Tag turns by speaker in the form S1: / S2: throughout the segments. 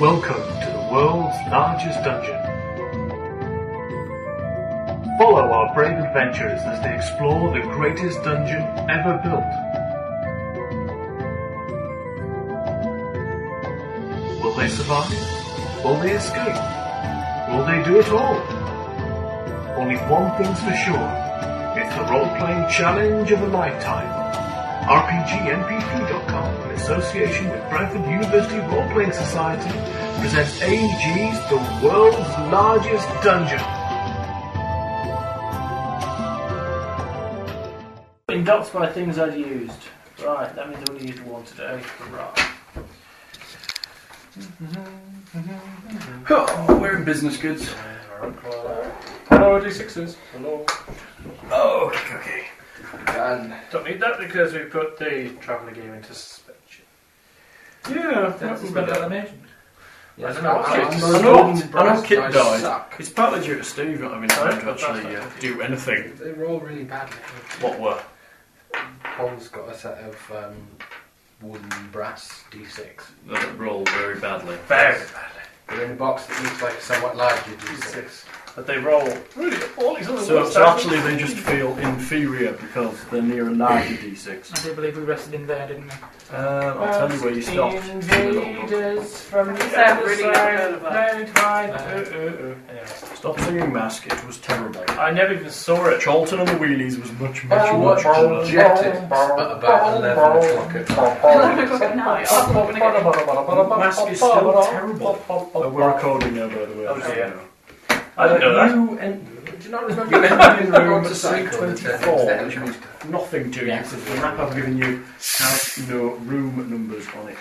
S1: Welcome to the world's largest dungeon. Follow our brave adventurers as they explore the greatest dungeon ever built. Will they survive? Will they escape? Will they do it all? Only one thing's for sure. It's the role-playing challenge of a lifetime. RPGMP3.com, in association with Bradford University Role-Playing Society, presents AG's The World's Largest Dungeon.
S2: In dots by things I'd used. Right, that means I only used one today. Right.
S3: Oh, we're in business goods.
S2: Hello, D6s. Hello.
S3: Oh, okay, okay. And
S2: Don't need that because we put the traveller game into suspension. Yeah,
S4: That's a spell animation.
S2: I don't
S3: I
S2: know.
S3: know-
S2: I'm
S3: I know
S2: not-
S3: I know Kit
S4: I
S3: died.
S4: suck.
S3: It's partly due to Steve not having time to
S2: Sorry?
S3: actually uh, do anything.
S4: They roll really badly.
S3: What were?
S4: Paul's got a set of um, wooden brass d6.
S3: That rolled very badly.
S2: Very
S4: They're in a box that looks like a somewhat larger d6.
S2: But they roll. Really? All these other
S3: So,
S2: ones
S3: so
S2: are-
S3: actually, they just feel inferior because they're near a 90 d6.
S5: I do believe we rested in there, didn't we?
S3: Um, I'll tell you where you stopped. in the little book.
S2: Invaders from the
S6: Sound
S2: other
S6: really
S2: side.
S6: good.
S2: Planet wide. Uh, uh, uh. Anyway,
S3: Stop singing Mask, it was terrible.
S2: I never even saw it.
S3: Charlton and the Wheelies was much, much,
S4: You
S3: much
S4: watch
S3: cooler.
S4: projected at about 11 o'clock at night.
S3: Mask is still terrible. Oh, we're recording now, by the way.
S2: Oh, dear.
S3: I don't know that.
S4: You en- do you not remember you entered in the room at
S3: 24, which
S4: three
S3: means
S4: twenty-four?
S3: nothing to you because the map I've given you has no room numbers on it.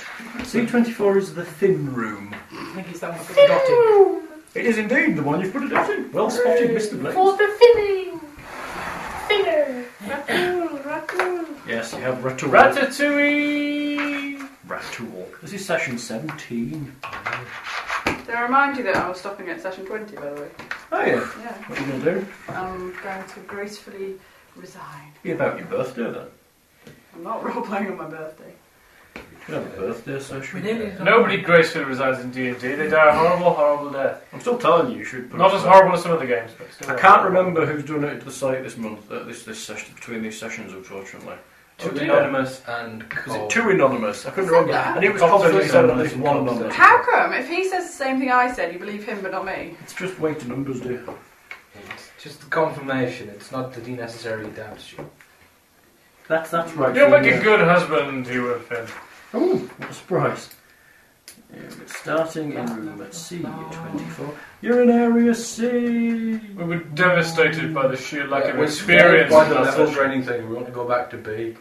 S3: C24 is the thin room.
S5: I think it's that one that's got the dot in.
S3: It is indeed the one you've put it up in. Well spotted, Mr.
S6: For
S3: Blake.
S6: the filling! Finger! Raccoon, raccoon!
S3: Yes, you have Ratool.
S2: Ratatouille!
S3: Ratool. This is session 17.
S6: Did I remind you that I was stopping at session 20, by the way?
S3: Oh, yeah.
S6: Yeah.
S3: What are you going to do?
S6: I'm going to gracefully resign.
S3: Be about your birthday then.
S6: I'm not role playing on my birthday.
S3: You can have a birthday session.
S5: We nearly
S2: Nobody gracefully resides in D&D. They die a horrible, horrible death.
S3: I'm still telling you, you should put
S2: Not
S3: it
S2: as
S3: there.
S2: horrible as some other games, but still
S3: I can't remember who's done it to the site this month, uh, this, this session, between these sessions, unfortunately.
S2: Too
S3: Oh, dear.
S2: anonymous.
S4: And
S3: Was
S4: Cole.
S3: it too anonymous? I couldn't
S6: Is that
S3: remember.
S6: that?
S3: I knew it was
S2: Constantly
S3: constantly said at
S2: anonymous
S3: least one
S2: and
S3: anonymous.
S6: How come? If he says the same thing I said, you believe him but not me?
S3: It's just weight and numbers, dear.
S4: It's Just the confirmation, it's not that he necessarily doubts you.
S3: That's that's right.
S2: You'll make a good husband, you would have been.
S3: Oh, what a surprise! Yeah, we're starting in room at C twenty-four. You're in area C.
S2: We were devastated by the sheer lack
S4: Yeah,
S2: of
S4: we're
S2: experience
S4: scared
S2: in
S4: by the
S2: that
S4: levels or
S2: session.
S4: anything, we want to go back to B.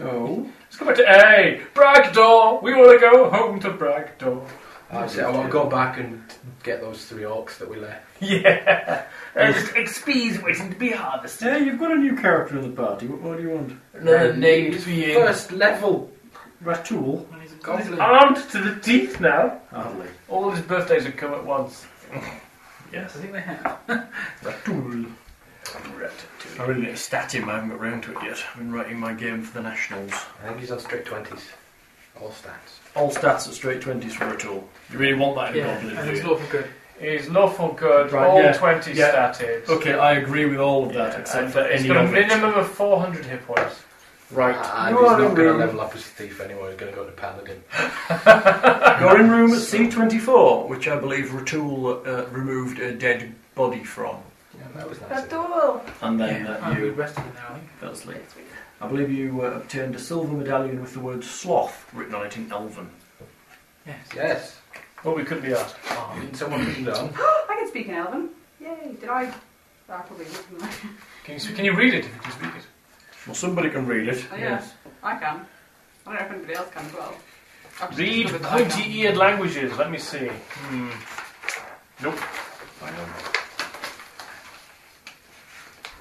S3: Oh,
S2: Let's go back to A! Bragdor! We want to go home to Bragdor.
S4: I said, I want to go back and get those three orcs that we left.
S2: Yeah! They're just XP's waiting to be harvested.
S3: hey, you've got a new character in the party. What more do you want?
S2: Their names being-
S4: First level.
S3: Ratool.
S4: Goblin.
S2: Armed to the teeth now.
S3: Hardly.
S2: All his birthdays have come at once.
S5: Yes, I think they have.
S3: Ratool. I really need to stat him. I haven't got round to it yet. I've been writing my game for the nationals.
S4: I think he's on straight 20s. All stats.
S3: All stats at straight twenties for Ratool. You really want that in
S5: Yeah,
S3: Goblin,
S5: and
S3: do
S5: it's
S3: you?
S5: lawful good.
S2: He's lawful good,
S3: Right,
S2: all
S3: yeah,
S2: 20
S3: yeah.
S2: statted.
S3: Okay, I agree with all of that
S2: Yeah,
S3: except
S2: and
S3: for
S2: He's
S3: any
S2: got a
S3: of it.
S2: minimum of 400 hit points.
S3: Right,
S4: And
S3: you
S4: Ah, he's
S3: are
S4: not
S3: in
S4: going to
S3: room.
S4: level up as a thief anymore, he's going to go to paladin.
S3: You're in room at C24, which I believe Ratool uh, removed a dead body from,
S4: Yeah, that was nice.
S6: That's all!
S3: and then
S5: yeah,
S3: that
S5: and we
S3: you
S5: Oh, rested in there, I think.
S3: fell asleep. I believe you uh, obtained a silver medallion with the word sloth written on it in Elven.
S5: Yes.
S4: Yes.
S2: But we couldn't be asked.
S4: Didn't someone put it on?
S6: I can speak in Elven. Yay! Did I? I probably didn't. I?
S2: Can you, can you read it if you can speak it?
S3: Well, somebody can read it.
S6: Oh, yeah. I can. I don't know if anybody else can as well. I've just
S2: Read
S6: discovered that I can.
S2: pointy eared languages. Let me see. Hmm. Nope.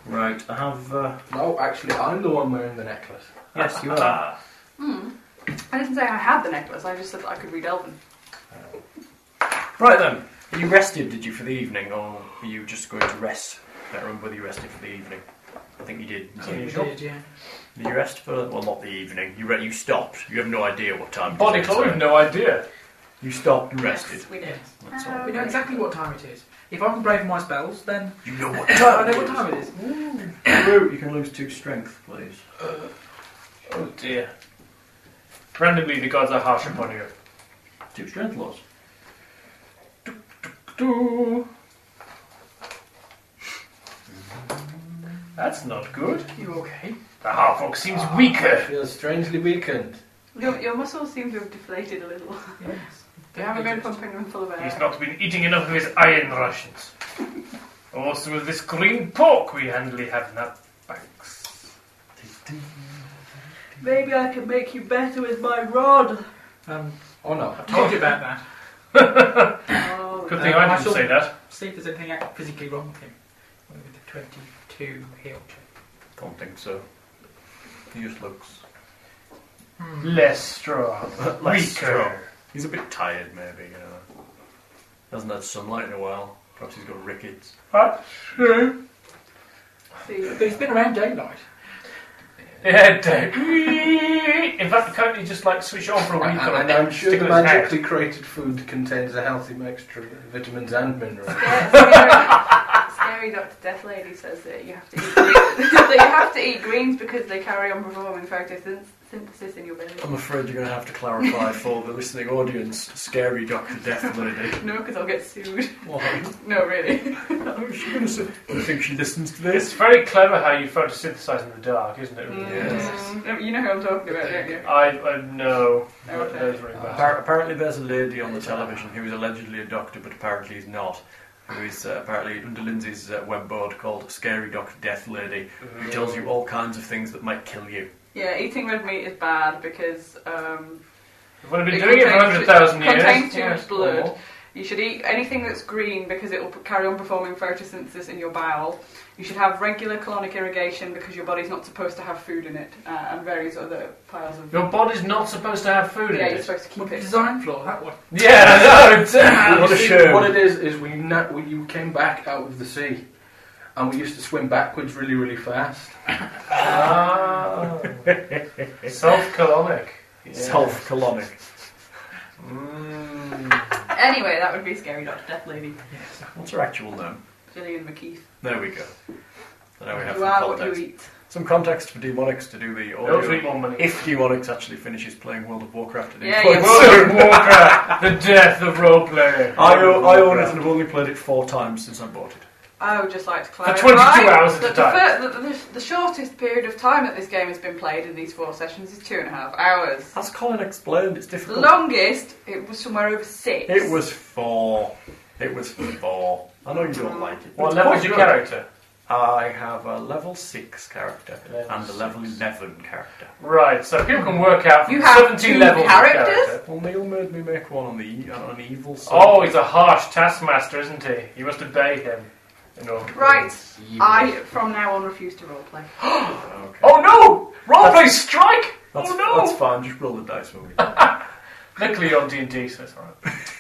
S3: Right, I have. Uh,
S4: No, actually, I'm the one wearing the necklace.
S3: yes, you are.
S6: Hmm. I didn't say I had the necklace, I just said that I could read Elven.
S3: Right then, Are you rested, did you, for the evening, or were you just going to rest? I don't remember whether you rested for the evening. I think you did.
S5: Yeah, we
S3: Did you?
S5: did, yeah.
S3: Did you rest for. Well, not the evening. You, re- you stopped. You have no idea what time it
S2: Body
S3: was,
S2: clock,
S3: so-
S2: we've no idea.
S3: You stopped and
S6: Yes,
S3: rested.
S6: we did.
S3: That's all.
S6: Um,
S5: We know exactly what time it is. If I can brave my spells, then
S3: You know what
S5: I
S3: time
S5: know what time it is.
S3: Root, you can lose two strength, please.
S2: Oh dear. Randomly, the gods are harsh upon you.
S3: Two strength loss.
S2: Do. That's not good.
S5: You okay?
S2: The half orc seems weaker.
S4: Feels strangely weakened.
S6: Your, your muscles seem to have deflated a little.
S5: Yes.
S6: They haven't been pumping them full of
S2: He's
S6: air.
S2: not been eating enough of his iron rations. Also, with this green pork we handily have in our banks.
S6: Maybe I can make you better with my rod.
S5: Um,
S4: Oh no.
S5: I've told you about that.
S6: Oh,
S2: Good thing
S5: Uh,
S2: I
S5: I
S2: didn't
S5: shall-
S2: say that.
S5: See if there's anything out- physically wrong with him. With the 22 heal check.
S3: Don't think so. He just looks
S5: Hmm.
S2: Less strong.
S3: Less
S2: weaker.
S3: strong. He's a bit tired, maybe. You know, hasn't had sunlight in a while. Perhaps he's got rickets.
S2: That's true.
S6: see.
S5: But he's been around daylight.
S2: Yeah, Dave. In fact, can't you just like switch on for a
S4: I,
S2: week? or
S4: and I'm sure
S2: stick
S4: the
S2: it in his head?
S4: magically created food contains a healthy mixture of vitamins and minerals.
S6: Yeah, scary, scary Dr. Death Lady says that you have to eat greens, that you have to eat greens because they carry on performing photosynthesis in your belly.
S2: Oh.
S3: I'm afraid you're going to have to clarify for the listening audience. Scary Doctor Death Lady.
S6: No, because I'll get sued.
S3: Why?
S6: No, really.
S3: Oh, she's going to say. I think she listens to this.
S2: It's very clever how you photosynthesize in the dark, isn't it?
S6: Mm.
S3: Yes.
S6: No, You know who I'm talking about, don't you?
S2: I, I know.
S6: Okay.
S2: That does ring a bell.
S3: Appar- apparently, there's a lady on the television who is allegedly a doctor, but apparently is not. Who is uh, apparently under Lindsay's uh, web board called Scary Doctor Death Lady, who tells you all kinds of things that might kill you.
S6: Yeah, eating red meat is bad because um,
S2: We've only been
S6: It
S2: doing it for
S6: contains-
S2: 100,000 years.
S6: contains too
S2: Yeah.
S6: much blood. you should eat anything that's green because it will p- carry on performing photosynthesis in your bowel. You should have regular colonic irrigation because your body's not supposed to have food in it, uh, and various other piles of.
S2: Your body's not supposed to have food
S6: yeah,
S2: in
S6: you're
S2: it.
S6: supposed to keep
S5: Well,
S6: it.
S5: design flaw, that one.
S2: Yeah, I know. It's,
S3: What a
S4: You see,
S3: shame.
S4: What it is is we, na- we you came back out of the sea, and we used to swim backwards really really fast.
S3: Oh.
S2: ah. Self-colonic.
S3: Self colonic.
S2: Mm.
S6: Anyway, that would be scary, Dr. Death Lady.
S5: Yes.
S3: What's her actual name?
S6: Gillian McKeith.
S3: There we go. So now we have
S6: You
S3: some
S6: are what
S3: context.
S6: you eat.
S3: Some context for Demonics to do the
S2: Don't
S3: audio.
S2: drink more money.
S3: If Demonics actually finishes playing World of Warcraft at any
S6: Yeah,
S3: point.
S6: yeah.
S2: World of Warcraft, the death of roleplay.
S3: I, owe- I own it and have only played it four times since I bought it.
S6: I would just like to clarify
S2: 22 hours at
S6: that
S2: a
S6: the,
S2: time.
S6: fir- the, the, the shortest period of time that this game has been played in these four sessions is two and a half hours.
S3: As Colin explained, it's difficult.
S6: The longest, it was somewhere over six.
S3: It was four. It was four. I know you don't like it. but
S2: What
S3: it's
S2: level
S3: quite
S2: is your
S3: good.
S2: character?
S3: I have a level six character
S4: Level
S3: and a level
S4: six.
S3: eleven character.
S2: Right, so people can work out from
S6: You have
S2: 17
S6: two
S2: levels of
S6: characters?
S2: character.
S3: Well, Neil made me make one on the e- on an evil side.
S2: Oh, he's a harsh taskmaster, isn't he? You must obey him. In order to-
S6: Right. I, from now on, refuse to roleplay.
S3: Okay.
S2: Oh no! Roleplay strike!
S3: That's,
S2: oh no!
S3: that's fine. Just roll the dice for me.
S2: Luckily you're on D&D, so it's alright.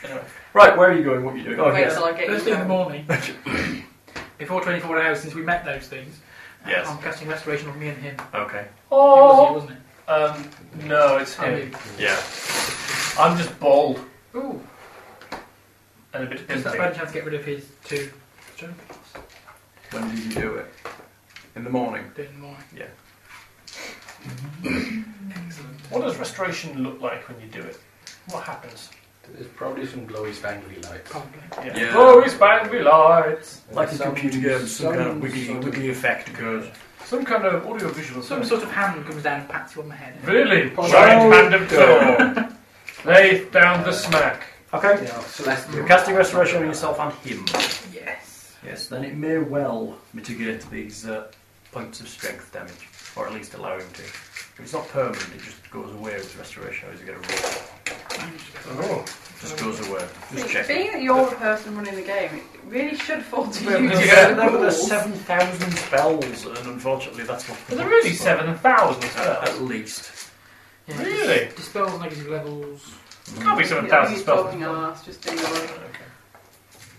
S2: Anyway.
S3: right, where are you going? What are you doing? Oh
S6: Wait
S3: yes,
S6: till I get
S5: First
S6: you
S5: thing in the
S6: home.
S5: morning, before 24 hours since we met those things,
S3: yes.
S5: I'm casting restoration on me and him. It
S3: Okay.
S5: was you,
S2: Oh!
S5: wasn't it?
S2: Um, no, it's
S5: I
S2: him.
S5: mean,
S3: Yeah.
S2: I'm just bald
S5: ooh,
S2: and a bit
S5: does that
S2: pimpy.
S5: by any chance get rid of his two strength
S3: When did you do it? In the morning.
S5: doing the morning?
S3: Yeah.
S5: Excellent.
S2: What does restoration look like when you do it? What happens?
S4: There's probably some glowy spangly lights.
S5: Probably.
S2: Yeah.
S3: Yeah.
S2: Glory spangly lights!
S3: Like a
S4: Some-
S3: computer game, some kind of
S4: some
S3: wiggly,
S4: sort of-
S3: wiggly effect occurs.
S2: Some kind of audio-visual
S5: Some
S2: thing.
S5: sort of hand comes down and pats you on the head.
S2: Really?
S4: Well
S2: Giant hand of Thor. Lay down the smack.
S3: Okay.
S4: You know, celestial.
S3: You're casting restoration on yourself and him.
S5: Yes.
S3: Yes, then it may well mitigate these uh, points of strength damage, or at least allow him to. If it's not permanent, it just goes away with restoration, or is it going to roll?
S2: Oh.
S3: just goes away. Just
S6: See,
S3: checking.
S6: Being that you're the person running the game, it really should fall to you. to
S2: Yeah.
S6: set the
S3: There were
S6: rules.
S3: 7,000 spells, and unfortunately that's what...
S2: Is there really 7,000
S3: Uh,
S2: spells?
S3: at least.
S5: Yeah,
S2: Really?
S5: dis- Dispels negative levels.
S2: There can't be
S6: Yeah,
S2: 7,000
S6: he's
S2: spells.
S6: talking ass, just do your-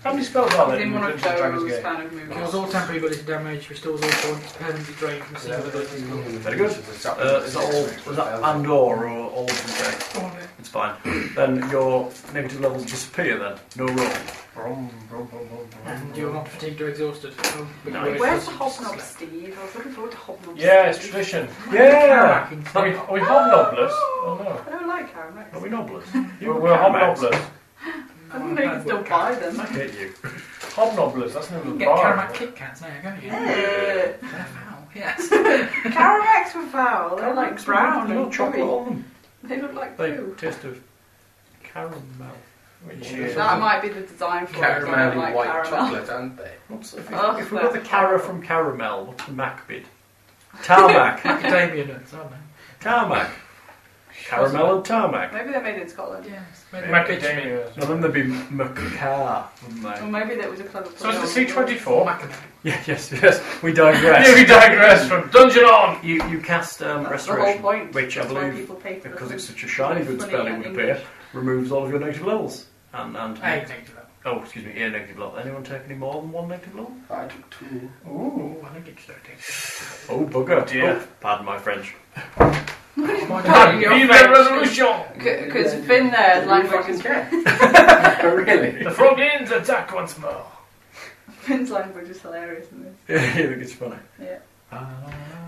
S2: How many spells are
S6: He's
S2: there
S6: in
S2: in
S6: one of
S2: Dungeons and Dragons
S6: those
S2: game?
S6: kind of
S5: Cause
S6: movies.
S5: all temporary ability damage, restores all points, permanently drained from single ability.
S3: Uh, Very good. Uh, is that all? Was that and or, or all of them?
S5: All of it.
S3: It's It's fine. then your negative levels disappear. Then no roll. Brum, brum, brum, brum, brum,
S5: And you're not fatigued or exhausted. Oh, but
S3: No.
S5: you were
S6: Where's the
S5: exhausted.
S6: hobnob, Steve? I was looking forward to hobnob.
S2: Yeah, it's
S6: Steve.
S2: tradition.
S3: Yeah.
S5: Ah,
S2: Are we, are we hobnoblers? Oh no.
S6: I don't like Aramex.
S3: Are we noblers? You
S2: We're, we're
S3: Caramax.
S2: hobnoblers.
S6: I don't know you can still buy them.
S3: I hate you.
S2: Hobnoblers, that's
S5: You
S2: never
S5: can
S2: the
S5: get
S2: bar.
S5: Karamak Kit Kats now, can't you?
S6: Eh,
S5: They're foul, yes.
S6: Caramax were foul. They're like brown
S3: No
S6: and
S3: chocolate
S6: chocolate.
S3: on them.
S6: They look like
S3: They
S6: poo.
S3: taste of caramel. Which
S2: Yeah.
S3: is
S6: That might be the design for it. I
S4: Caramel
S6: don't like
S4: white
S6: caramel.
S4: chocolate, aren't they?
S3: What's if,
S6: Oh,
S3: if we got the
S6: that's
S3: cara
S6: horrible.
S3: from caramel, what's the mac bit? Tarmac.
S5: Academia nuts, aren't they?
S3: tarmac. Caramel and tarmac.
S6: Maybe they're made in Scotland.
S5: Yes.
S2: Macadamia.
S3: No, then there'd be macar, wouldn't
S6: Or
S3: they?
S6: maybe that was a clever play.
S2: So it's
S6: on
S2: the C24.
S5: Macadamia.
S3: Yeah, yes, yes. We digress.
S2: Yeah, we digress from Dungeon On!
S3: You, you cast um,
S6: That's the
S3: Restoration,
S6: whole point.
S3: which I
S6: That's why
S3: believe,
S6: people pay for
S3: because
S6: them.
S3: it's such a shiny good
S6: Funny
S3: spell, it
S6: and
S3: would
S6: English.
S3: appear, removes all of your negative levels. And, and
S5: Hey, negative level.
S3: Oh, excuse me, a negative level. Anyone take any more than one negative level?
S4: I took two.
S5: Ooh, Oh, I think it's 13.
S3: Oh, bugger.
S2: dear.
S3: Oh, pardon my French.
S2: And
S6: Your
S2: Vive
S6: French.
S2: Resolution!
S6: Because Finn there's language.
S4: Oh, really?
S2: The Frogins attack once more!
S6: Finn's language is hilarious in this.
S3: Yeah, I think it's funny.
S6: Yeah.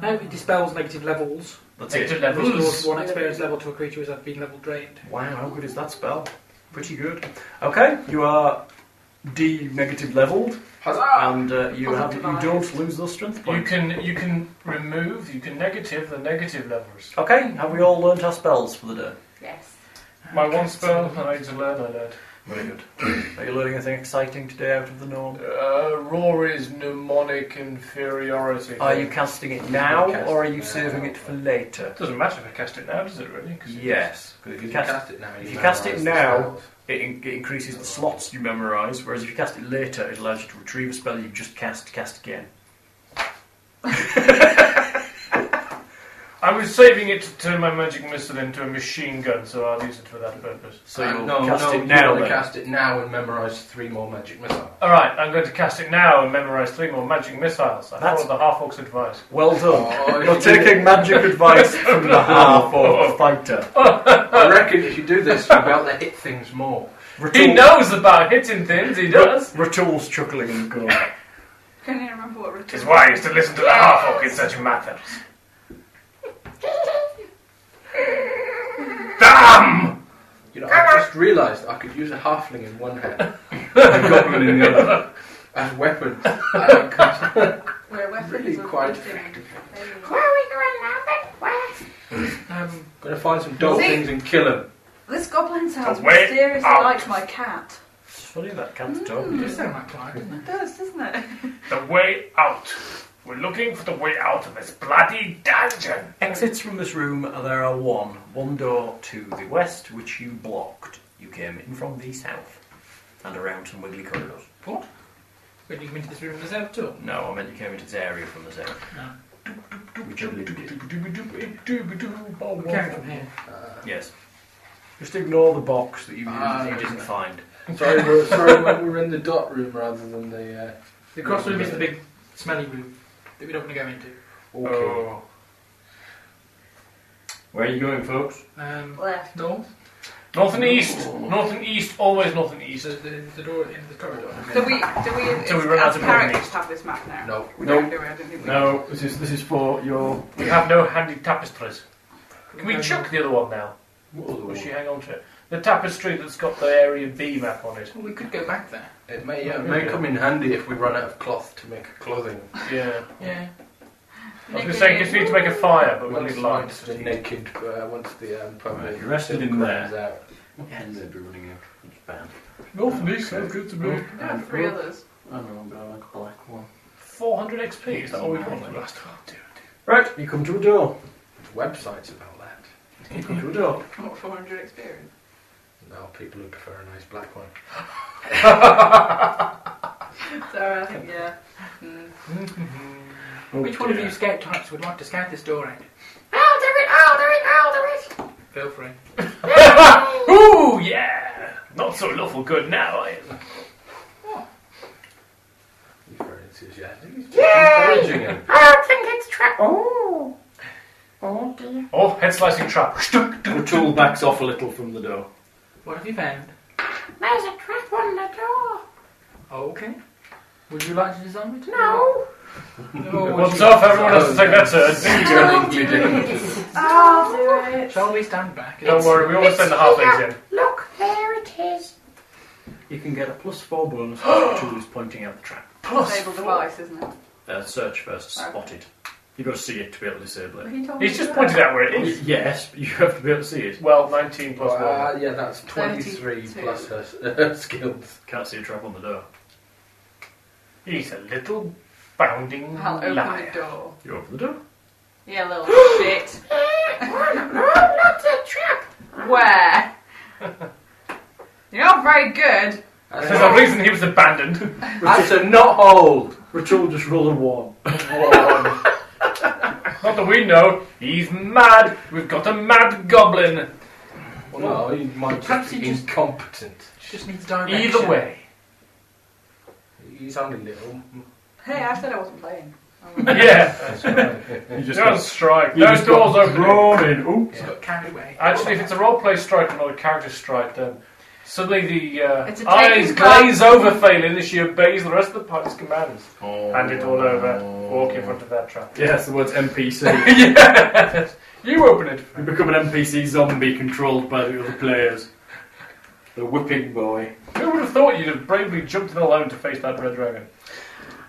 S5: No, it dispels negative levels.
S3: That's
S2: Take
S3: it.
S2: to
S5: Restores
S2: levels.
S5: one experience level to a creature who has been level drained.
S3: Wow, how good is that spell? Pretty good. Okay, you are D negative leveled, and uh, you have you don't lose those strength
S2: You
S3: points.
S2: can you can remove, you can negative the negative levels.
S3: Okay, have we all learnt our spells for the day?
S6: Yes.
S2: My one spell, I need to learn, I learned.
S3: Very good. Are you learning anything exciting today out of the norm?
S2: Uh, Rory's mnemonic inferiority.
S3: Are you casting it now,
S4: Cast
S3: or are you
S4: now.
S3: saving it for later?
S2: Doesn't matter if I cast it now, does it really? 'Cause it-
S3: Yes, 'cause if you cast
S4: it now,
S3: if you cast it
S4: memorise
S3: now-
S4: the spells.
S3: it, in- it increases the slots you memorise, whereas if you cast it later, it allows you to retrieve a spell you just cast, cast again.
S2: I was saving it to turn my magic missile into a machine gun, so I'll use it for that purpose.
S3: So
S4: Uh,
S3: you'll
S4: no,
S3: cast
S4: no,
S3: it
S4: you
S3: now.
S4: wanna
S3: Then.
S4: cast it now and memorise three more magic missiles.
S2: Alright, I'm going to cast it now and memorise three more magic missiles. I
S3: That's-
S2: followed the half orc's advice.
S3: Well done.
S4: Oh,
S3: You're taking magic advice from the half orc fighter.
S4: I reckon if you do this, you'll be able to hit things more.
S2: He knows about hitting things, he does!
S3: Ratul's chuckling in the corner.
S6: Can you remember what Richard
S2: It's wise to listen to the half orc in such matters.
S4: You know, I just realised I could use a halfling in one hand, a goblin in the other, as weapons. I
S6: Where weapons
S4: Really
S6: are
S4: quite
S6: fitting.
S4: effective.
S6: There you
S7: Where
S6: go.
S7: are we going now then? Where?
S5: Um,
S4: am going to find some dog
S6: See?
S4: things and kill them.
S6: This goblin sounds
S2: The way
S6: mysteriously
S2: out.
S6: like my cat. Hmm.
S3: It's funny that cat's dog.
S5: you sound like Clive, didn't
S6: It does, doesn't it?
S2: The way out. We're looking for the way out of this bloody dungeon.
S3: Exits from this room, there are one. One door to the west, which you blocked. You came in from the south. And around some wiggly corridors.
S5: What? When you come into this room, there's out too.
S3: No, I meant you came into this area from the south.
S5: No.
S3: Which I believe you did.
S5: We came from here.
S3: Yes. Just ignore the box that you,
S4: Ah,
S3: you didn't
S4: okay.
S3: find.
S4: Sorry, we're, sorry when we're in the dot room rather than the. Uh,
S5: The cross room is the big smelly room that we don't want to go into.
S4: orchid.
S2: Oh.
S3: Where are you going, folks?
S5: Um,
S6: Left.
S5: no,
S2: North and east. North and east. Always north and east.
S5: so the, the door at the end of the corridor.
S6: Do we, do we,
S2: So we
S6: is-
S2: run out
S6: as
S2: of
S6: characters
S2: memories.
S6: have this map now?
S4: No.
S6: We
S3: No.
S6: don't do it, I don't think we
S3: No, Oh, this is this is for your.
S2: We have no handy tapestries. Can we chuck the other one now? Or should she hang on to it? The tapestry that's got the area B map on it.
S5: Well, we could go back there.
S4: It may, yeah, it may come in handy if we run out of cloth to make clothing.
S2: Yeah.
S5: Yeah.
S2: I was going to say, 'cause we need to make a fire, but we don't need
S4: Once,
S2: lights.
S4: once the naked, uh, once the um,
S3: Right,
S4: probably
S3: you're rested in there.
S4: Out.
S3: And they'd be running out. It's bad.
S2: North and east sounds good to me.
S6: We have three others.
S3: I don't know, but I like a black one.
S2: 400 XP, is that all we got from last time?
S3: Right, you come to a door.
S4: Websites about that.
S3: You come to a door.
S6: What, 400 experience?
S4: No, people who prefer a nice black one.
S6: So I think, yeah. Mm.
S3: Oh,
S5: Which one of you scout types would like to scout this door out?
S7: Oh, there it, oh, there it, oh, there
S5: Feel
S7: it.
S5: free.
S2: Ooh, yeah! Not so lawful good now, eh? I am.
S4: You're very enthusiastic.
S7: Yay!
S4: Encouraging him.
S7: I don't think it's trap. Oh. Oh dear.
S2: Oh, head slicing trap. Shtuk,
S8: O'Toole backs off a little from the door.
S5: What have you found?
S7: There's a trap on the door.
S5: Okay. Would you like to design it? Oh,
S7: No.
S5: No.
S2: Once off, everyone has to take their turn.
S4: Going immediately.
S6: Ah,
S7: Oh, do it.
S5: Shall we stand back?
S2: Don't worry, we always send the halflings in.
S7: Look, there it is.
S8: You can get a plus four bonus if O'Toole is pointing out the trap.
S6: Disable device, isn't it?
S8: Uh, search first, spot it. You've got to see it to be able to disable it.
S6: He told me
S2: He's just
S6: that.
S2: pointed out where it
S8: Y-
S2: is.
S8: Yes, but you have to be able to see it.
S2: Well, 19 plus 1.
S4: Uh, yeah, that's 23
S6: 32.
S4: plus her, her skills.
S8: Can't see a trap on the door.
S2: He's a little bounding
S6: I'll open
S2: liar.
S6: the door.
S8: You open the door.
S6: Yeah, little shit.
S7: Not the trap.
S6: Where? You're not very good.
S2: There's a reason he was abandoned.
S4: That's a knot hole.
S8: O'Toole just roll a one.
S2: Not that we know. He's mad. We've got a mad goblin.
S4: Well, no, you might
S5: Perhaps
S4: just
S5: he
S4: be
S5: just-
S4: incompetent.
S5: She just needs direction.
S2: Either way.
S4: He's only little.
S6: Hey, I said I wasn't playing.
S2: Yeah.
S8: You just
S2: You're on
S8: got,
S2: strike.
S8: you
S2: Those
S8: just got
S2: doors open.
S8: Roaring. Ooh.
S5: She's got carried away.
S2: Actually, if it's a roleplay strike and not a character strike, then suddenly the
S6: It's
S2: uh,
S6: a
S2: eyes
S6: taking part.
S2: glaze over, failing as she obeys the rest of the party's commands. Hand it all over, walk in front of that trap.
S8: Yes, the word's NPC.
S2: yes! You open it.
S8: You become an NPC zombie controlled by the other players. The whipping boy.
S2: Who would have thought you'd have bravely jumped in alone to face that red dragon?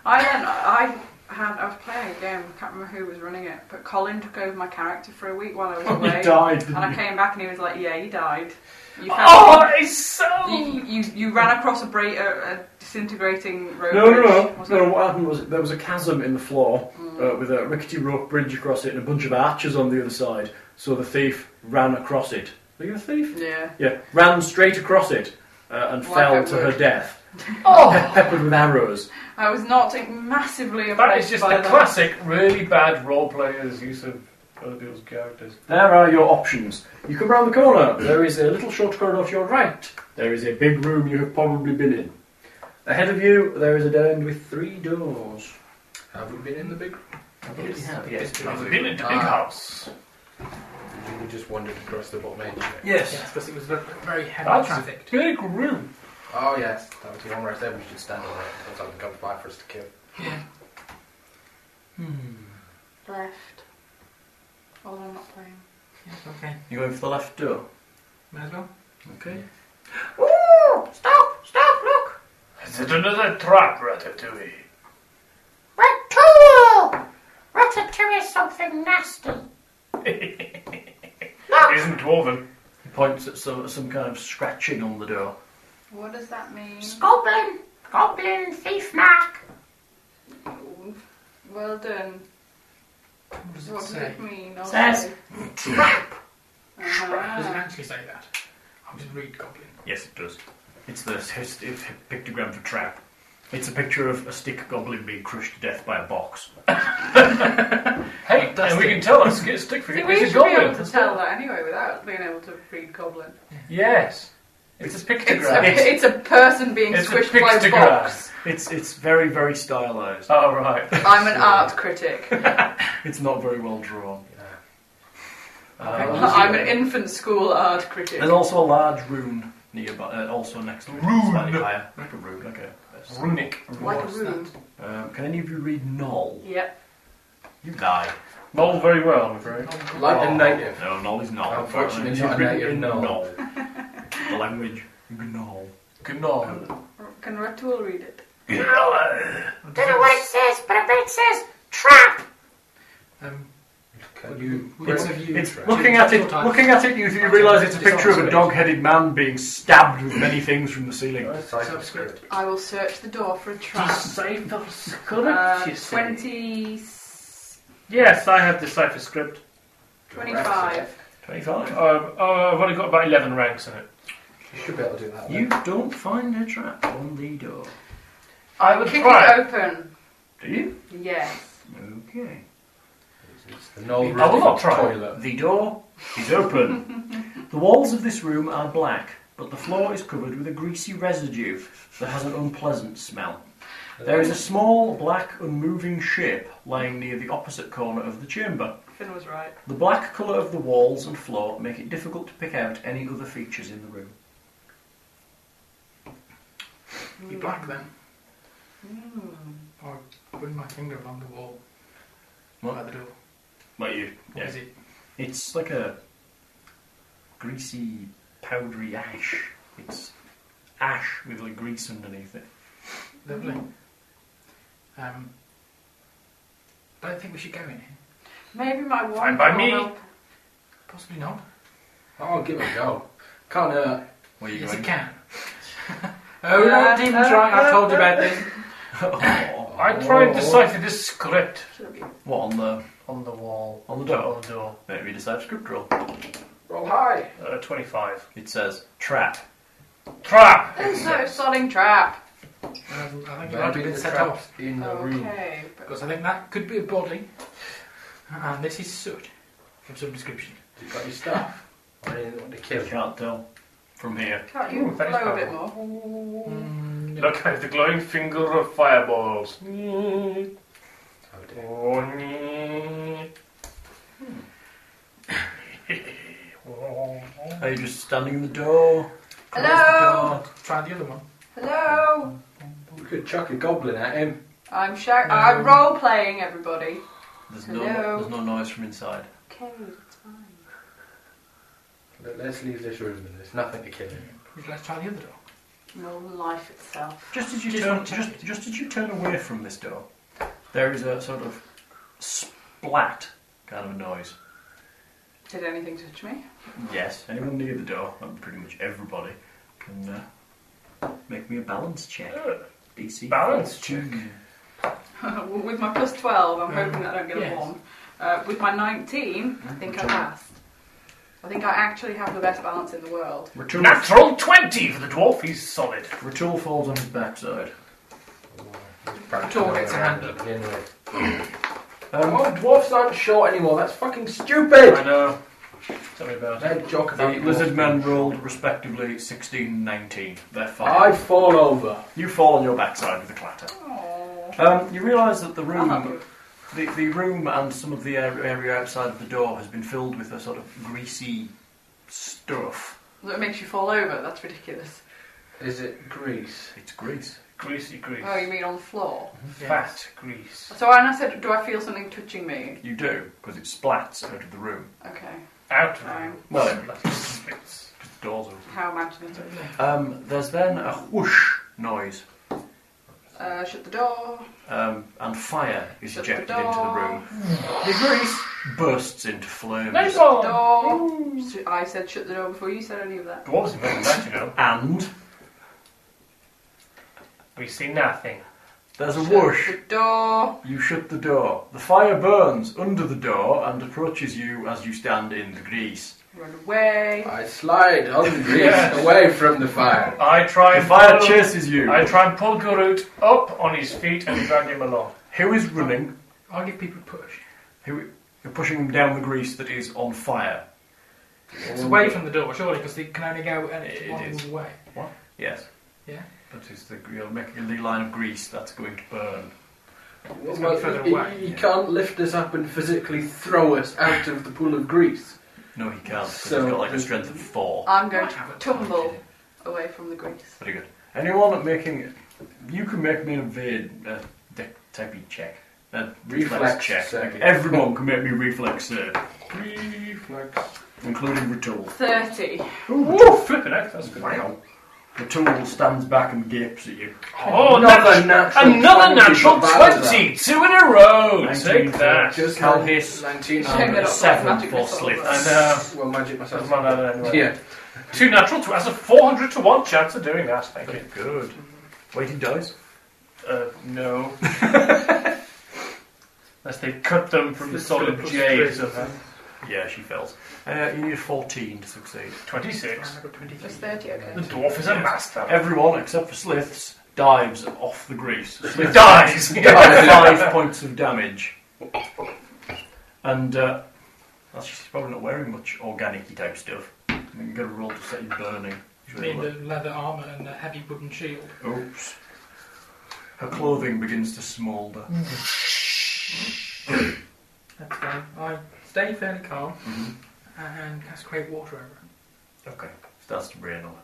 S6: I then I had I was playing a game. I can't remember who was running it, but Colin took over my character for a week while I
S2: Oh,
S6: was
S8: You
S6: away,
S8: died,
S6: and
S8: didn't
S6: Oh, I
S8: you?
S6: came back and he was like, "Yeah, you died. You
S2: Oh, it's so.
S6: you, you, you ran across a, bra- a, a disintegrating road
S8: No, no,
S6: bridge." Hmm.
S8: no.
S6: wasn't
S8: No,
S6: it?
S8: what happened was there was a chasm in the floor uh, with a rickety rope bridge across it and a bunch of archers on the other side. So the thief ran across it. Were you a thief?
S6: Yeah.
S8: Yeah, ran straight across it uh, and
S6: Like
S8: fell
S6: I
S8: to
S6: would.
S8: her death.
S2: Oh,
S8: Pe- peppered with arrows.
S6: I was not massively
S2: that is
S6: impressed
S2: just
S6: by
S2: the
S6: that.
S2: classic, really bad role players' use of other people's characters.
S8: There are your options. You come round the corner. There is a little short corridor to your right. There is a big room you have probably been in. Ahead of you, there is a dead end with three doors.
S4: Have we been in the big room?
S2: Yes,
S4: Have
S2: because
S4: we?
S2: we've been into Big
S4: Ah.
S2: House.
S4: We just wandered across the what made you there.
S5: Yes, because it was ve- very heavily
S2: That's
S5: trafficked.
S2: a big room.
S4: Oh, yes. That was the one right there. We should stand on it. That's like comes by for us to kill.
S5: Hmm,
S6: Left. Oh, I'm not playing.
S5: Yes, okay.
S3: You going for the left door?
S5: Might as well.
S3: Okay.
S7: Ooh, stop, stop, look.
S2: Is it another trap, Ratatouille?
S7: Ratatouille. Ratatouille is something nasty.
S2: It isn't dwarven.
S3: He points at some, some kind of scratching on the door.
S6: What does that mean?
S7: Goblin, goblin thief mark.
S6: Well done.
S5: What does it
S6: What does
S5: say?
S6: it mean? I'll
S7: Says-
S6: say.
S5: Does it
S6: Uh-huh.
S5: actually say that? I'll just read Goblin.
S3: Yes, it does. It's the hist- if- pictogram for trap. It's a picture of a stick goblin being crushed to death by a box.
S2: Hey, and we can tell that's a stick figure.
S6: See, we
S2: It's a
S6: should be able
S2: goblin.
S6: to tell that anyway without being able to read goblin.
S2: Yes. It's a
S6: It's a,
S2: pictogram.
S6: it's a person being
S2: It's a
S6: squished by a
S2: pictogram.
S6: box.
S3: It's it's very very stylized.
S2: Oh, right.
S6: I'm an art critic.
S3: It's not very well drawn.
S2: Uh,
S6: I'm an infant school art critic.
S3: There's also a large rune nearby, uh, also next to it.
S2: Rune.
S3: slightly higher, like a rune, like a.
S2: Runic.
S6: Like a
S4: What's
S6: room.
S3: Um, can any of you read Noll?
S6: Yep.
S3: You die.
S2: Rolled very well, I'm afraid.
S4: Like
S3: Oh,
S4: a native.
S3: No, Noll is not.
S4: Unfortunately,
S3: You've
S4: not a
S3: written
S4: native
S3: in
S4: Knoll.
S3: the language Gnoll.
S2: Gnom.
S6: Can Reptile read it?
S7: Don't know what it says, but I bet it says trap.
S5: Um,
S4: Can you?
S5: both of you.
S8: It's looking at it. Looking at it, you, you realise it's a picture of a dog-headed man being stabbed with many things from the ceiling.
S4: Cyberscript.
S6: I will search the door for a trap.
S2: Decipher
S6: Uh,
S2: script, you say?
S6: 20,
S2: Yes, I have decipher script.
S6: 25.
S3: 25.
S2: Um, oh, I've only got about 11 ranks in it.
S4: You should be able to do that.
S3: You don't find a trap on the door.
S2: I would
S6: Kick
S2: try.
S6: it open.
S3: Do you?
S6: Yes.
S3: Okay.
S4: The Noel
S2: I will not try.
S4: toilet.
S3: The door is open. the walls of this room are black, but the floor is covered with a greasy residue that has an unpleasant smell. There is a small black unmoving shape lying near the opposite corner of the chamber.
S6: Finn was right.
S3: The black colour of the walls and floor make it difficult to pick out any other features in the room.
S5: Be black then.
S2: Hmm.
S5: Or putting my finger along the wall.
S3: What?
S5: By the door.
S3: Like you?
S5: What is it?
S3: It's like a greasy, powdery ash. It's ash with like grease underneath it.
S5: Lovely. Um, I don't think we should go in here.
S6: Maybe my one.
S2: Fine by
S6: will
S2: me.
S6: help.
S5: Possibly not.
S4: I'll give it a go. Can't uh, hurt.
S3: Where are you
S5: Yes, it
S3: going?
S5: can. oh, not
S6: Uh,
S5: even
S6: uh,
S5: trying. I've
S6: uh,
S5: told you
S6: uh.
S5: about this.
S3: Oh,
S2: I try and decipher this script
S3: what on the
S2: on the wall.
S3: on the door?
S2: On the door.
S3: Maybe decide script roll.
S4: Roll high.
S2: Uh, 25.
S3: It says trap.
S2: Trap!
S6: It's a sodding trap.
S5: I think it might have
S4: Maybe
S5: been
S4: the
S5: set
S4: trap
S5: off.
S4: in the room.
S6: Okay. but-
S5: Because I think that could be a body. And this is soot of some description.
S4: You got your stuff. I didn't want to kill
S3: You can't tell from here.
S6: Can't you
S2: Ooh, that is
S6: blow a bit
S2: powerful.
S6: more?
S2: Look at the glowing finger of fireballs.
S4: Oh dear.
S2: Oh, nee.
S3: Are you just standing in the door? Close
S6: Hello?
S3: The door.
S5: Try the other one.
S6: Hello.
S4: We could chuck a goblin at him.
S6: I'm shout.
S2: Um,
S6: I'm role playing everybody.
S3: There's no
S6: Hello?
S3: there's no noise from inside.
S6: Okay, it's fine.
S4: Let- Let's leave this room. and There's nothing to kill him.
S5: Let's try the other door.
S6: Normal life itself.
S3: Just as you
S5: Just
S3: turn,
S5: one
S3: just,
S5: second.
S3: just as you turn away from this door, there is a sort of splat kind of a noise.
S6: Did anything touch me?
S3: Yes, anyone near the door, and pretty much everybody, can uh, make me a balance check. DC
S2: Balance
S3: 14.
S6: well, with my plus 12, I'm hoping that I don't get
S5: Yes.
S6: a 1. Uh, with my 19, I think I passed. I think I actually have the best balance in the world.
S3: Ritual,
S2: Natural 20 for the dwarf, he's solid.
S3: Ritual falls on his backside.
S5: Talk, it's a hand.
S4: To begin with.
S3: Um,
S4: Oh, dwarfs aren't short anymore. That's fucking
S2: I
S4: stupid.
S2: know. Tell me about it.
S4: They joke
S3: the
S4: about dwarfs.
S3: lizard men rolled respectively 16 19. They're fine.
S4: I fall over.
S3: You fall on your backside with a clatter.
S6: Aww.
S3: Um, you realise that the
S6: I'll
S3: room.
S6: help you.
S3: The, the room and some of the ar- area outside of the door has been filled with a sort of greasy stuff.
S6: That makes you fall over, that's ridiculous.
S4: Is it grease?
S3: It's grease.
S2: Greasy grease.
S6: Oh, you mean on the floor?
S2: Fat grease.
S6: So when I said, do I feel something touching me?
S3: You do, because it splats out of the room.
S6: Okay,
S2: Out of
S6: fine.
S3: Well,
S2: Spits.
S3: the door's open.
S6: How imaginative.
S3: Um, there's then a whoosh noise,
S6: Uh, shut the door.
S3: um, and fire is
S6: Shut the
S3: ejected into the
S6: door.
S3: room. The grease bursts into flames.
S2: No
S6: Oh.
S2: problem.
S6: Door. So I said shut the door before you said any of that.
S2: Dwarves are better than that, you know.
S3: And
S2: We see nothing.
S3: there's a
S6: Shut
S3: whoosh.
S6: The door.
S3: You shut the door. The fire burns under the door and approaches you as you stand in the grease.
S6: Run away.
S4: I slide on grease
S2: Yes.
S4: away from the fire.
S2: I try
S3: The
S2: and
S3: fire
S2: pull,
S3: chases you.
S2: I try and pull Garut up on his feet and drag him along.
S3: Who is running?
S5: I'll give people a push.
S3: Who, you're pushing them down the grease that is on fire.
S5: It's away from the door, surely, because it can only go and
S3: It
S5: it's one
S3: is.
S5: way.
S3: Yes.
S5: Yeah.
S3: That is the you're making a little line of grease that's going to burn.
S5: It's
S4: Well,
S5: going further
S4: he,
S5: away.
S4: he can't lift us up and physically throw us out of the pool of grease.
S3: No, he can't. 'cause
S4: So-
S3: he's got like a strength of four.
S6: I'm going
S5: Might
S6: to
S5: have a
S6: tumble away from the grease.
S3: Pretty good. Anyone making you can make me an evade uh, de- type of check. A reflex
S4: Reflex
S3: check.
S4: save.
S3: Everyone can make me reflex save. Reflex.
S4: Oh,
S3: Including Retool.
S6: 30.
S2: Ooh, flipping heck, that's good.
S3: Retool stands back and gapes at you.
S2: Oh,
S4: Another
S2: another,
S4: natural
S2: another
S4: 20
S2: natural
S4: for Bowser.
S2: 20! Two in a row! Take
S3: Nineteen for-
S2: that!
S4: Just
S3: Cal
S4: nine-
S3: Hiss.
S4: 19
S6: Shame
S4: armor.
S6: they're not
S3: seven
S6: automatic
S3: for
S6: missiles.
S3: slits.
S2: I know.
S4: Well, magic
S2: Doesn't
S4: myself.
S2: matter anyway.
S4: Yeah.
S2: Two natural, tw- that's a 400 to 1 chance of doing that, thank you.
S3: Good. Waiting dice.
S2: Uh, no. Unless they cut them from the
S5: It's
S2: solid
S5: still plus
S2: J or
S5: three.
S2: something.
S3: Yeah, she fails. Uh, you need a 14 to succeed.
S2: 26.
S5: I've got 23.
S6: Just 30, okay.
S2: The dwarf is a master.
S3: Everyone except for Sliths dives off the grease.
S2: It
S3: Slith
S2: dies!
S3: dies five points of damage. And uh, that's just probably not wearing much organic type stuff. I mean, you got to roll to say burning.
S5: You need the leather armour and a heavy wooden shield.
S3: Oops. Her clothing begins to smoulder.
S5: That's fine. I stay fairly calm
S3: Mhm.
S5: and cast create water over it.
S3: Okay. Starts to rain on it.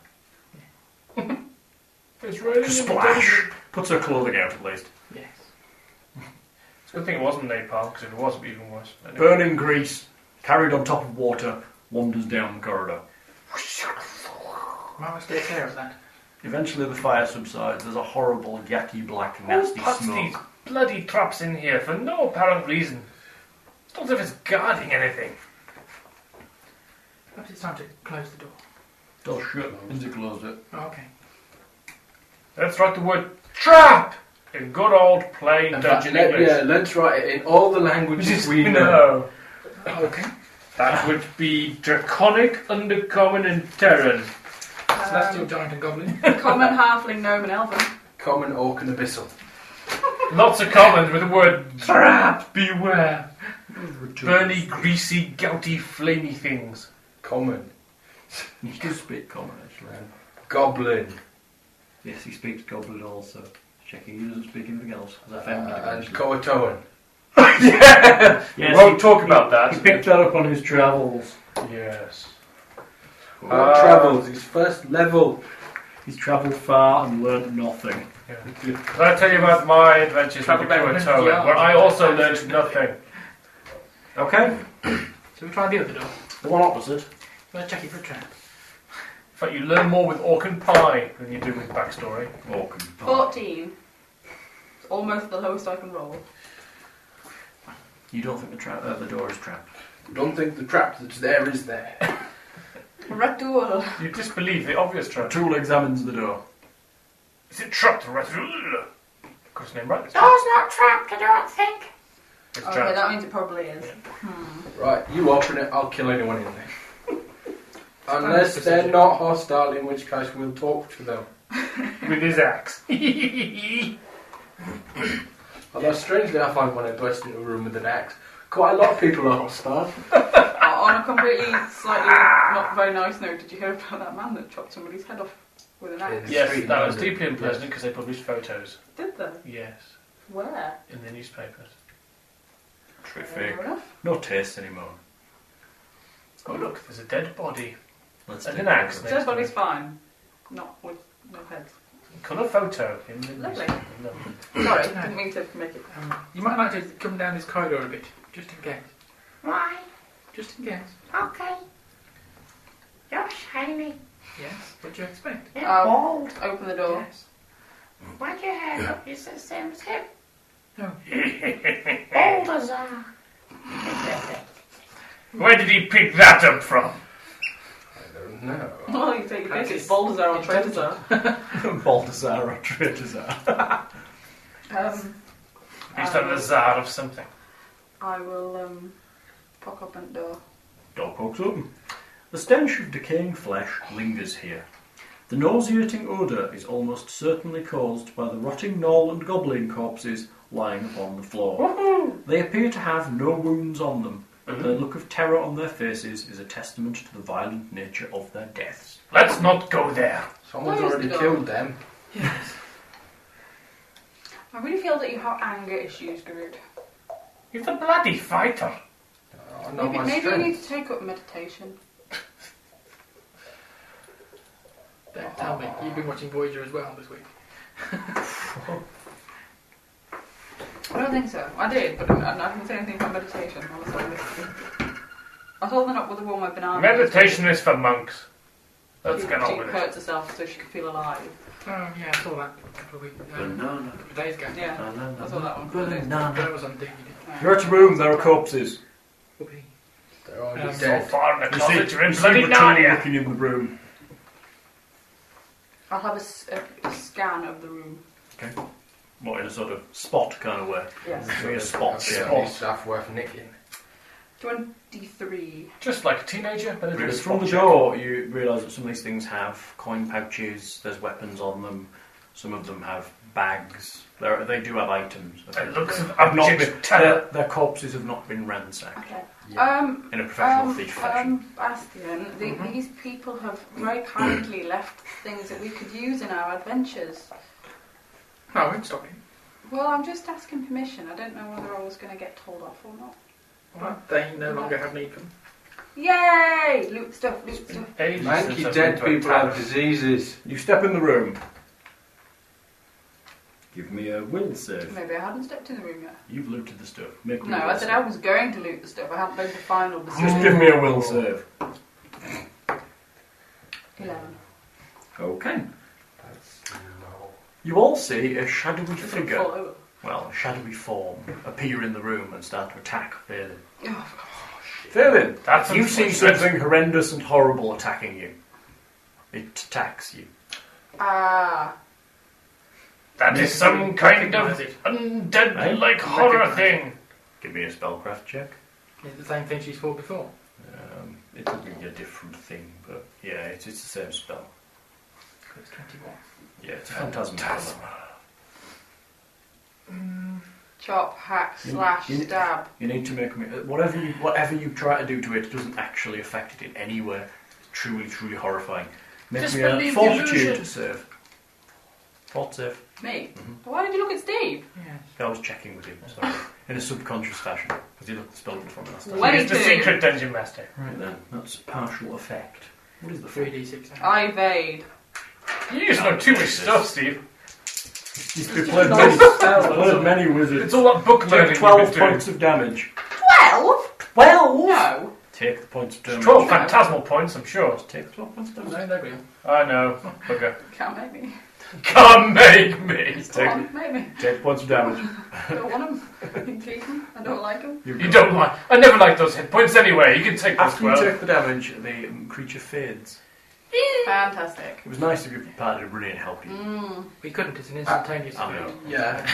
S2: It's really
S3: Splash! Puts her clothing out at least.
S5: Yes.
S2: It's a good thing it wasn't napalm, because if it was, it'd be even worse. Anyway.
S3: Burning grease, carried on top of water, wanders down the corridor.
S5: Might want to stay clear of that.
S3: Eventually the fire subsides. There's a horrible, yucky, black, nasty
S2: Who puts
S3: smoke.
S2: these bloody traps in here for no apparent reason? Not if it's guarding anything.
S5: Perhaps it's time to close the door.
S3: Door shut. Lindsay closed it.
S5: Oh, okay.
S2: Let's write the word trap in good old plain
S4: In fact,
S2: Dutch
S4: let-
S2: English.
S4: yeah, let's write it in all the languages we know.
S2: no.
S5: Oh, Okay.
S2: That would be draconic, undercommon, and terran.
S5: Celestial giant and goblin.
S6: Common, halfling, gnome, and elven.
S4: Common, orc, and abyssal.
S2: Lots of commons with the word trap. Beware. Burny, greasy, gouty, flamey things.
S4: Common.
S3: He does speak common, actually.
S4: Goblin.
S3: Yes, he speaks goblin also. Checking he doesn't speak anything else. As I
S4: Uh,
S3: found out
S4: and
S3: eventually.
S4: Koatoan.
S3: Yes,
S2: won't
S3: he-
S2: talk about
S8: He
S2: that.
S8: picked that up on his travels.
S2: yes.
S4: What
S2: Uh,
S4: travels? His first level.
S8: He's travelled far and learned nothing.
S2: Did I tell you about my adventures with the
S5: Travel back
S2: Kua
S5: with
S2: Toa,
S5: the
S2: where I
S5: arm.
S2: also learned nothing?
S8: Okay,
S5: So we try the other door.
S8: the one opposite.
S5: Let's check it for a trap.
S2: In fact, you learn more with Orc and Pie than you do with backstory.
S3: Orc and Pie.
S6: 14. It's almost the lowest I can roll.
S3: You don't think the, tra- uh, the door is trapped?
S4: Don't think the trap that's there is there.
S6: Ratul.
S2: You disbelieve the obvious trap.
S3: Tool examines the door.
S2: Is it trapped? Rathul? Got his name right this time.
S7: Door's not trapped, I don't think.
S2: It's
S6: Oh. Okay,
S2: trapped.
S6: that means it probably is.
S4: Right, you open it, I'll kill anyone in there. Unless
S5: Fantastic.
S4: they're not hostile, in which case we'll talk to them.
S2: With his axe. That's
S4: Although strangely, I find when I burst into a room with an axe, quite a lot of people are hostile.
S6: On a completely slightly not very nice note, did you hear about that man that chopped somebody's head off with an axe?
S2: yes,
S4: Yes. Street
S2: that was
S4: London.
S2: deeply impertinent because they published photos.
S6: Did they?
S2: Yes,
S6: Where?
S2: in the newspapers.
S3: Terrific.
S6: Fair enough.
S3: No taste anymore.
S2: Oh look, there's a dead body.
S3: Let's
S2: And
S3: take
S2: an axe.
S3: it.
S2: Next
S6: Dead body's
S2: time.
S6: fine. Not with no heads.
S2: Colour photo in the
S6: Lovely.
S2: newspaper. Lovely.
S6: Sorry, didn't mean to make it.
S5: Um, you might like to come down this corridor a bit, just in case.
S7: Why?
S5: Just in case.
S7: Okay. You're shiny.
S5: Yes. What do you expect?
S7: You're
S6: Um,
S7: bald.
S6: Open the door.
S5: Yes.
S7: Why'd your hair look is the same as him?
S5: No.
S7: Bald as a...
S2: Where did he pick that up from?
S4: I don't know.
S6: Well, you take a pick. It's
S5: Practice.
S6: Baldassar or Tredazar.
S3: Balthazar or Traitor.
S6: Um,
S2: He's done the czar of something.
S6: I will um, pop up at the door.
S3: Door pokes open. The stench of decaying flesh lingers here. The nauseating odour is almost certainly caused by the rotting gnoll and goblin corpses lying upon the floor. They appear to have no wounds on them, but
S2: Mm-hmm.
S3: their look of terror on their faces is a testament to the violent nature of their deaths.
S2: Let's not go there.
S4: Someone's
S6: Close the
S4: already
S6: door.
S4: killed them.
S6: I really feel that you have anger issues, Garud.
S2: He's a bloody fighter.
S4: Oh, not
S6: Maybe,
S4: my
S6: maybe you
S4: strength.
S6: need to take up meditation.
S5: Don't tell me. You've been watching Voyager as well this week.
S6: I don't think so. I did, but I, I didn't say anything about meditation. I was like, I told them up with the one with banana.
S2: Meditation is for monks.
S6: She,
S2: Let's get
S6: she
S2: on with it.
S6: hurts herself so she could feel alive.
S5: Oh yeah, I saw that a couple of weeks, um,
S3: Banana,
S5: a couple of days ago.
S6: Yeah.
S3: banana,
S6: That's all that one.
S5: But I
S3: banana.
S5: was on duty.
S3: You're at a room, there are corpses.
S5: Whoopee.
S4: They're already
S5: Um,
S2: So
S4: dead.
S2: far in the
S3: You
S2: closet,
S3: see-
S2: you're in
S3: you see
S2: bloody
S3: Ratoon
S2: Narnia.
S3: looking in the room.
S6: I'll have a, s- a scan of the room.
S3: What, in a sort of spot kind of way?
S6: Yes.
S3: Maybe a spot,
S4: Okay,
S3: yeah.
S4: I need stuff worth nicking.
S6: 23.
S2: Just like a teenager, but it
S3: Because
S2: is
S3: from the door, you realise that some of these things have coin pouches. There's weapons on them. Some of them have bags. They're, they do have items. I think.
S2: It looks of
S3: They've not
S2: abject
S3: been-
S2: terror.
S3: Their, their corpses have not been ransacked
S6: Okay.
S4: Yeah.
S6: Um,
S3: in a professional
S6: Um,
S3: thief fashion. Mm-hmm.
S6: um, Bastian, the, these people have very kindly left things that we could use in our adventures.
S5: No, Oh, I won't stop him.
S6: Well, I'm just asking permission. I don't know whether I was going to get told off or not.
S5: Well, they no longer have need for them.
S6: Yay! Loot stuff, loot stuff.
S2: Ages
S4: Thank
S2: since
S4: you,
S2: I've
S4: dead
S2: been to a
S4: people have
S2: tavern.
S4: diseases.
S8: You step in the room. Give me a will save.
S6: Maybe I hadn't stepped in the room yet.
S3: You've looted the stuff. Make me
S6: No, I said I was going to loot the stuff. I haven't made the final
S8: Just
S6: decision.
S8: give me a will save.
S6: Eleven.
S3: Okay.
S4: No.
S3: You all see a shadowy figure,
S6: Fall over.
S3: well, a shadowy form, appear in the room and start to attack Phelan.
S6: Oh,
S8: Phelan,
S2: That's
S8: you see
S2: unfortunate.
S8: something horrendous and horrible attacking you.
S3: It attacks you.
S6: Ah.
S2: That is some kind of
S5: Recognise it.
S2: undead like
S5: Right?
S2: horror
S5: Recognise
S2: thing.
S3: Give me a spellcraft check.
S5: It's the same thing she's fought before.
S3: Um, it'll be a different thing, but yeah, it's, it's the same spell.
S5: It's 21.
S3: Yeah, it's phantasm.
S6: Chop, hack,
S3: You-
S6: slash,
S3: you-
S6: stab.
S3: You need to make me uh, whatever you whatever you try to do to it, it doesn't actually affect it in any way. It's truly, truly horrifying. Make
S2: Just
S3: me a
S2: believe the illusion.
S3: fortitude save. Fort save.
S6: Me.
S3: Mm-hmm.
S6: Why did you look at Steve?
S5: Yeah.
S3: I was checking with him, sorry. in a subconscious fashion, because he looked the spell from last time.
S6: What?
S2: He's the
S6: 22.
S2: secret dungeon master.
S3: Right then, that's partial effect. What is the effect?
S5: 3d6. damage.
S6: I evade.
S2: You just know too much stuff, Steve.
S8: He's been played
S6: not
S8: many, played many
S2: It's
S8: wizards.
S2: all that book learning.
S8: Take 12
S2: you've been
S8: points of damage.
S6: Twelve?
S8: 12?
S6: No.
S3: Take the points of
S2: doing.
S3: damage.
S2: Twelve phantasmal points, I'm sure.
S3: Take the 12 points of damage.
S5: No, no, real.
S2: I know. Bugger.
S6: Can't make me.
S2: Can't make me.
S6: Come on, make me.
S8: Take points of damage.
S6: Don't want them. Keep 'em. I don't like them.
S2: You don't like. I never liked those hit points anyway. You can take those
S3: After you
S2: twelve.
S3: take the damage, the um, creature fades.
S6: Fantastic.
S3: It was nice of your party to really help you.
S6: Mm.
S5: We couldn't, it's an instantaneous.
S3: I know.
S4: Yeah.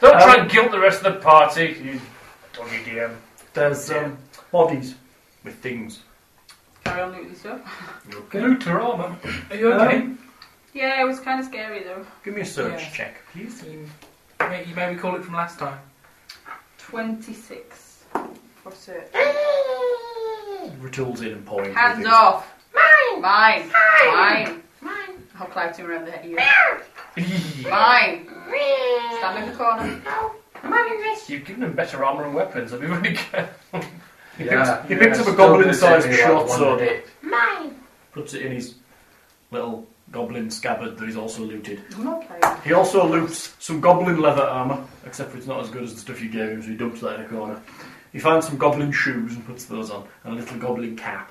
S2: Don't try
S8: Um,
S2: and guilt the rest of the party. You doggy DM.
S8: There's um, bodies.
S3: With things.
S6: Carry on looting stuff.
S2: Looter armor.
S5: Are you okay?
S8: Um,
S6: Yeah, it was kind of scary though.
S3: Give me a search
S5: Yeah.
S3: check, please.
S5: you, may, you may recall it from last time.
S6: Twenty-six. What's it?
S3: Retools in and pawing.
S6: Hands
S3: through
S6: off. Mine. Mine. Mine. Mine. I'll clout him around the head. Yeah.
S2: Eee.
S6: Mine. Stand in the corner.
S2: You've given them better armor and weapons. Have you really cared?
S4: yeah.
S8: he picks up a
S4: Still
S8: goblin-sized
S4: doesn't take me like
S8: short
S4: one
S8: sword.
S4: hit.
S3: things. Puts it in his little goblin scabbard that he's also looted.
S6: I'm not playing.
S8: He also loots
S3: Some goblin leather armour, except for it's not as good as the stuff you gave him, so he dumps that in a corner. He finds some goblin shoes and puts those on, and a little goblin cap,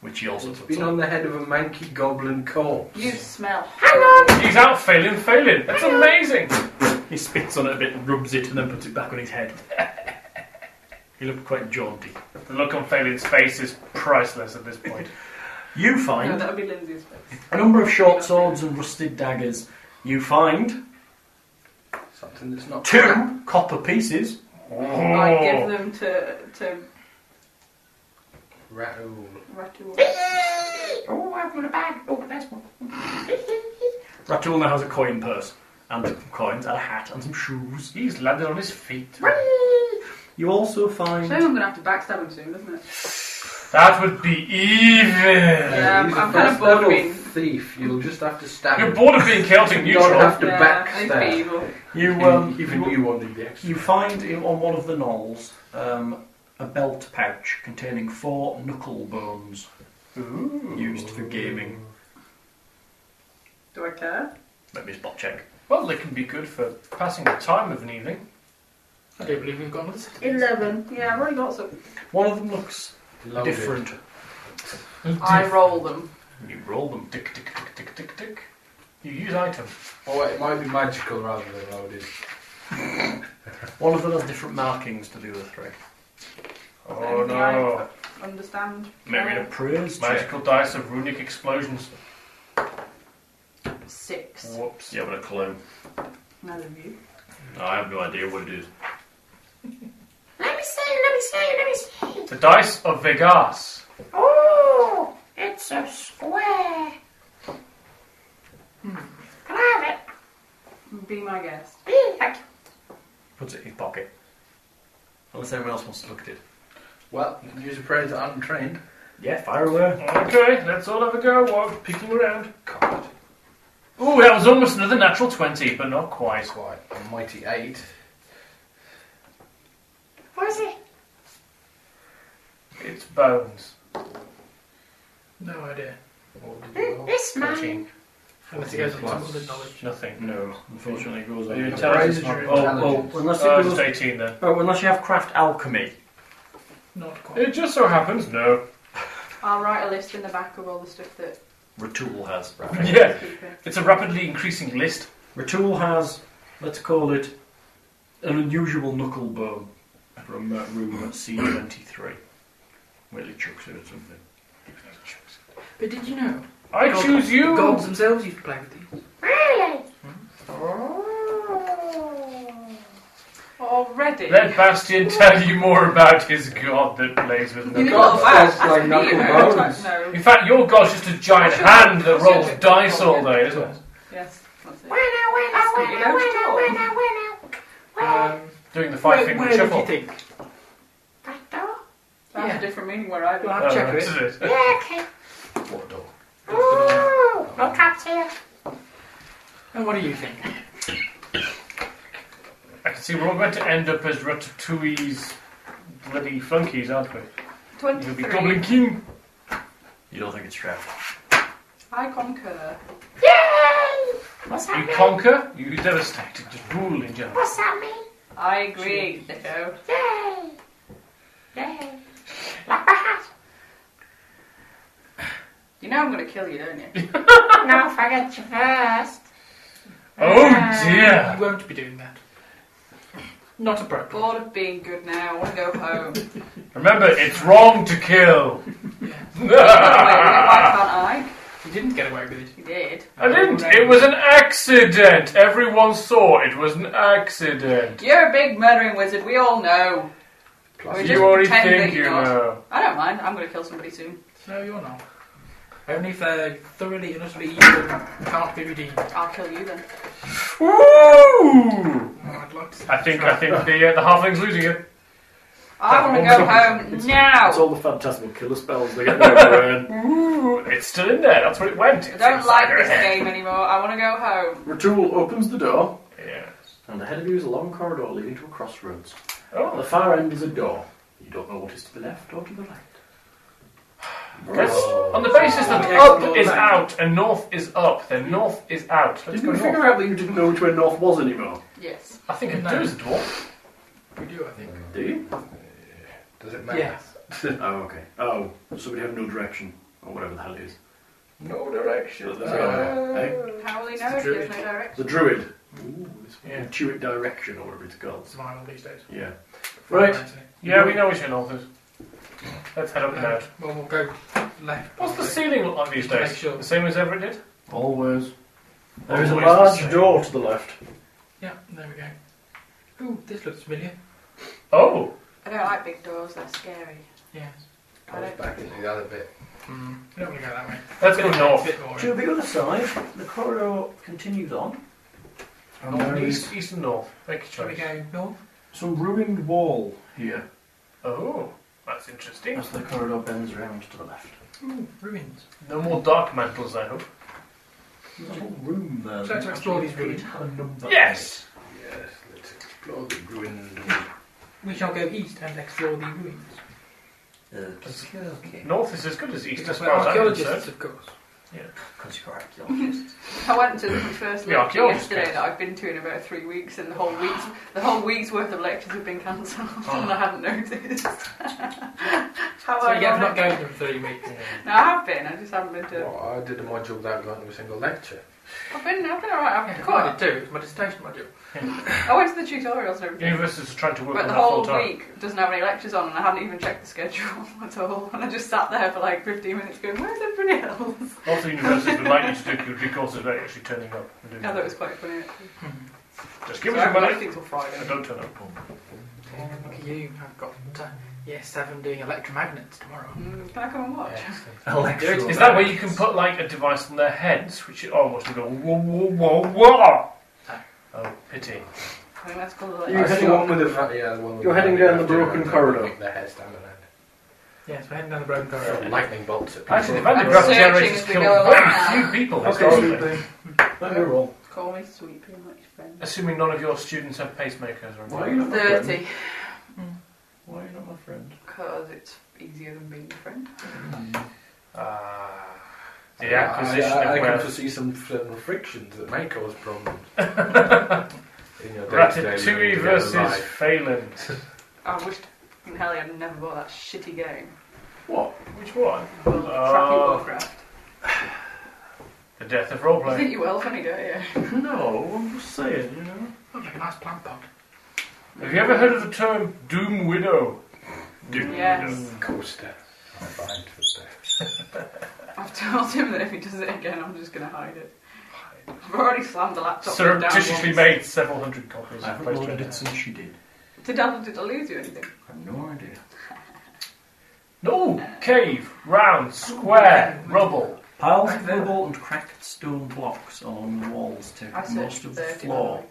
S3: which he also
S4: It's
S3: puts
S4: been
S3: on.
S4: on the head of a manky goblin corpse.
S6: You smell.
S2: He's out failing, failing. That's amazing.
S3: He spits on it a bit, rubs it, and then puts it back on his head. he looked quite jaunty.
S2: The look on Phelan's face is priceless at this point.
S3: You
S6: No,
S3: find
S6: that would be Lindsay's face.
S3: a number of short swords and rusted daggers. You find
S4: Something that's not.
S3: two copper pieces.
S6: I
S2: Oh.
S6: give them to to
S4: Raoul.
S6: Ratu.
S3: Oh, I've got a bag. Oh, that's one. Ratul now has a coin purse, and some coins, and a hat, and some shoes.
S2: He's landed on his feet.
S3: You also
S6: So I'm
S3: find.
S6: going to have to backstab him soon, isn't it?
S2: That would be evil.
S6: Yeah,
S4: He's
S6: I'm,
S4: a
S6: I'm kind of
S4: first
S6: bored of
S4: level
S6: being.
S4: thief. You'll just have to stab
S2: You're
S4: him.
S2: bored of being chaotic
S4: You don't
S2: neutral.
S4: have to
S6: yeah,
S4: backstab.
S6: I'd be evil.
S3: You,
S4: Even-
S3: um,
S4: even
S3: you,
S4: you wanted the extra.
S3: you find in, on one of the knolls um, a belt pouch containing four knuckle bones used for gaming.
S6: Do I care?
S3: Let me spot check.
S2: Well, they can be good for passing the time of an evening.
S5: I do believe we've got another set.
S6: Eleven. Yeah, I've already got some.
S3: One of them looks
S4: Loaded.
S3: different.
S6: I roll them.
S3: You roll them.
S2: Tick, tick, tick, tick, tick, tick. You use item.
S4: Oh, it might be magical rather than loaded.
S3: One of them has different markings to the other three.
S2: Oh
S6: Anything
S2: no.
S6: I understand. uh,
S3: Make me an appraise check.
S2: Magical dice of runic explosions.
S6: Six.
S2: Whoops.
S3: You haven't a clue.
S6: Neither of you.
S3: No, I have no idea what it is.
S7: Let me see, let me see, let me see.
S2: The dice of Vegas.
S7: Oh, it's a square. Can I have it?
S6: Be my guest.
S7: Please, thank you.
S3: Puts it in his pocket. Unless anyone else wants to look at it.
S4: Well, you can use a prayer that I'm trained.
S3: Yeah, fire away.
S2: Okay, let's all have a go while picking around. Ooh, that was almost another natural 20, but not quite.
S4: Quite a mighty eight.
S7: What is it?
S2: It's bones.
S5: No idea.
S7: This man.
S5: Unless it goes on
S4: Plus.
S5: top of the knowledge.
S2: Nothing.
S3: No, unfortunately, it goes
S2: Your
S3: on.
S2: intelligence.
S4: Raise your
S3: Oh,
S4: intelligence.
S3: oh, unless it
S2: Oh, it's
S3: goes.
S2: 18 then.
S3: Oh, unless you have craft alchemy.
S5: Not quite.
S2: It just so happens, no.
S6: I'll write a list in the back of all the stuff that
S3: Retool has.
S2: Yeah.
S6: he's keeping.
S2: It's a rapidly increasing list.
S3: Retool has, let's call it, an unusual knuckle bone from uh, room C23. Where he chucks it or something.
S5: But did you know?
S2: I
S5: God-
S2: choose you!
S5: Gods themselves used to play with these.
S7: Really?
S6: Already?
S2: Let Bastian tell you more about his god that plays with
S6: you
S2: them.
S6: didn't laugh
S4: That's
S6: out.
S4: like
S6: That's
S4: knuckle
S6: me,
S4: bones.
S6: No.
S2: In fact, your god's just a giant
S6: I should-
S2: hand
S6: I
S2: that
S6: should
S2: rolls
S6: have-
S2: dice all day, isn't it?
S6: Yes, that's it.
S7: Winner, winner,
S6: That's what you
S7: winner,
S6: know to
S7: winner,
S6: do.
S7: winner, winner. Well,
S5: Um,
S2: Doing the five
S5: where,
S2: finger
S5: where did
S2: shuffle.
S5: you think?
S7: back door.
S6: That's
S5: Yeah.
S6: a different meaning where I
S5: Well,
S6: live.
S5: I'll
S2: Oh,
S5: check
S2: this
S5: it.
S2: is it.
S7: Yeah, okay.
S3: What dog?
S7: Ooh, look up here.
S5: And what do you think?
S2: I can see we're all going to end up as Ratatouille's bloody flunkies, aren't we? You'll be Goblin
S6: 23.
S2: King.
S3: You don't think it's craft?
S6: I concur.
S7: Yay! What's that
S2: You
S7: mean?
S2: conquer, you devastate, just rule in general.
S7: What's that mean?
S6: I agree, Ditto.
S7: Yay! Yay! Like my hat.
S6: You know I'm going to kill you, don't you?
S7: No, if I get you first.
S2: Oh
S5: You
S2: dear!
S5: won't be doing that. Not appropriate.
S6: Bored of being good now. I want to go home. Wait,
S2: Remember, it's wrong to kill.
S6: why can't I?
S5: You didn't get away with it.
S6: You did.
S2: I didn't. It was an accident. Everyone saw it was an accident.
S6: You're a big murdering wizard. We all know. We just
S2: You already
S6: pretend that
S2: think you
S6: you're not.
S2: know.
S6: I don't mind. I'm going to kill somebody soon.
S5: No, you're not. Only if they're thoroughly and utterly evil and can't be redeemed.
S6: I'll kill you then.
S2: Ooh!
S5: Oh, I'd like to see
S2: I think I think the uh, the halfling's losing it.
S6: I want to go home now.
S8: It's all the phantasmal killer spells they get over.
S2: Ooh! It's still in there. That's where it went.
S6: I
S2: It's
S6: don't
S2: inside
S6: like
S2: your
S6: this
S2: head.
S6: game anymore. I want to go home.
S8: Retool opens the door,
S2: Yes.
S8: and ahead of you is a long corridor leading to a crossroads. At the
S2: Oh.
S8: far end is a door. You don't know what is to the left or to the right.
S2: Guess on the basis that Oh. up is out and north is up, then north is out. Let's
S8: Didn't
S2: go
S8: you
S2: north.
S8: figure out that you didn't know which way north was anymore?
S6: Yes.
S2: I think it
S5: No.
S2: does, dwarf.
S5: what we do, I think.
S8: Do you?
S4: Does it
S5: Yes.
S8: Oh, okay. Oh, so we have no direction, or whatever the hell it is.
S4: No direction. Ah.
S8: Eh?
S6: How will he know if there's no
S8: The
S6: direction?
S8: druid. Ooh, it's
S2: Yeah.
S8: intuit direction, or whatever it's called.
S5: Survival these days.
S8: Yeah. Right.
S2: Yeah, we know which way north is. Let's head up and out.
S5: Uh, well, we'll go left.
S2: What's the
S5: probably.
S2: ceiling look like these
S5: Make
S2: days?
S5: sure.
S2: The same as ever it did?
S3: Always.
S8: There is a
S3: Always the
S8: large
S3: same.
S8: door to the left.
S5: Yeah, there we go. Ooh, this looks familiar.
S2: Oh!
S6: I don't like big doors. They're scary.
S5: Yes.
S6: I
S4: Goes
S6: don't.
S4: back into the other bit.
S5: Mm. We don't want to go that way.
S2: Let's go north.
S5: Bit more.
S3: To the other side, the corridor continues on. And
S2: North,
S3: there is
S2: east, east and north. Make
S5: Shall
S2: your
S5: we
S2: choice.
S5: go north?
S3: some ruined wall here
S2: Oh, that's interesting.
S3: as the corridor bends round to the left.
S5: Ooh, ruins.
S2: No more dark mantles, I hope.
S3: There's a whole room there.
S5: So to explore these ruins.
S3: A number.
S2: Yes!
S4: Yes, let's explore the ruined.
S5: We shall go east and explore the ruins.
S3: Okay, okay.
S2: North is as good as east, as
S5: Because we're
S2: far as I'm
S5: archaeologists,
S2: concerned.
S5: of course.
S3: Because you're archaeologists.
S6: I went to the first
S2: Yeah,
S6: lecture
S2: archaeologist
S6: yesterday
S2: case.
S6: that I've been to in about three weeks, and the whole week's the whole week's worth of lectures have been cancelled,
S2: Oh.
S6: and I hadn't noticed. How
S5: So
S6: I
S5: you have not going for three weeks.
S6: No, I have been. I just haven't been to.
S4: Well, I did a module without going to a single lecture.
S6: I've been. I've been alright. I've
S5: Yeah,
S6: been
S5: quite I
S6: quite.
S5: did too. It's my dissertation module.
S6: I went to the tutorials and everything.
S2: Universities are trying to work
S6: But
S2: on
S6: the
S2: that
S6: whole
S2: full time.
S6: week doesn't have any lectures on, and I hadn't even checked the schedule at all. And I just sat there for like 15 minutes going, Where's everybody else?
S2: Lots of universities would like you to do your courses without actually turning up. and doing
S6: I thought it
S2: it.
S6: was quite funny. actually.
S5: Hmm.
S2: Just give
S6: So
S2: us
S6: I
S2: your money
S6: think till Friday.
S2: and don't turn up.
S5: Look at you. I've got. Uh, yes, I'm doing electromagnets tomorrow.
S6: Mm, can I come and watch?
S2: Is that where you can put like a device on their heads, which it almost go whoa whoa whoa whoa? Oh, pity.
S6: I think that's called
S8: You're
S4: That's
S6: like,
S8: heading
S4: the
S8: up-
S4: one with the, fa- yeah, the one with
S8: you're
S4: the
S8: heading
S4: lightning
S8: down the
S4: left,
S8: broken
S4: yeah,
S8: corridor.
S4: with The heads down the
S5: Yes, we're heading down the broken
S4: land.
S5: corridor.
S4: Lightning bolts at people.
S2: Actually, the Van de
S6: I'm
S2: Graaff
S6: searching
S2: generators
S6: as we
S2: killed
S6: go along
S2: very
S6: now.
S2: few people historically.
S8: Okay, let me roll.
S6: call me sweet pretty much friend.
S2: Assuming none of your students have pacemakers or
S8: Why are you not my friend?
S6: 30.
S3: Why are you not my friend?
S6: Because it's easier than being a friend.
S2: Ah.
S4: I-
S2: the acquisition
S4: I, I,
S2: of
S4: I can
S2: wealth.
S4: foresee some further frictions that may cause problems. in your day-to-day living
S2: Ratatouille
S4: together
S2: versus
S4: life.
S2: Phelan.
S6: I wished in hell I'd never bought that shitty game.
S2: What? Which one?
S6: Well, crappy
S2: Oh.
S6: Warcraft.
S2: The death of
S6: You
S2: roleplay.
S6: think you will funny, don't you?
S3: No, I'm just saying, you know.
S5: Looks like a nice plant pot.
S2: Have you ever heard of the term Doom Widow?
S6: Yes.
S4: Coaster. Combined with the-
S6: I've told him that if he does it again, I'm just going to hide it. I've already slammed the laptop
S2: Surreptitiously
S6: down once.
S2: made several hundred copies.
S3: I
S2: of
S3: haven't loaded
S2: PlayStation.
S3: it since she did.
S6: Did I, did I lose you anything?
S3: I have no idea.
S2: No! Cave, round, square, rubble.
S3: Piles
S5: I
S3: of
S5: feel-
S3: rubble and cracked stone blocks along the walls take
S6: I
S3: up most
S6: searched
S3: of the
S6: 30
S3: floor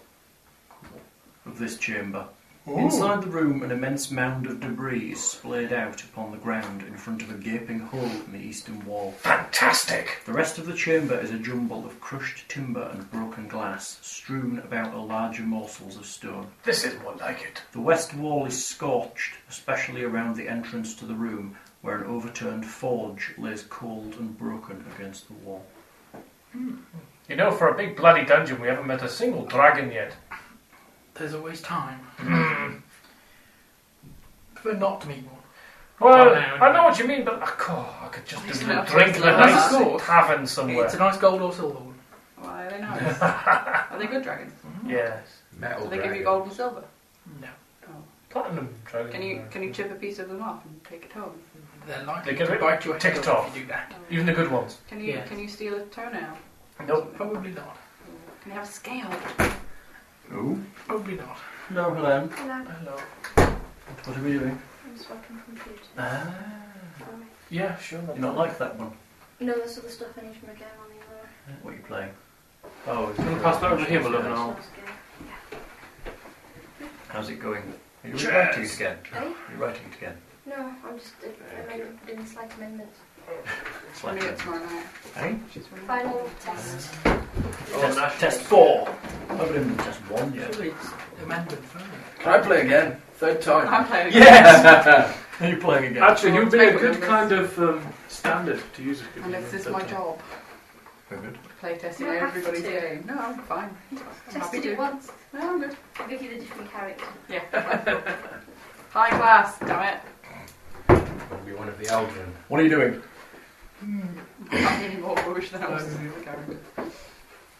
S3: of this chamber. Inside the room, an immense mound of debris is splayed out upon the ground in front of a gaping hole in the eastern wall.
S2: Fantastic!
S3: The rest of the chamber is a jumble of crushed timber and broken glass, strewn about are larger morsels of stone.
S2: This is more like it.
S3: The west wall is scorched, especially around the entrance to the room, where an overturned forge lays cold and broken against the wall.
S2: You know, for a big bloody dungeon, we haven't met a single dragon yet. Hmm.
S5: There's always time. Prefer not to meet one.
S2: Well,
S5: Oh, no, no.
S2: I know what you mean, but oh, God, I could just
S6: It's
S2: do
S6: not-
S2: drink in a
S6: it's
S2: nice
S5: not-
S2: tavern somewhere.
S5: It's a nice gold or silver one.
S6: Why are they nice? are they good dragons?
S2: yes.
S4: Metal
S6: Do they give
S4: dragon.
S6: you gold and silver? Oh.
S5: No.
S2: Platinum dragon.
S6: Can you can you chip a piece of them off and take it home?
S5: They're
S2: They
S5: likely
S2: get
S5: to
S2: rid-
S5: bite your head
S2: ticked
S5: off
S2: off.
S5: if you do that.
S2: Even the good ones.
S6: Can you
S5: Yes.
S6: can you steal a toenail?
S2: Nope.
S5: Probably not.
S6: Can you have a scale?
S5: Probably not.
S3: No, hello.
S7: Hello,
S2: Hello.
S3: What are we doing? Ah.
S7: I'm swapping computers. Sorry.
S2: Yeah, sure.
S3: You not like that one?
S7: No, there's other stuff I need from a game on the other.
S3: What are you playing? Oh,
S2: Can we pass that over here, my love, and I'll-
S7: Source game.
S3: How's it going? Are you
S2: Jazz.
S3: writing it again?
S7: Eh?
S3: You're writing it again.
S7: No, I'm just I made, doing slight amendments.
S3: It's
S6: Let
S3: like
S6: me get
S3: that.
S6: tomorrow night.
S3: Eh?
S6: She's running.
S7: Final test.
S2: Oh,
S3: Test, test four. I haven't even test one yet.
S5: Surely it's amendment first.
S4: Can I play again? Third
S6: I'm
S4: time.
S6: playing.
S3: Yes. Are you playing again?
S9: Actually,
S6: Well,
S9: you'd be a
S6: take
S9: good
S6: one.
S9: kind of um, standard to use. if you
S6: And this is my job.
S3: Very good.
S6: Playtesting
S7: You don't have
S6: everybody's
S7: to.
S6: game. No, I'm fine. I'm happy
S7: Tested
S6: to.
S7: it
S6: No,
S7: once.
S6: I'm good.
S7: I'll give you the different character.
S6: High class, damn it.
S4: I'll be one of the Eldrin.
S3: What are you doing?
S6: I'm getting more rubbish than I was in the other character.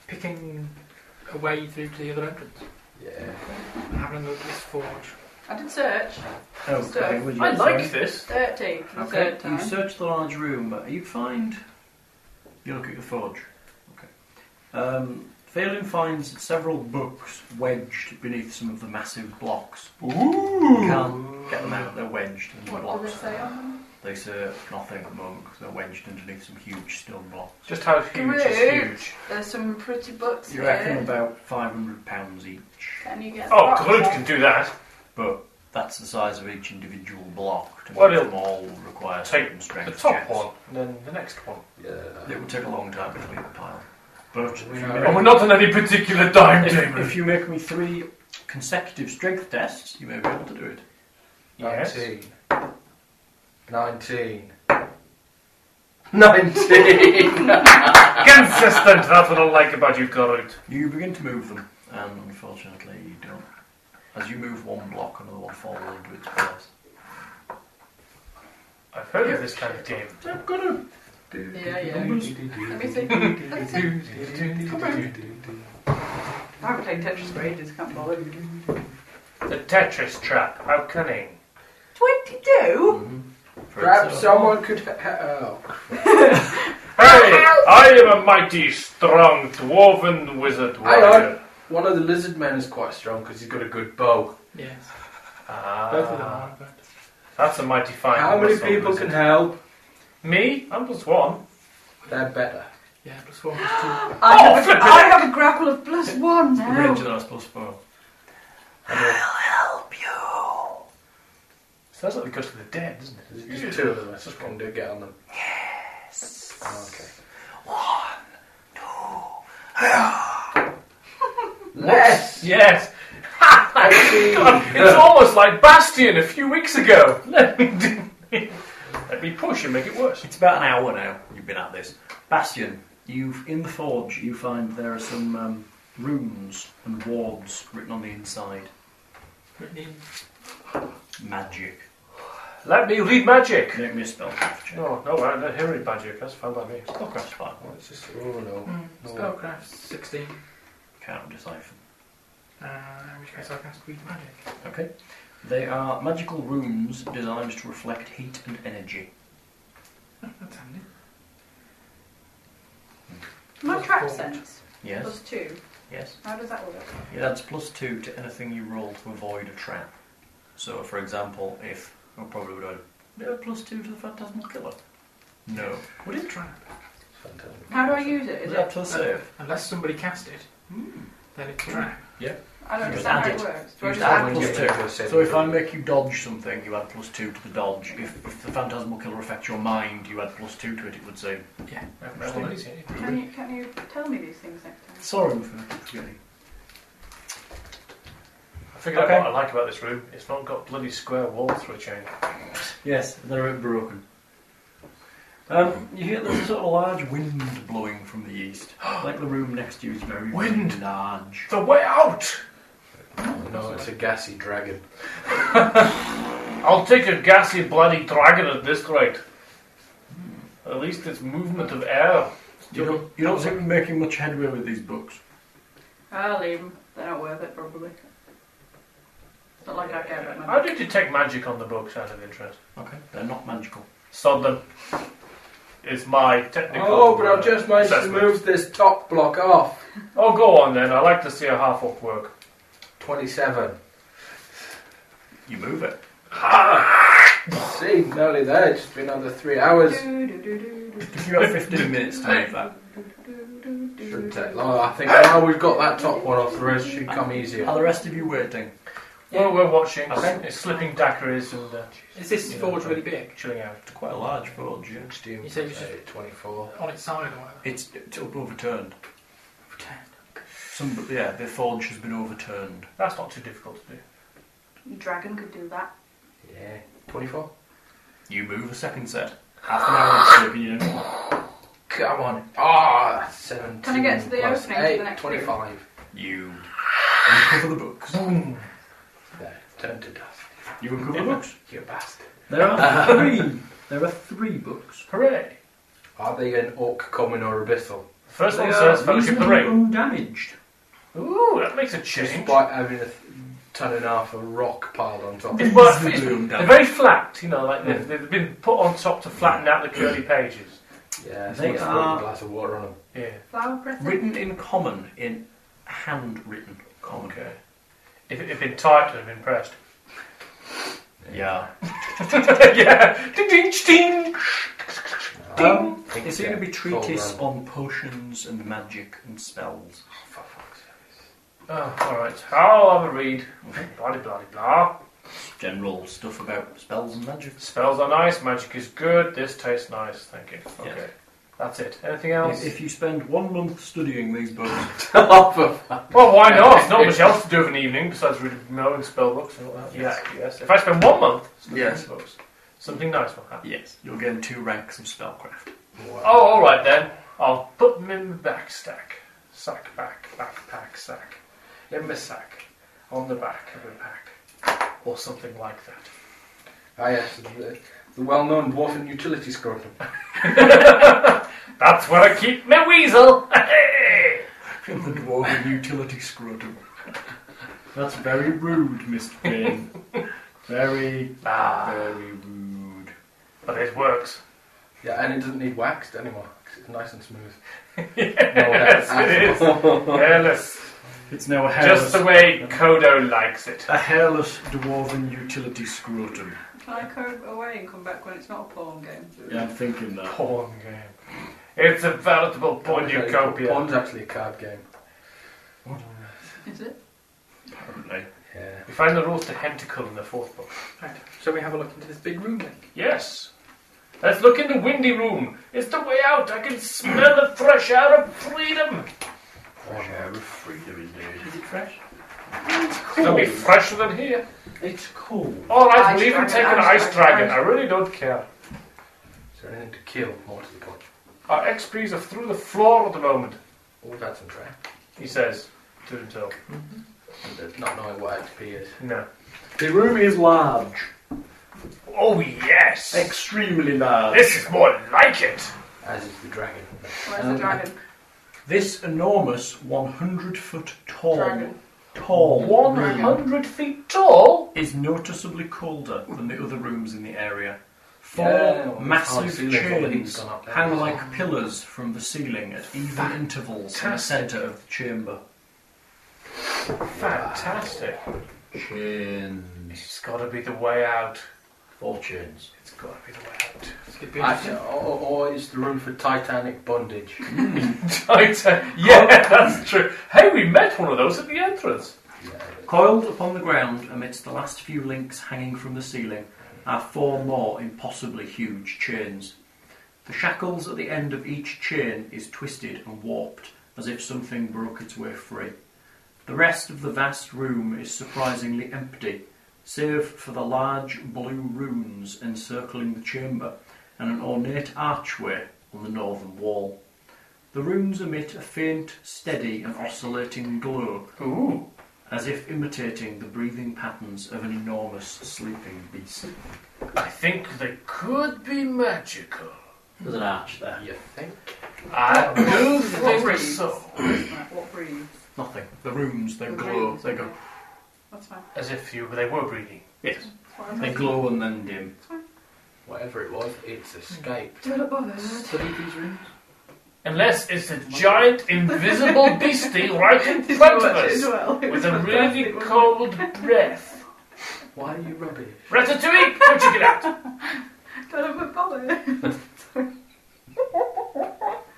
S5: Picking a way through to the other entrance.
S4: Yeah.
S5: Having a look at this forge.
S6: I did search.
S3: Oh,
S6: Stuff.
S3: okay, well, you
S2: I
S3: get
S2: like
S3: through.
S2: this.
S6: 30 for the
S3: Okay,
S6: third
S3: you
S6: time.
S3: search the large room. but You find. You look at the forge. Okay. Um, Phelan finds several books wedged beneath some of the massive blocks. You can't get them out. They're wedged in the
S6: What does
S3: blocks.
S6: it say on them?
S3: They say nothing at the moment because they're wedged underneath some huge stone blocks.
S2: Just how huge is
S6: Great.
S2: huge.
S6: There's some pretty books
S3: You reckon
S6: here.
S3: about five hundred pounds each,
S6: Can you get
S2: Oh,
S6: the
S2: Groot
S6: box?
S2: can do that.
S3: but that's the size of each individual block. To
S2: Well,
S3: make
S2: it'll
S3: them all require
S2: take
S3: certain
S2: The
S3: strength
S2: top
S3: checks.
S2: one, and then the next one.
S4: Yeah.
S3: It would take a long time to complete the pile. But if
S4: We
S3: you
S4: are-
S2: And Oh, we're not on any particular timetable.
S3: If, if you make me three consecutive strength tests, you may be able to do it.
S2: Yes.
S4: 19. 19. 19!
S2: Consistent, that's what I like about you, Groot.
S3: You begin to move them, and unfortunately, you don't. As you move one block, another one falls into its place.
S2: I've heard of this kind of game.
S3: I've got to.
S6: Yeah, yeah. Let me see. Let me see. Come on. I haven't played Tetris for ages, can't bother.
S2: The Tetris trap, how cunning.
S6: 22?
S4: Perhaps someone could help.
S2: Hey, I am a mighty, strong, dwarven wizard
S4: Aye,
S2: warrior.
S4: One of the lizard men is quite strong because he's got a good bow.
S5: Yes. Both of them
S2: Ah,
S5: are, but
S2: that's a mighty fine
S4: How many
S2: whistle,
S4: people
S2: wizard.
S4: can help?
S2: Me? I'm plus one.
S4: They're better.
S5: yeah, plus four, plus two.
S6: I, have a, I have a grapple of plus one now.
S3: Range of that's plus four.
S2: Sounds like it goes to the dead, doesn't it?
S4: There's just two of them. I just want to get on them. Yes. Okay. One, two. Yes!
S2: Yes!
S4: I see.
S2: It's almost almost like Bastion a few weeks ago. Let me, let me push and make it worse.
S3: It's about an hour now you've been at this. Bastion, you've in the forge you find there are some um, runes and wards written on the inside. Magic.
S2: Let me read magic.
S3: Make me a spell check.
S2: No, no, I don't hear any magic. That's fine by me.
S3: Oh, that's fine.
S4: It's just, oh no.
S5: Hmm. Spellcraft 16.
S3: Can't decipher.
S5: Uh, in which case I cast Read Magic.
S3: Okay. They are magical runes designed to reflect heat and energy.
S5: Oh, that's handy.
S6: My trap sense
S3: Yes.
S6: plus two.
S3: Yes.
S6: How does that work?
S3: It adds plus two to anything you roll to avoid a trap. So, for example, if I probably would have added, uh, plus two to the phantasmal killer. No.
S5: What is trap?
S6: How do I use it? Is
S3: Is
S6: it?
S3: that to a save?
S5: Uh, Unless somebody cast it, Hmm. then it's trap.
S6: I don't
S3: You just
S6: understand how
S3: add
S6: it works. Do I
S3: You
S6: just
S3: just add
S6: add
S3: plus
S4: it
S3: two.
S4: to a saving
S3: So if I
S4: throw.
S3: make you dodge something, you add plus two to the dodge. If, if the phantasmal killer affects your mind, you add plus two to it. It would say.
S5: Yeah.
S2: Well, it's easy.
S6: Can you, can you tell me these things next time?
S3: Sorry for forgetting.
S2: I figured
S3: Okay.
S2: out what I like about this room. It's not got bloody square walls for a change.
S3: Yes, they're a bit broken. Um, you hear there's a sort of large wind blowing from the east. Like the room next to you is very,
S2: Wind.
S3: very large.
S2: The way out!
S4: No, it's a gassy dragon.
S2: I'll take a gassy bloody dragon at this rate. At least it's movement of air.
S3: You don't, you don't seem to be making much headway with these books.
S6: I'll Ah, leave them. They're not worth it, probably. It's not like I care about
S2: How
S6: money.
S2: do you detect magic on the books out of interest?
S3: Okay. They're not magical.
S2: Sod them. Is my technical.
S4: Oh, but I've just managed to
S2: assessment.
S4: move this top block off.
S2: Oh, go on then. I like to see a half orc work.
S4: 27.
S3: You move it.
S4: See, nearly there. It's been another three hours.
S3: If you have 15 minutes to move that.
S4: Shouldn't take long. I think now we've got that top one off the rest, should come
S3: Are
S4: easier.
S3: the rest of you waiting?
S2: Well, we're watching.
S3: Okay.
S2: It's slipping daiquiris and uh,
S5: Is this
S2: Yeah,
S5: forge
S2: right.
S5: really big?
S2: chilling out.
S3: It's quite a large forge, yeah.
S4: 16,
S5: You say you should-
S4: 24.
S5: On its side or whatever?
S3: It's, it's overturned. Some, yeah, the forge has been overturned.
S2: That's not too difficult to do.
S6: Dragon could do that.
S4: Yeah. 24?
S3: You move a second set. Half an hour of sleeping, you know.
S4: Come on. Ah, 17.
S6: Can I get to the
S4: plus
S6: opening to the
S4: eight,
S6: next room?
S4: 25.
S3: You uncover the books.
S4: There, turn to dust.
S3: You uncover the books.
S4: You bastard.
S3: There are three. There are three books.
S2: Hooray!
S4: Are they an orc, common, or abyssal?
S2: The first
S3: They
S2: one
S3: are
S2: says Fellowship of the
S3: reasonably
S2: Ring.
S3: undamaged.
S2: Ooh, that makes a change.
S4: Despite having a th- ton and a half of rock piled on top of
S2: It's
S4: it.
S2: worth
S3: Reasonably
S2: it. They're
S3: undamaged.
S2: very flat, you know, like they've, they've been put on top to flatten out the curly pages.
S4: Yeah,
S3: They
S4: someone's
S3: are-
S4: put a glass of water on them.
S2: Yeah,
S6: Flower pressing.
S3: Written in common, in handwritten common.
S2: okay. If it had been typed, I'd have been pressed.
S3: Yeah.
S2: yeah! Ding, ding, ding!
S3: Um,
S4: Think
S3: they seem to be
S4: they're full
S3: treatise
S4: grown.
S3: on potions and magic and spells.
S4: Oh, For fuck's sake.
S2: Oh, alright. I'll have a read. Bloody, bloody, blah.
S3: General stuff about spells and magic.
S2: Spells are nice, magic is good, this tastes nice, thank you. Okay.
S3: Yes.
S2: That's it. Anything else?
S3: If, if you spend one month studying these books,
S4: Oh, for fuck.
S2: Well, why not? There's not much else to do of an evening besides read Mo and spell books and all that.
S3: Yes.
S2: Yeah, yes. If I spend one month studying
S3: Yes.
S2: books, something nice will happen.
S3: yes, you'll gain two ranks of spellcraft.
S2: Oh, all right then. I'll put them in the back stack. Sack, back, backpack, sack. In the sack. On the back of a pack. Or something like that.
S4: Ah, yes, the, the well-known dwarven utility scrotum.
S2: That's where I keep my weasel!
S3: the dwarven utility scrotum. That's very rude, Mr. Finn. very,
S2: ah,
S3: very rude.
S2: but it works.
S4: Yeah, and it doesn't need waxed anymore. 'cause It's nice and smooth.
S2: yes, it is. Hairless.
S3: It's now a
S2: Just
S3: hairless,
S2: the way Kodo likes it.
S3: a hairless dwarven utility scrotum.
S6: Can I go away and come back when it's not a porn game?
S3: Yeah, I'm thinking that.
S2: Porn game. It's a veritable pornucopia.
S4: Porn's actually a card game.
S6: Is it?
S3: Apparently,
S4: Yeah.
S2: We find the rules to Hentacle in the fourth book.
S5: Shall we have a look into this big room then?
S2: Yes. Let's look in the windy room. It's the way out. I can smell the fresh air of freedom.
S4: Fresh air of freedom, indeed.
S5: Is it fresh?
S2: It'll be fresher than here.
S8: It's cold.
S2: All right,
S6: Ice
S2: we'll even
S6: dragon,
S2: take an
S6: ice
S2: ice
S6: dragon,
S2: dragon. I really don't care.
S4: Is there anything to kill? More to the point.
S2: Our XP's are through the floor at the moment,
S4: Oh, that's some trap.
S2: he says to himself.
S4: Not knowing what XP is.
S2: No.
S8: The room is large.
S2: Oh, yes!
S8: Extremely large.
S2: This is more like it!
S4: As is the dragon.
S6: Where's
S2: Uh,
S6: the dragon?
S3: This enormous 100 foot tall,
S6: Dragon.
S3: tall
S2: 100 feet tall?
S3: is noticeably colder than the other rooms in the area. Four
S4: Yeah, well,
S3: massive
S4: it's hard to see that, all the heat's
S3: chains
S4: gone up there.
S3: hang like pillars from the ceiling at even intervals in the centre of the chamber.
S2: Fantastic.
S8: Chains.
S2: It's gotta be the way out.
S8: Four chains.
S2: It's gotta be the way
S4: I, or, or is the room for Titanic bondage?
S2: out. Titan. Yeah, that's true. Hey, we met one of those at the entrance.
S3: Coiled upon the ground amidst the last few links hanging from the ceiling are four more impossibly huge chains. The shackles at the end of each chain is twisted and warped as if something broke its way free. The rest of the vast room is surprisingly empty, save for the large blue runes encircling the chamber and an ornate archway on the northern wall. The runes emit a faint, steady, and oscillating glow
S2: Ooh.
S3: as if imitating the breathing patterns of an enormous sleeping beast.
S2: I think they could be magical.
S8: There's an arch there.
S4: You think?
S2: I do
S6: What
S2: think
S6: breathes?
S2: so.
S6: Right, what breathes?
S3: Nothing. The rooms, they
S6: The
S3: glow.
S6: breathes,
S3: They go.
S6: okay. That's fine.
S2: As if you, they were breathing.
S3: Yes.
S6: That's what I was
S3: They
S6: asking.
S3: glow and then dim.
S4: Whatever it was, it's escaped.
S6: Do it bothered?
S4: Study these rooms.
S2: Unless it's a giant invisible beastie right in
S6: Did you
S2: front of
S6: watch it as
S2: us
S6: well?
S2: with
S6: It was
S2: a really
S6: fantastic, wasn't it?
S2: cold breath.
S4: Why are you rubbish?
S2: Ratatouille, don't you get out?
S6: Don't have a bother.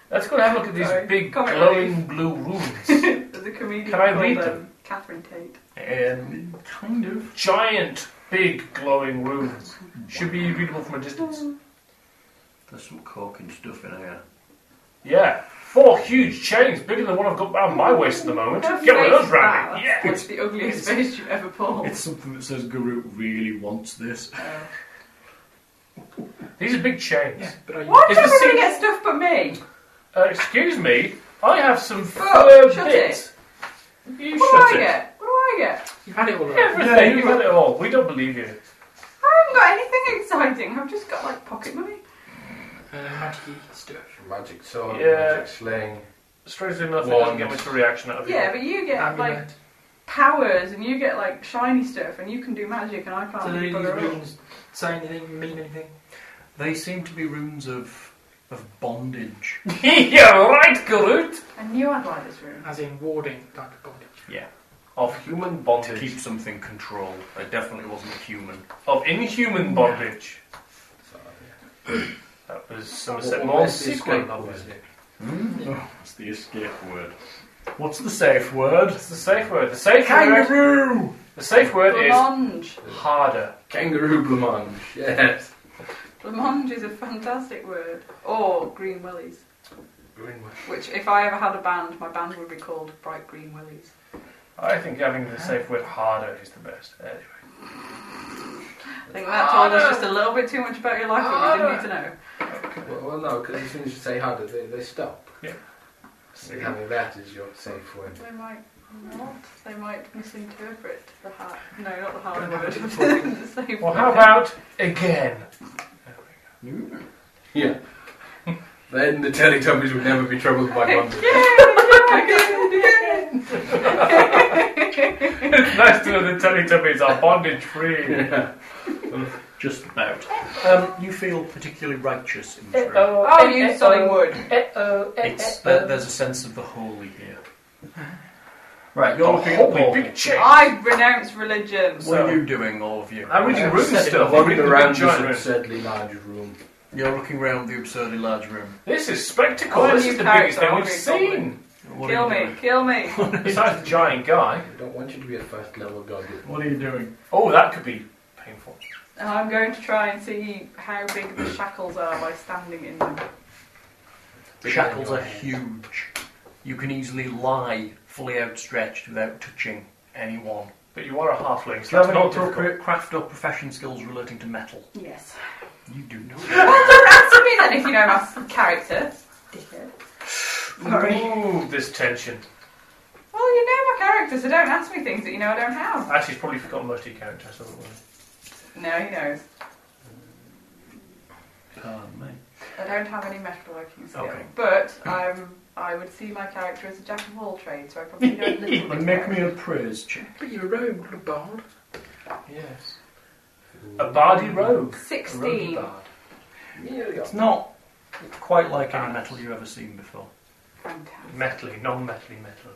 S2: Let's go and have a look at these
S6: Sorry.
S2: big
S6: Comic
S2: glowing blue runes.
S6: There's a comedian
S2: Can I
S6: called
S2: read
S6: um,
S2: them?
S6: Catherine Tate.
S3: Um, kind of.
S2: giant, big glowing runes. Should be readable from a distance.
S3: There's some cork and stuff in here.
S2: Yeah. Four huge chains, bigger than what I've got around my waist at the moment.
S6: Her
S2: Get one of
S6: face
S2: those round me.
S6: is
S2: Yeah.
S6: That's like the ugliest face you've ever pulled.
S3: It's something that says Guru really wants this.
S6: Uh,
S2: These are big chains.
S4: But are you
S6: Why
S2: Is
S6: does
S2: the
S6: everybody
S2: scene-
S6: get stuff but me?
S2: Uh, excuse me, I have some
S6: Oh,
S2: fur
S6: shut
S2: bits. You
S6: What
S2: shut
S6: do I
S2: it.
S6: get? What do I get?
S5: You've had it all right.
S2: Everything,
S3: Yeah, you
S2: you've had it all. We don't believe you.
S6: I haven't got anything exciting. I've just got like pocket money.
S5: Uh, magic stuff.
S4: Magic sword,
S2: Yeah.
S4: magic sling.
S2: Strangely enough, I
S4: Wands.
S2: didn't get much of a reaction out of you.
S6: Yeah, but you get like
S5: Amulet.
S6: powers and you get like shiny stuff and you can do magic and I
S5: Do
S6: can't
S5: the
S6: do
S5: ladies'
S6: bugger all.
S5: rooms say anything, mean anything?
S3: They seem to be rooms of of bondage.
S2: You're right, Garut.
S6: I knew I'd like this room.
S5: As in warding, like a bondage.
S2: Of human
S3: To
S2: bondage.
S3: keep something controlled. It definitely wasn't human.
S2: Of inhuman bondage.
S4: Sorry.
S2: That was
S4: What-
S2: Somerset
S4: what
S2: Maugham
S4: was the escape
S2: sequel. that was.
S4: obviously?
S3: Oh, it's the escape word. What's the safe word?
S2: What's the safe word? The safe word.
S3: Kangaroo!
S2: The safe word is
S6: Blancmange.
S2: harder.
S4: Kangaroo blancmange. Yes.
S6: Blancmange is a fantastic word. Or green wellies.
S4: Greenwood.
S6: Which, if I ever had a band, my band would be called Bright Green Willies.
S2: I think having the safe word harder is the best. Anyway.
S6: I think that told us just a little bit too much about your life that we didn't need to know.
S4: Well, well no, because as soon as you say harder, they, they stop. So
S2: See,
S4: having that is your safe word.
S6: They might not. They might misinterpret the heart. No, not the
S5: Don't
S6: hard
S5: have
S6: word.
S5: it in
S6: the same
S2: Well, how
S6: word.
S2: about again?
S4: Yeah. then the Teletubbies would never be troubled by bondage.
S6: Yay!
S2: it's nice to know the Teletubbies are bondage free.
S3: Just about. Um, you feel particularly righteous in this room.
S6: oh, you selling wood.
S3: It's, there, there's a sense of the holy here. Right, you're looking at the
S2: Holy
S3: portal.
S2: big chain.
S6: I renounce religion.
S3: What are you doing, all of you?
S2: I'm reading
S4: I'm
S2: room
S4: sitting
S2: stuff. I'm
S4: Wandering
S2: reading the
S4: around
S2: big
S4: this
S2: giant room.
S4: absurdly large room.
S3: You're looking round the absurdly large room.
S2: This is spectacle.
S6: What
S2: This
S6: a
S2: is
S6: new
S2: the biggest
S6: character,
S2: thing
S6: I'm
S2: we've
S6: reading
S2: seen.
S3: What
S6: Kill
S3: are you
S6: me, kill me.
S2: Besides the giant guy.
S4: I don't want you to be a first level goblin.
S3: Doing? What are you doing?
S2: Oh, that could be painful.
S6: And I'm going to try and see how big the shackles are by standing in them.
S3: The shackles are huge. You can easily lie fully outstretched without touching anyone.
S2: But you are a halfling, so
S3: Do you
S2: that's
S3: have any
S2: not difficult.
S3: appropriate craft or profession skills relating to metal?
S6: Yes.
S3: You do not.
S6: Answer me then if you know my character. Dickhead. Sorry.
S2: Ooh, this tension.
S6: Well, you know my character, so don't ask me things that you know I don't have.
S2: Actually, he's probably forgotten most of your characters, haven't we?
S6: No, he knows.
S3: Pardon me.
S6: I don't have any metalworking skill,
S2: Okay.
S6: but um, I would see my character as a jack of all trades, so I probably know a little bit.
S3: Then make
S6: about
S3: me
S6: it.
S3: a praise check.
S4: But you're a rogue, not a bard.
S2: Yes. A bardy rogue. A rogue
S6: Sixteen.
S2: bard.
S3: It's not quite like any metal you've ever seen before.
S6: Fantastic.
S2: Metally, non-metally metal.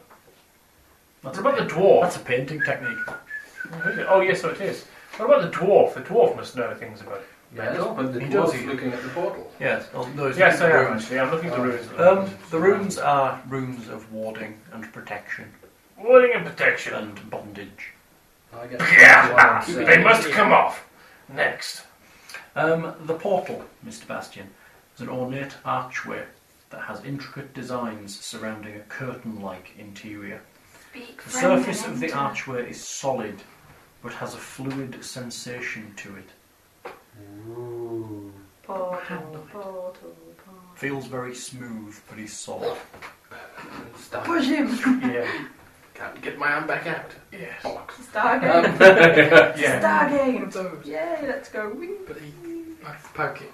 S2: What
S3: That's a
S2: about the
S3: paint-
S2: dwarf?
S3: That's a painting technique.
S2: Oh, yes, so it is. What about the dwarf? The dwarf must know things about it.
S4: Yes, but the
S3: He
S4: dwarf's
S3: does, he-
S4: looking at the portal.
S3: Yes. Oh, no, it's
S2: Yes, I am,
S3: runes.
S2: actually. I'm looking at the runes.
S3: Um, the runes are runes of warding and protection
S2: Warning and protection.
S3: and bondage.
S4: I get
S2: Yeah,
S4: So-
S2: they must come off. Next.
S3: Um, the portal, Mr. Bastian, is an ornate archway that has intricate designs surrounding a curtain like interior.
S7: Speak
S3: The surface of the archway is solid, but has a fluid sensation to it.
S6: Portal, portal, portal.
S3: Feels very smooth, but is solid.
S4: Start.
S6: Push him!
S2: Yeah.
S4: Can't get my hand back out.
S2: Yes.
S6: Stargate!
S2: Yeah.
S6: Stargate! Yay, let's go! Whee!
S4: But he, I poke it.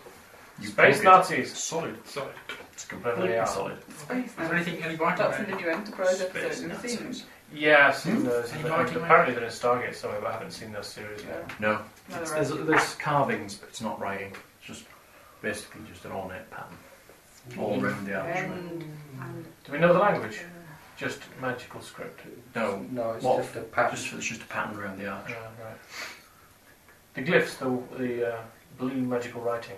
S3: You
S2: Space
S3: poke it.
S2: Nazis.
S3: Solid.
S2: Sorry.
S3: It's completely
S2: They are.
S3: solid.
S6: Space
S5: Is
S6: now.
S5: there anything, any writing
S6: That's
S5: there?
S6: in the new Enterprise
S3: Space
S6: episode, have you seen
S3: Nazis.
S6: it?
S2: Yeah, I've seen those.
S5: Any
S2: And
S5: writing there?
S2: Apparently they're in Stargate somewhere, but I haven't seen those series yet.
S3: No,
S6: No,
S3: It's,
S6: they're
S3: there's,
S6: right.
S3: there's carvings, but it's not writing. It's just basically just an ornate pattern all around the archway.
S6: And, and
S2: Do we know the language? Just magical script.
S3: No,
S4: No, it's
S3: What?
S4: just a patch.
S3: just it's just a pattern around the
S2: Ah,
S3: arch.
S2: right. The glyphs, the, the uh, blue magical writing.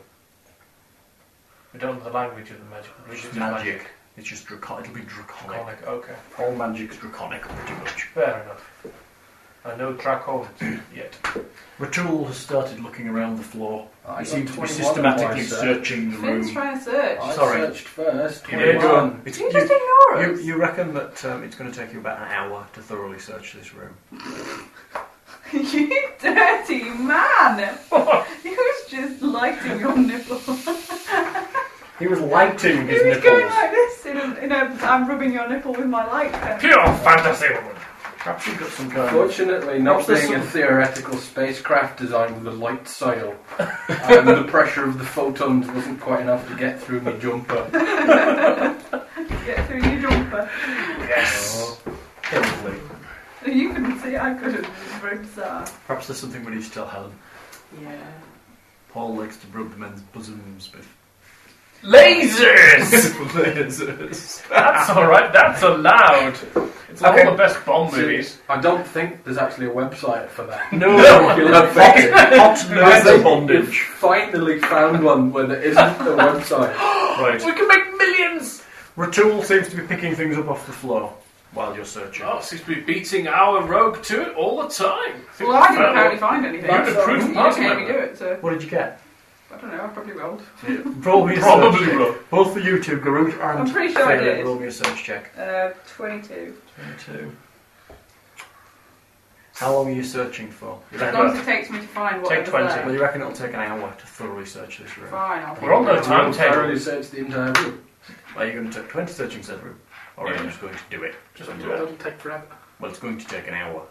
S2: We don't know the language of the magical. language.
S3: It's just magic. It's just draconic. It'll be draconic.
S2: Draconic, okay.
S3: All magic's draconic, pretty much.
S2: Fair enough. I know Dracons yet.
S3: Ratul has started looking around the floor.
S4: I
S3: he
S4: got
S3: seems to be
S4: 21 on my
S3: systematically
S4: search.
S3: searching the
S6: Finn's
S3: room.
S6: trying to search.
S4: I
S3: Sorry.
S4: searched first.
S2: You did.
S4: 21.
S3: It's,
S6: Do you just
S3: Oh, you,
S6: ignore
S3: you,
S6: us?
S3: you reckon that um, it's going to take you about an hour to thoroughly search this room?
S6: you dirty man! Who's just lighting your nipple?
S3: He was lighting his
S6: He was going
S3: nipples.
S6: like this in a, in a I'm rubbing your nipple with my light pen.
S2: Pure fantasy woman.
S3: Perhaps you've got some kind of
S4: Fortunately, not
S3: Perhaps there's
S4: being a
S3: some-
S4: theoretical spacecraft designed with a light sail, and the pressure of the photons wasn't quite enough to get through my jumper.
S6: Get through your jumper.
S2: Yes.
S3: probably.
S6: You couldn't see, I couldn't. It's very bizarre.
S3: Perhaps there's something we need to tell Helen.
S6: Yeah.
S3: Paul likes to rub men's bosoms with
S2: Lasers.
S3: lasers.
S2: that's all right. That's allowed. It's like
S4: Okay.
S2: all the best Bond
S4: So-
S2: movies.
S4: I don't think there's actually a website for that.
S3: No,
S4: You'll have to-
S3: hot
S4: They-
S3: laser
S4: You've
S3: bondage.
S4: finally found one where there isn't a website.
S3: Right.
S2: We can make millions.
S3: Ratul seems to be picking things up off the floor while you're searching.
S2: Oh, seems to be beating our rogue to it all the time.
S6: Well, I didn't apparently find anything.
S2: You're an approved
S6: You just
S2: party
S6: made me do
S2: member.
S6: it, so
S3: What did you get?
S6: I don't know, I probably rolled.
S3: Roll me a
S2: Probably
S3: search check.
S2: rogue.
S3: Both for you two, Garut and
S6: I'm pretty sure I
S3: Feyre,
S6: did.
S3: Roll me a search check.
S6: Uh, 22.
S3: Two. How long are you searching for? You
S6: As
S3: reckon-
S6: long as it takes me to find what
S2: Take
S6: was
S2: 20.
S6: there.
S3: well, you reckon it'll take an hour to thoroughly search this room?
S6: Fine, I'll
S2: We're on the
S4: I've thoroughly
S2: timetable.
S4: searched the entire room.
S3: Are you going to take 20 searching said room? Or are
S2: Yeah.
S3: you just going to do it?
S5: Just
S3: So
S5: do
S3: you
S5: it.
S3: are-
S5: It'll take forever.
S3: Well, it's going to take an hour.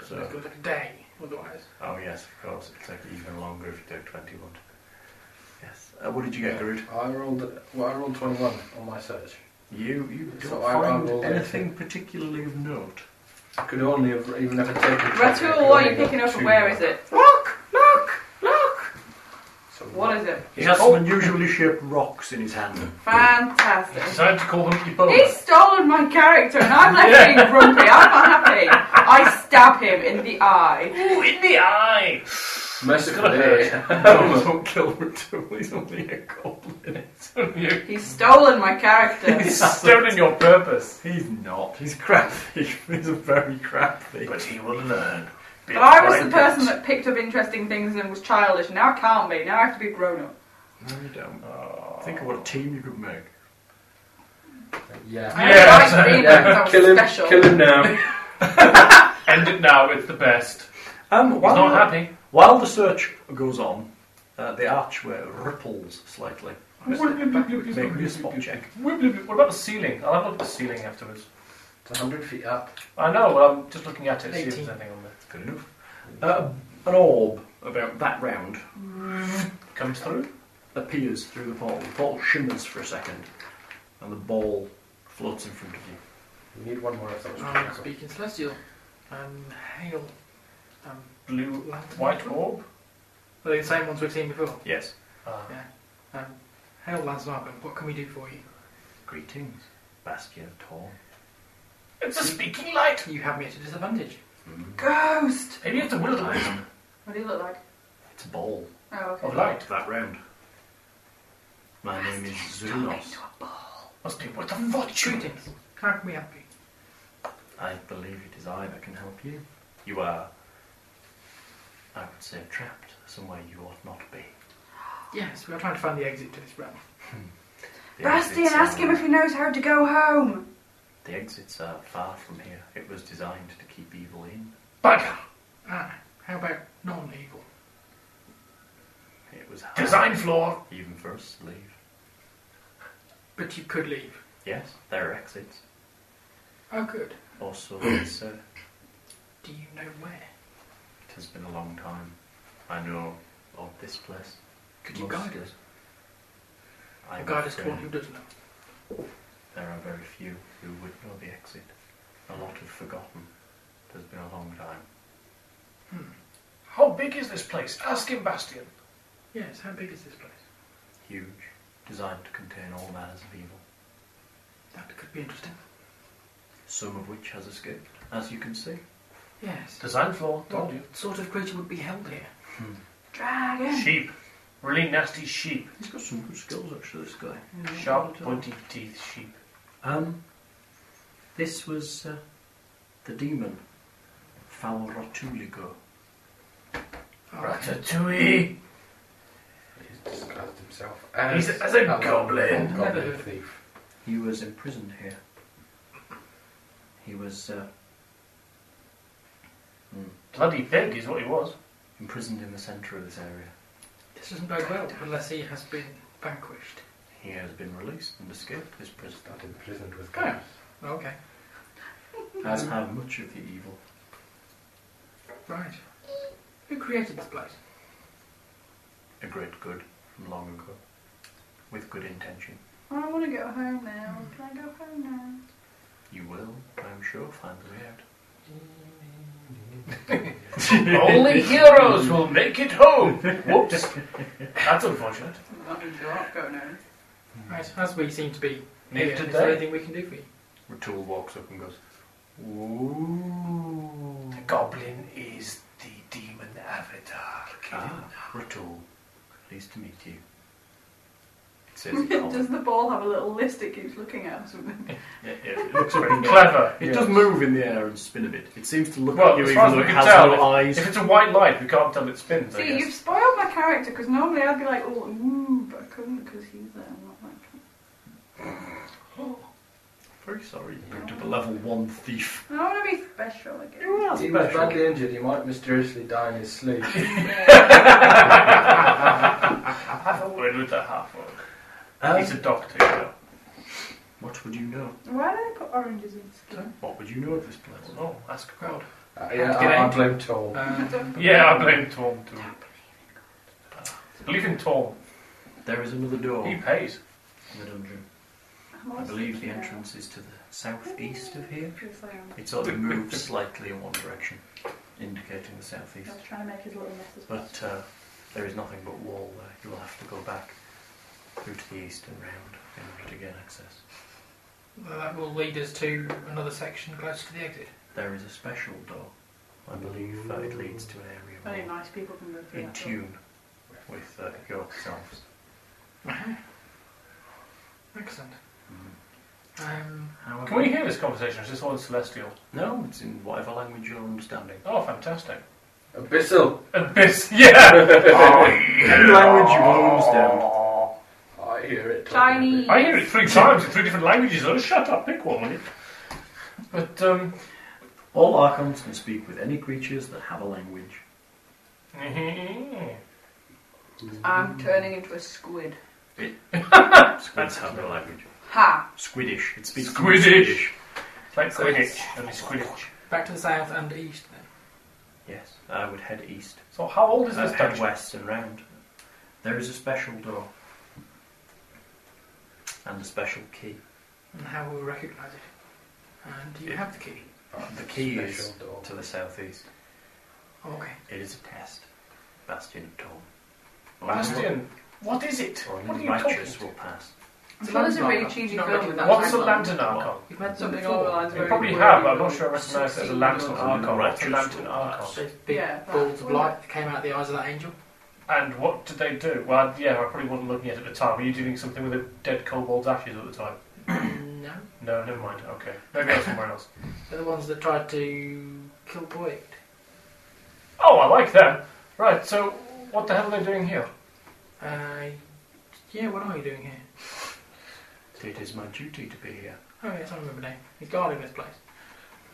S5: It's
S3: So,
S5: going to take a day, otherwise.
S3: oh yes, of course, it'll take even longer if you do 21. Yes. Uh, what did you get, Garud?
S4: I rolled, well, I rolled 21 on my search.
S3: You you don't
S4: So I- I
S3: find
S4: rolled
S3: anything particularly of note.
S4: I could only have even have taken.
S6: Ratul, what are you picking up and where is it? Look! Look! Look!
S4: So
S6: What is it?
S3: He has some unusually shaped rocks in his hand.
S6: Fantastic.
S2: Decided to call him
S6: He's
S2: Ebola.
S6: stolen my character and I'm left being grumpy. I'm not happy. I stab him in the eye.
S2: Ooh, in the eye.
S4: Mercifully,
S3: no, don't kill Ratul, he's only a goblin.
S2: You've
S6: He's stolen my character.
S2: stolen your purpose.
S3: He's not. He's crappy. He's a very crappy.
S2: But he will learn.
S6: But I was the person that picked up interesting things and was childish. Now I can't be. Now I have to be grown up.
S3: No, you don't.
S2: Oh.
S3: Think of what a team you could make.
S4: yeah.
S6: I don't like being
S4: Yeah,
S6: like so
S4: kill him,
S6: special.
S4: kill him now.
S2: End it now, it's the best.
S3: Um,
S2: He's
S3: while,
S2: not happy.
S3: while the search goes on, uh, the archway ripples slightly. Make me a spot check.
S2: What about the ceiling? I'll have a look at the ceiling afterwards.
S4: It's 100 feet up.
S2: I know, but I'm just looking at it to see if there's anything on there.
S3: Good enough. Uh, an orb about that round
S2: Comes through.
S3: appears through the portal. The portal shimmers for a second, and the ball floats in front of you.
S4: We need one more of
S2: Oh,
S4: those.
S5: Um, speaking celestial. Um, hail. Um,
S2: Blue, white orb.
S5: are they the same ones we've seen before?
S3: Yes.
S2: Ah.
S5: Um, hail Lansnarben, what can we do for you?
S3: Greetings, Bastion of Tor.
S2: It's a speaking light.
S5: You have me at a disadvantage.
S6: Ghost!
S2: Maybe it's a will light
S6: What do you look like?
S3: It's a ball
S6: Oh, okay.
S2: of light.
S3: that round. My name is Zunos.
S2: Must be worth a fortune.
S5: Greetings. How can we help you?
S3: I believe it is I that can help you. You are, I would say, trapped somewhere you ought not be.
S5: Yes, we are trying to find the exit to this realm.
S3: The
S6: Bastian,
S3: exits are-
S6: ask him if he knows how to go home.
S3: The exits are far from here. It was designed to keep evil in.
S2: Bugger.
S5: Ah, how about non-evil?
S3: It was hard,
S2: Design flaw.
S3: even for us to leave.
S5: But you could leave.
S3: Yes, there are exits.
S5: Oh, good.
S3: Also, it's, uh,
S5: Do you know where?
S3: it has been a long time. I know of this place.
S5: Could you
S3: Most-
S5: guide us?
S3: I'm
S5: Or guide us to
S3: afraid
S5: one who does know?
S3: There are very few who would know the exit. A lot have forgotten. It has been a long time.
S2: How big is this place? Ask him, Bastion.
S5: Yes, how big is this place?
S3: Huge, designed to contain all manners of evil.
S5: That could be interesting.
S3: some of which has escaped, as you can see.
S5: Yes.
S2: Design flaw. Told
S5: What
S2: you.
S5: sort of creature would be held here?
S6: Dragon.
S2: Sheep. Really nasty sheep.
S3: He's got some good skills, actually, this guy.
S2: Sharp, pointy teeth sheep.
S3: Um, this was uh, the demon, Falrotuligo.
S5: Oh,
S2: Ratatouille.
S4: He's disguised himself
S2: He's
S4: as,
S2: a- as a
S4: long
S2: goblin.
S4: goblin thief.
S3: He was imprisoned here. He was uh,
S2: Bloody pig is what he was.
S3: imprisoned in the centre of this area.
S5: This doesn't bode well unless he has been vanquished.
S3: He has been released and escaped this prison,
S4: Not imprisoned with
S5: Oh.
S4: guns.
S5: Okay.
S3: as have much of the evil.
S5: Right. Who created this place?
S3: A great good from long ago, with good intention.
S6: I want to go home now. Can I go home now?
S3: You will, I am sure, find the way out.
S2: Only heroes will make it home. Whoops. That's unfortunate.
S6: You're not going home.
S5: Right, as we seem to be
S2: Need
S5: here,
S2: to
S5: is there
S2: die.
S5: anything we can do for you?
S3: Ratool walks up and goes, Ooh.
S2: The goblin is the demon avatar.
S3: Ah, Ratool. Pleased to meet you. It says it all.
S6: Does the ball have a little list it keeps looking at us with?
S3: Yeah, yeah, it looks very
S2: Clever.
S3: It does move in the air and spin a bit. It seems to look
S2: Well,
S3: at you
S2: as far as
S3: even though
S2: we
S3: it
S2: can
S3: has
S2: tell,
S3: no eyes.
S2: If it's a white light, we can't tell it spins, I
S6: See,
S2: guess.
S6: you've spoiled my character because normally I'd be like, oh, ooh, but I couldn't because he's there. I'm not like him.
S3: Very sorry, you picked up a level 1 thief.
S6: I want to be special again.
S4: He was badly injured. He might mysteriously die in his sleep.
S2: Have a word with the half orc.
S3: Um,
S2: He's a doctor, you know.
S3: what would you know?
S6: Why do they put oranges in skin?
S3: What would you know of this place?
S2: Oh, ask God.
S4: Uh, yeah, I, I blame Tom.
S5: Um,
S2: Yeah, I blame Tom too. Believe in Tom.
S3: There is another door
S2: He
S3: in
S2: pays.
S3: the dungeon.
S6: I'm
S3: I
S6: always
S3: believe the
S6: thinking about
S3: entrance is to the southeast of here.
S6: it, 'cause, um,
S3: It sort of moves slightly in one direction, indicating the southeast.
S6: I'll try and make his little messes.
S3: But uh, there is nothing but wall there. You'll have to go back through to the east and round in order to gain access.
S5: that will lead us to another section close to the exit.
S3: There is a special door. I believe that it leads to an
S6: Only
S3: area more
S6: nice people can go through
S3: in
S6: that door.
S3: tune with uh, yourselves.
S5: Excellent. Um,
S3: However,
S2: Can we hear this conversation? or Is this all in celestial?
S3: No, it's in whatever language you're understanding.
S2: Oh, fantastic.
S4: Abyssal.
S2: Abyss. Yeah.
S4: Oh,
S3: Any language you will understand.
S4: I hear it.
S6: Chinese.
S2: I hear it three times in three different languages. Oh, shut up, pick one. will you? But um,
S3: All archons can speak with any creatures that have a language.
S6: I'm turning into a squid.
S3: Squids have no language.
S6: Ha!
S3: Squidish. It speaks
S2: Squidish.
S3: Swedish.
S2: Like Quidditch. Only Squidditch.
S5: Back to the south and east then.
S3: Yes, I would head east.
S2: So how old is
S3: Uh,
S2: this
S3: head
S2: dungeon?
S3: west and round. There is a special door. And a special key.
S5: And how we'll recognise it. And do you
S3: Yeah.
S5: have the key?
S4: Oh,
S3: The key is
S4: Special door.
S3: to the southeast.
S5: Oh, okay.
S3: It is a test. Bastion of Torm. Only
S2: Bastion. What is it?
S3: the-
S2: What are
S3: Only
S2: you
S3: the
S2: talking
S3: righteous will
S2: about?
S3: pass.
S6: I'm sure there's a really
S5: Lantern.
S6: cheesy
S5: Not
S6: film
S5: really.
S6: with that.
S2: What's a
S6: title.
S2: lantern archon?
S5: You've had
S6: Something
S5: before.
S6: along the lines
S2: You
S6: very
S2: probably
S6: wordy,
S2: have, but I'm
S6: but
S2: not sure I recognise it as a
S6: succeed
S2: lantern
S6: or-
S2: archon. What's a
S3: Righteous
S2: lantern
S3: will
S2: archon?
S5: Those big
S6: Yeah, that-
S5: balls of light that came out of the eyes of that angel.
S2: And what did they do? Well, yeah, I probably wasn't looking at it at the time. Were you doing something with a dead kobold's ashes at the time?
S5: no.
S2: No, never mind. Okay. Maybe I was somewhere else.
S5: They're the ones that tried to kill Boyd.
S2: Oh, I like that. Right, so what the hell are they doing here?
S5: Uh, yeah, what are you doing here?
S3: It is my duty to be here.
S5: Oh, yes, I remember now. He's guarding this place.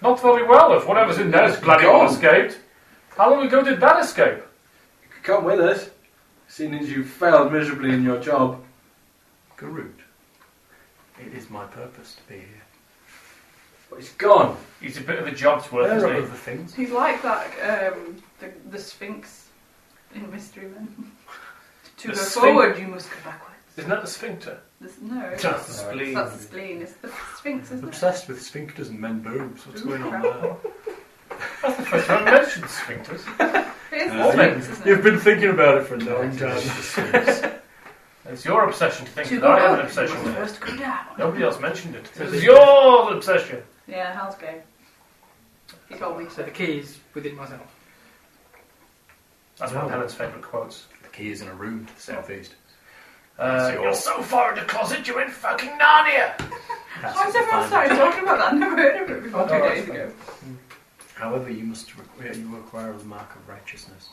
S2: Not very well, if whatever's in there is bloody well escaped. How long ago did that escape?
S4: You could come with us, seeing as you failed miserably in your job.
S3: Garut. It is my purpose to be here.
S4: But it's gone.
S2: He's a bit of a job's worth,
S3: There are
S2: isn't he?
S3: other things.
S6: He's like that, um, the, the Sphinx in Mystery Men. to
S2: The
S6: go
S2: Sphinx-
S6: forward, you must go backwards.
S2: Isn't that the sphincter?
S6: There's, no,
S2: That's
S6: that's
S2: the spleen.
S6: the spleen. It's the Sphinx, isn't it?
S3: Obsessed with sphincters and men boobs. What's going on there?
S2: First time I mentioned sphincters.
S6: It is
S3: Uh,
S6: the Sphinx, isn't
S3: You've
S6: it?
S3: been thinking about it for a long time.
S2: It's your obsession to think
S6: To
S2: that I
S6: go
S2: have
S6: up,
S2: an obsession
S6: you
S2: with it.
S6: must go down.
S2: Nobody else mentioned it.
S5: So
S2: It
S5: they-
S2: was your obsession.
S6: Yeah, Hal's gay. He told me.
S5: So the key is within myself.
S2: That's one of
S3: No.
S2: Helen's favourite quotes.
S3: The key is in a room to the southeast.
S2: Uh,
S3: your-
S2: you're so far in the closet, you're in fucking Narnia!
S3: That's
S6: Why is
S3: the
S6: everyone
S3: final-
S6: started talking about that? I never heard of it before two
S2: Oh,
S6: days
S2: that's
S6: ago.
S3: However, you must require, you acquire the mark of righteousness.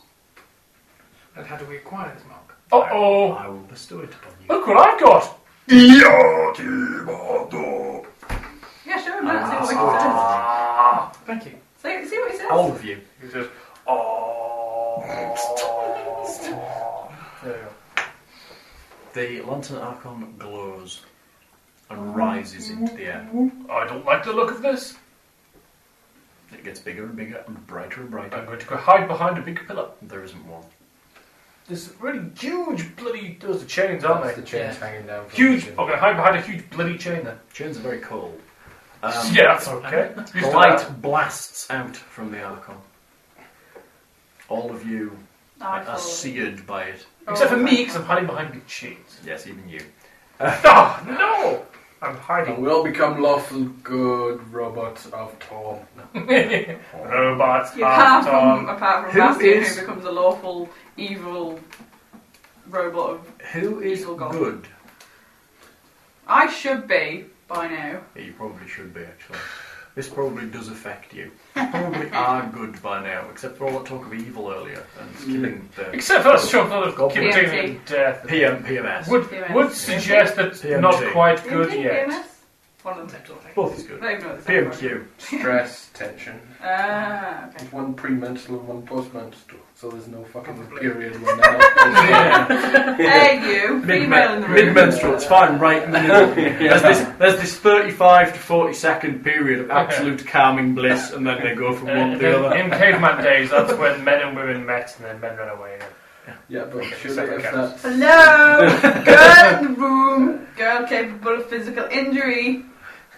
S5: And how do we acquire this mark?
S2: Uh oh!
S3: I will bestow it upon you.
S2: Look what I've got!
S6: Yeah, show him that. See what he
S2: Ah.
S3: Ah.
S5: Thank you.
S6: says. See, see what he says.
S3: All of you.
S2: He says, oh. there you go.
S3: The lantern archon glows and rises into the air.
S2: I don't like the look of this.
S3: It gets bigger and bigger and brighter and brighter.
S2: I'm going to go hide behind a big pillar.
S3: There isn't one.
S2: There's really huge bloody. Those are chains,
S4: That's
S2: aren't
S4: the
S2: they?
S4: chains
S5: Yeah.
S4: hanging down. from
S2: Huge.
S4: the
S2: I'm
S4: ceiling.
S2: going to hide behind a huge bloody chain there.
S3: Chains are very cold. Um,
S2: yeah, that's okay.
S3: The light blasts out from the archon. All of you
S6: Oh, I
S3: are
S6: follow.
S3: seared by it.
S2: Except for me, because I'm hiding behind big chains.
S3: Yes, even you.
S2: Ah, no! I'm
S4: And
S2: hiding.
S4: we all become lawful good robots of Torm.
S2: Robots,
S6: You apart
S2: half
S6: from,
S2: Tom.
S6: apart from
S3: Who
S6: Bastion,
S3: is-
S6: who becomes a lawful evil robot. Of,
S3: Who is
S6: Evil god.
S3: good?
S6: I should be by now.
S3: Yeah, you probably should be, actually. This probably does affect you. You probably are good by now, except for all that talk of evil earlier and killing the
S2: Except for that struggle of
S3: Goblin.
S2: continuing death.
S3: PM, PMS.
S2: Would,
S6: PMS.
S2: would suggest that's
S3: PMT.
S2: not quite good
S6: Indeed,
S2: yet.
S6: PMS? One of them.
S5: Same sort of thing.
S3: Both is good.
S6: They know the same one.
S3: PMQ.
S4: Stress, tension.
S6: Ah, okay.
S4: There's one pre-mental and one post-mental, so there's no fucking
S5: Probably.
S4: period when that
S6: Ah, Hey, you, female in the room.
S3: Mid-menstrual, it's fine, right in the middle. There's this there's this 35 to 40 second period of absolute calming bliss, and then they go from one to the
S2: Uh,
S3: other.
S2: in caveman days, that's when men and women met and then men ran away.
S4: Yeah, but surely
S2: Separate
S4: if
S2: counts.
S4: that's...
S6: Hello, girl in the room. Girl capable of physical injury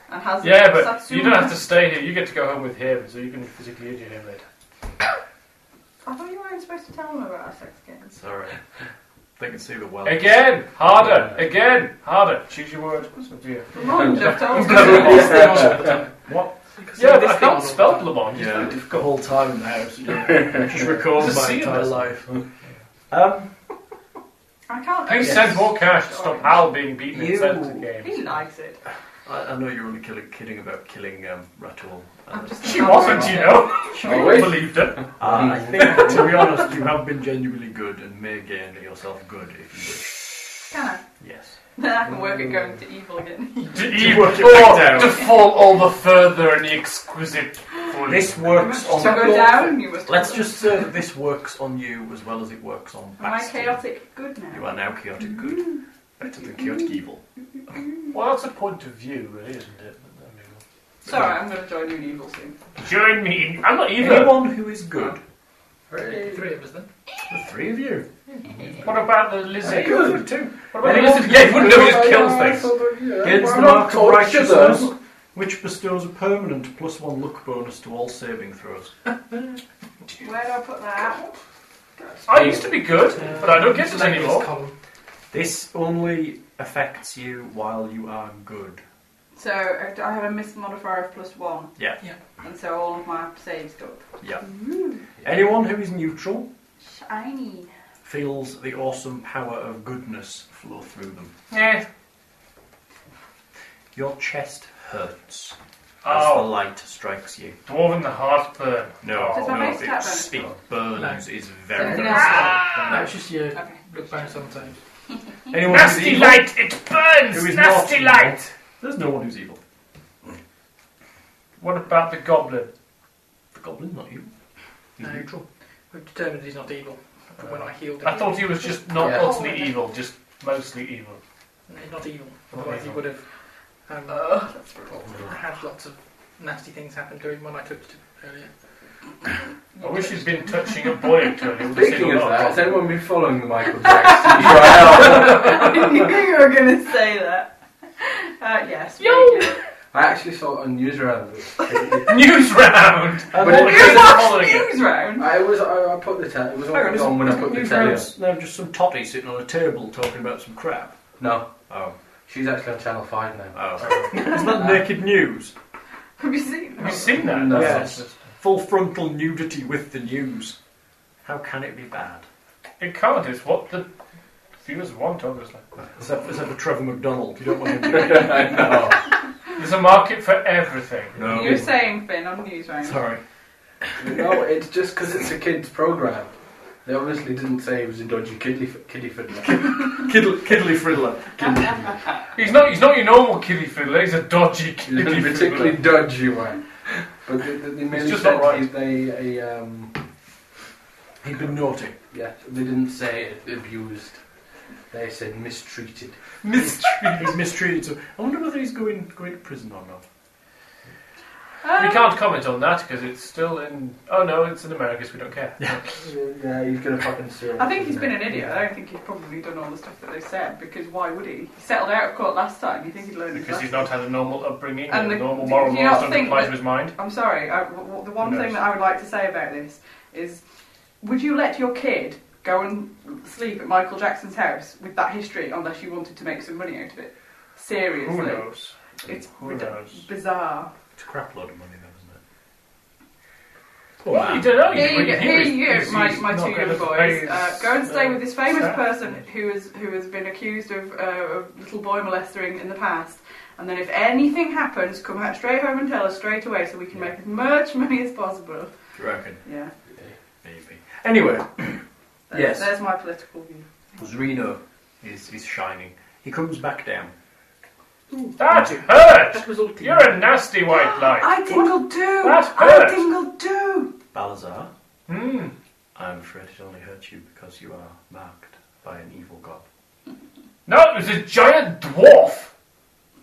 S6: and has.
S2: Yeah, but
S6: Satsuma.
S2: you don't have to stay here. You get to go home with him, so you can physically injure him later.
S6: I thought you weren't supposed to tell him about our sex games.
S3: Sorry. They can see the well.
S2: Again, harder. Again, harder. Choose your word. Oh, dear.
S6: Lamond have told me.
S2: yeah,
S5: So
S2: but
S5: this
S2: I
S5: thing-
S2: can't spell Lamont.
S3: Yeah, the whole time in the house. Just record
S2: Just
S3: my
S2: see it.
S3: entire life. Um,
S6: I can't.
S2: Please send more cash to stop Hal being beaten in
S3: You-
S2: sentencing games.
S6: He likes it.
S3: I, I know you're only killing, kidding about killing um, Ratul.
S6: I'm just
S2: She wasn't, you know. She
S4: Oh, wait.
S2: believed it.
S3: Uh, I think, to be honest, you have been genuinely good and may gain yourself good if
S6: Can I?
S3: you wish. Yes.
S6: Then I can work at going to evil again.
S2: To, even,
S3: work it back
S2: or
S3: down.
S2: to fall all the further in the exquisite
S9: one.
S3: This works
S6: To
S3: on.
S6: go down, you must.
S3: Let's just say that this works on you as well as it works on
S6: Am I
S3: Baxter.
S6: chaotic good now?
S3: You are now chaotic good. Better than chaotic evil.
S2: Well, that's a point of view, really, isn't it? I mean,
S6: It's alright, I'm going to join you in evil soon.
S2: Join me. in- I'm not evil.
S3: Anyone who is good.
S5: Three of us then.
S3: The three of you.
S2: What about the lizard?
S3: Good too.
S2: What about the
S3: Anyone-
S2: lizard?
S3: yeah, you wouldn't know his kill
S4: Yes,
S3: face. Gains
S4: Why not
S3: the mark of
S4: torture
S3: righteousness,
S4: them?
S3: which bestows a permanent plus one luck bonus to all saving throws.
S6: Where do I put that?
S2: I used to be good, but I don't get it anymore.
S5: Uh, column.
S3: This only affects you while you are good.
S6: So uh, I have a miss modifier of plus one,
S3: Yeah.
S6: and so all of my saves go up.
S3: Yeah. Anyone who is neutral
S6: Shiny.
S3: feels the awesome power of goodness flow through them.
S2: Yeah.
S3: Your chest hurts as the
S2: Oh,
S3: light strikes you.
S2: dwarven the heartburn.
S3: No,
S6: Does that
S3: no,
S6: make
S3: it,
S6: stab
S3: s-
S6: damage?
S3: it burns. It's very,
S6: Anything
S3: very
S6: else?
S5: That's just your
S6: ah! Okay.
S5: look back sometimes.
S3: Anyone who's
S2: Nasty
S3: evil-
S2: light. It
S3: who
S2: burns.
S3: is not
S2: Nasty
S3: evil-
S2: light.
S3: There's no one who's evil.
S2: What about the goblin?
S3: The goblin, not you. He's
S5: No.
S3: neutral.
S5: We've determined he's not evil. From when
S3: Uh,
S5: I healed him,
S2: I thought he was just not
S4: Yeah.
S2: utterly evil, just mostly evil.
S5: he's not evil. Otherwise, he
S2: evil.
S5: would have um, had lots of nasty things happen to him when I touched him earlier.
S2: I wish he'd been touching a boy actually. It would have saved
S4: Speaking
S2: a
S4: of
S2: lot.
S4: that, has anyone been following the Michael Jackson trial?
S6: I knew you were going to say that. Uh, yes. we do.
S4: I actually saw it on Newsround.
S2: News round.
S4: But
S3: Uh, what-
S4: it-
S6: You
S4: Because
S6: watched news round.
S4: I was I, I put the te- it was
S3: Hang on,
S4: on,
S3: isn't-
S4: on when I
S3: isn't
S4: put the
S3: your
S4: telly on.
S3: friends- No, just some totty sitting on a table talking about some crap.
S4: No,
S3: Oh,
S4: she's actually on Channel Five now.
S3: oh. Isn't that naked news?
S6: Have you seen?
S2: Have you
S6: that?
S2: seen that?
S4: No.
S3: Yes. Full frontal nudity with the news. How can it be bad?
S2: It can't. It's what the viewers want, obviously.
S3: Except, except for Trevor McDonald. You don't want him to
S4: no.
S2: There's a market for everything.
S6: You were saying Finn on news round.
S3: Sorry.
S4: No, it's just because it's a kids' program. They obviously didn't say it was a dodgy kiddie kiddie fiddler.
S3: Kiddle, kiddly friddler.
S2: He's not. He's not your normal kiddie fiddler. He's a dodgy
S4: It was
S2: kiddie
S4: a
S2: fiddler.
S4: particularly dodgy one. But they, they, they merely
S2: just
S4: said
S2: not right.
S4: they, they um,
S3: He'd been naughty.
S4: yeah they didn't say abused. They said mistreated.
S3: Mistreated. He's mistreated. So I wonder whether he's going, going to prison or not.
S2: We
S6: Um,
S2: can't comment on that because it's still in. Oh no, it's in America, so we don't care.
S4: Yeah, he's gonna fucking sue.
S6: I think he's been an idiot. I don't think he's probably done all the stuff that they said because why would he? He settled out of court last time. You think he'd learn his
S2: Because
S6: lesson?
S2: he's not had a normal upbringing
S6: And
S2: and,
S6: the-
S2: normal
S6: do
S2: moral
S6: you
S2: laws
S6: not
S2: don't
S6: think
S2: apply
S6: that-
S2: to his mind.
S6: I'm sorry. I, w- w- the one
S2: Who
S6: thing
S2: knows?
S6: that I would like to say about this is, would you let your kid go and sleep at Michael Jackson's house with that history unless you wanted to make some money out of it? Seriously,
S2: Who knows?
S6: it's
S2: Who
S6: rid-
S2: knows?
S6: bizarre.
S3: It's a crap load of money, though, isn't it? Poor
S2: Well, you don't know.
S6: Here Oh, you
S2: you
S6: go, here you go,
S2: he's-
S6: my,
S2: he's
S6: my
S2: not
S6: two
S2: gonna
S6: young
S2: pay
S6: boys.
S2: his,
S6: Uh, go and stay
S2: uh,
S6: with this famous
S2: staff.
S6: person who has who has been accused of, uh, of little boy molesting in the past. And then if anything happens, come out straight home and tell us straight away so we can make as much money as possible.
S3: Do you reckon?
S6: Yeah.
S3: Maybe. Anyway,
S6: There's,
S3: Yes.
S6: There's my political view.
S3: Zrino is, is shining. He comes back down.
S2: That
S5: That
S2: hurt.
S5: was all clear.
S2: You're a nasty white light.
S6: I tingle too.
S2: That's
S6: I
S2: hurt.
S6: tingle too.
S3: Balazar,
S2: Hmm.
S3: I'm afraid it only hurts you because you are marked by an evil god.
S2: No, it was a giant dwarf,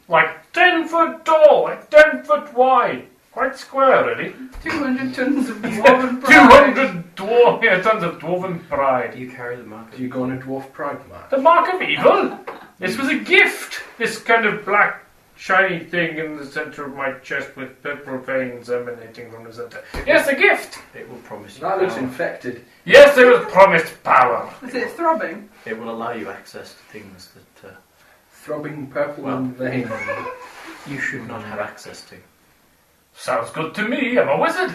S2: like ten foot tall, like ten foot wide, quite square, really.
S6: 200 tons of dwarven
S2: Two
S6: pride.
S2: hundred dwarf yeah, tons of dwarven pride.
S3: Do you carry the mark?
S4: Do you go on a dwarf pride march?
S2: The mark of evil? This was a gift! This kind of black, shiny thing in the center of my chest with purple veins emanating from the center. Yes, a gift!
S3: It will promise you.
S4: That looks
S3: power.
S4: infected.
S2: Yes, it was promised power.
S6: Is it throbbing?
S3: It will allow you access to things that uh,
S4: Throbbing purple
S3: Well.
S4: and vein.
S3: you should not have access to.
S2: Sounds good to me, I'm a wizard!